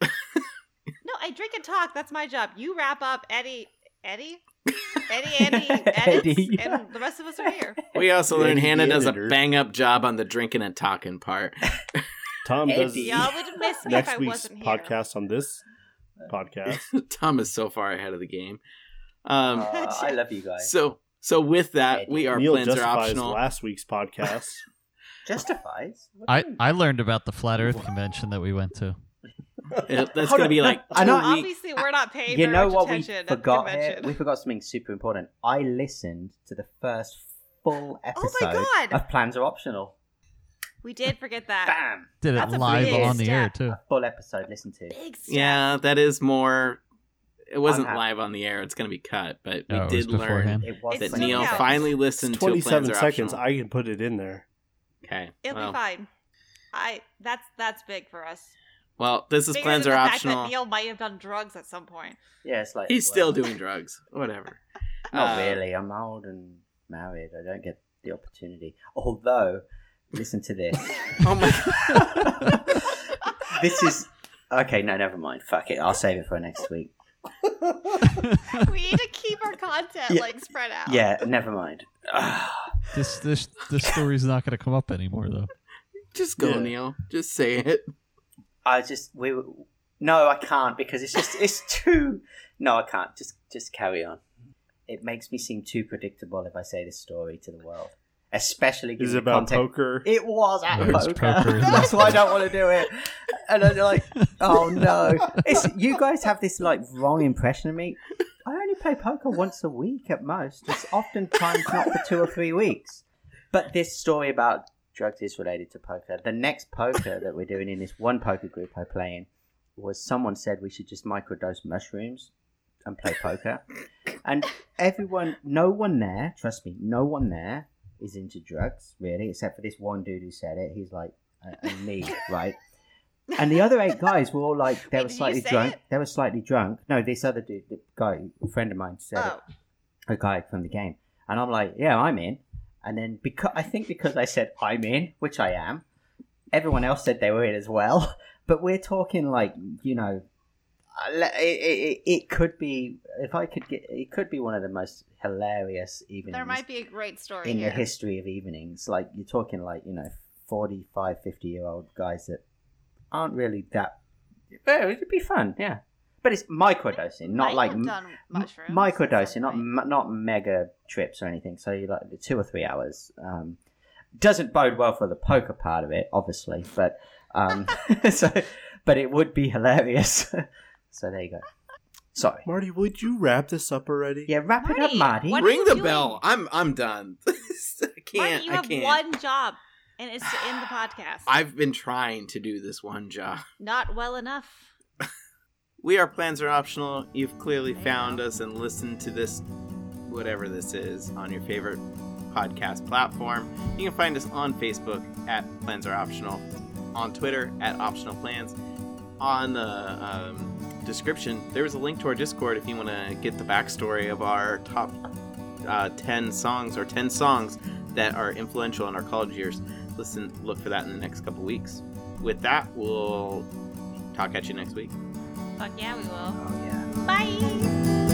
Speaker 2: no, I drink and talk. That's my job. You wrap up, Eddie. Eddie. Eddie, Andy, edits,
Speaker 4: Eddie.
Speaker 2: and the rest of us are here.
Speaker 5: We also
Speaker 3: Yeah,
Speaker 5: learned
Speaker 3: he
Speaker 5: Hannah
Speaker 3: did,
Speaker 5: does a
Speaker 3: Andrew.
Speaker 5: bang up job on the drinking and talking part.
Speaker 3: Tom does
Speaker 4: Eddie.
Speaker 2: Y'all would miss me if
Speaker 3: next
Speaker 2: I
Speaker 3: week's
Speaker 2: wasn't here.
Speaker 3: podcast on this podcast.
Speaker 5: Tom is so far ahead of the game. Um,
Speaker 4: Uh, I love you guys.
Speaker 5: so so with that,
Speaker 4: Eddie.
Speaker 5: we our
Speaker 3: Neil
Speaker 5: plans are
Speaker 3: justifies
Speaker 5: optional.
Speaker 3: last week's podcast.
Speaker 4: Justifies. What do
Speaker 6: I,
Speaker 4: you mean?
Speaker 6: I learned about the flat Earth convention that we went to.
Speaker 5: Uh, That's
Speaker 4: Hold
Speaker 5: gonna
Speaker 4: on.
Speaker 5: be like
Speaker 4: I know-
Speaker 5: two weeks.
Speaker 2: Obviously, we're not paid
Speaker 4: you
Speaker 2: very
Speaker 4: know
Speaker 2: much
Speaker 4: what we
Speaker 2: attention at the
Speaker 4: forgot here?
Speaker 2: convention.
Speaker 4: We forgot something super important. I listened to the first full
Speaker 2: Oh my
Speaker 4: episode
Speaker 2: God.
Speaker 4: of Plans Are Optional.
Speaker 2: We did forget that.
Speaker 4: Bam!
Speaker 6: Did
Speaker 2: That's a
Speaker 6: it live
Speaker 2: big
Speaker 6: on the air
Speaker 2: step.
Speaker 6: too.
Speaker 4: A full episode listened to.
Speaker 2: Big step.
Speaker 5: Yeah, that is more it wasn't
Speaker 4: I'm happy.
Speaker 5: live on the air. It's going to be cut, but we
Speaker 6: Oh, it was
Speaker 5: did learn
Speaker 6: beforehand.
Speaker 4: It was
Speaker 5: that
Speaker 2: It's
Speaker 5: Neil
Speaker 2: out.
Speaker 5: finally
Speaker 3: It's
Speaker 5: listened to a plans
Speaker 3: 27
Speaker 5: are
Speaker 3: seconds.
Speaker 5: optional.
Speaker 3: I can put it in there.
Speaker 5: Okay.
Speaker 2: It'll
Speaker 5: well,
Speaker 2: be fine. I that's that's big for us.
Speaker 5: well, this is
Speaker 2: Bigger
Speaker 5: plans
Speaker 2: than
Speaker 5: are
Speaker 2: the fact that
Speaker 5: optional.
Speaker 2: Neil might have done drugs at some point.
Speaker 4: Yeah, it's like
Speaker 5: He's
Speaker 4: well,
Speaker 5: still doing drugs. Whatever.
Speaker 4: Not
Speaker 5: Uh,
Speaker 4: really. I'm old and married. I don't get the opportunity. Although, listen to this.
Speaker 5: Oh my
Speaker 4: this is okay. No, never mind. Fuck it. I'll save it for next week.
Speaker 2: We need to keep our content
Speaker 4: Yeah.
Speaker 2: like spread out.
Speaker 4: Yeah, never mind. Ah. Ugh.
Speaker 6: This this this story's not going to come up anymore though.
Speaker 5: Just go,
Speaker 3: Yeah.
Speaker 5: Neil. Just say it.
Speaker 4: I just we were- no, I can't because it's just it's too. No, I can't. Just just carry on. It makes me seem too predictable if I say this story to the world, especially
Speaker 3: Is
Speaker 4: given
Speaker 3: it
Speaker 4: the
Speaker 3: about
Speaker 4: context-
Speaker 3: poker?
Speaker 4: It was at
Speaker 6: It was
Speaker 4: poker.
Speaker 6: poker.
Speaker 4: That's why I don't want to do it. And I'm like, oh no! It's you guys have this like wrong impression of me. I only play poker once a week at most. It's oftentimes not for two or three weeks. But this story about drugs is related to poker. The next poker that we're doing in this one poker group I play in was someone said we should just microdose mushrooms and play poker. And everyone, no one there, trust me, no one there is into drugs, really, except for this one dude who said it. He's like, "I- I need, right? And the other eight guys were all like, they
Speaker 2: Wait,
Speaker 4: were
Speaker 2: did you
Speaker 4: slightly
Speaker 2: say
Speaker 4: drunk.
Speaker 2: it?
Speaker 4: They were slightly drunk. No, this other dude, the guy, a friend of mine said
Speaker 2: Oh,
Speaker 4: it, a guy from the game. And I'm like, yeah, I'm in. And then because I think because I said I'm in, which I am, everyone else said they were in as well. But we're talking like, you know, I le- it, it, it- it could be if I could get it could be one of the most hilarious evenings
Speaker 2: there might be a great story
Speaker 4: in
Speaker 2: here.
Speaker 4: the history of evenings. Like you're talking like, you know, 45, 50 year old guys that aren't really that. Yeah, it'd be fun, yeah. But it's microdosing, not
Speaker 2: Might
Speaker 4: like
Speaker 2: have done
Speaker 4: m-
Speaker 2: mushrooms
Speaker 4: microdosing, not
Speaker 2: at some
Speaker 4: m- not mega trips or anything. So you like the two or three hours. Um, doesn't bode well for the poker part of it, obviously, but um, so but it would be hilarious. so there you go. Sorry.
Speaker 3: Marty, would you wrap this up already?
Speaker 4: Yeah, wrap it up,
Speaker 2: Marty,
Speaker 4: Marty.
Speaker 2: what- are
Speaker 5: Ring
Speaker 2: you
Speaker 5: the
Speaker 2: doing?
Speaker 5: bell. I'm I'm done. I
Speaker 2: point. Marty,
Speaker 5: can't.
Speaker 2: you
Speaker 5: I
Speaker 2: have
Speaker 5: can't.
Speaker 2: one job, and it's to end the podcast.
Speaker 5: I've been trying to do this one job.
Speaker 2: Not well enough.
Speaker 5: We are plans are optional. You've clearly found us and listened to this, whatever this is, on your favorite podcast platform. You can find us on Facebook at plans are optional, on Twitter at optional plans. On the um, description, there is a link to our Discord if you want to get the backstory of our top uh, ten songs or ten songs that are influential in our college years. Listen, look for that in the next couple weeks. With that, we'll talk at you next week.
Speaker 2: Fuck yeah, we will.
Speaker 4: Oh, yeah.
Speaker 2: Bye.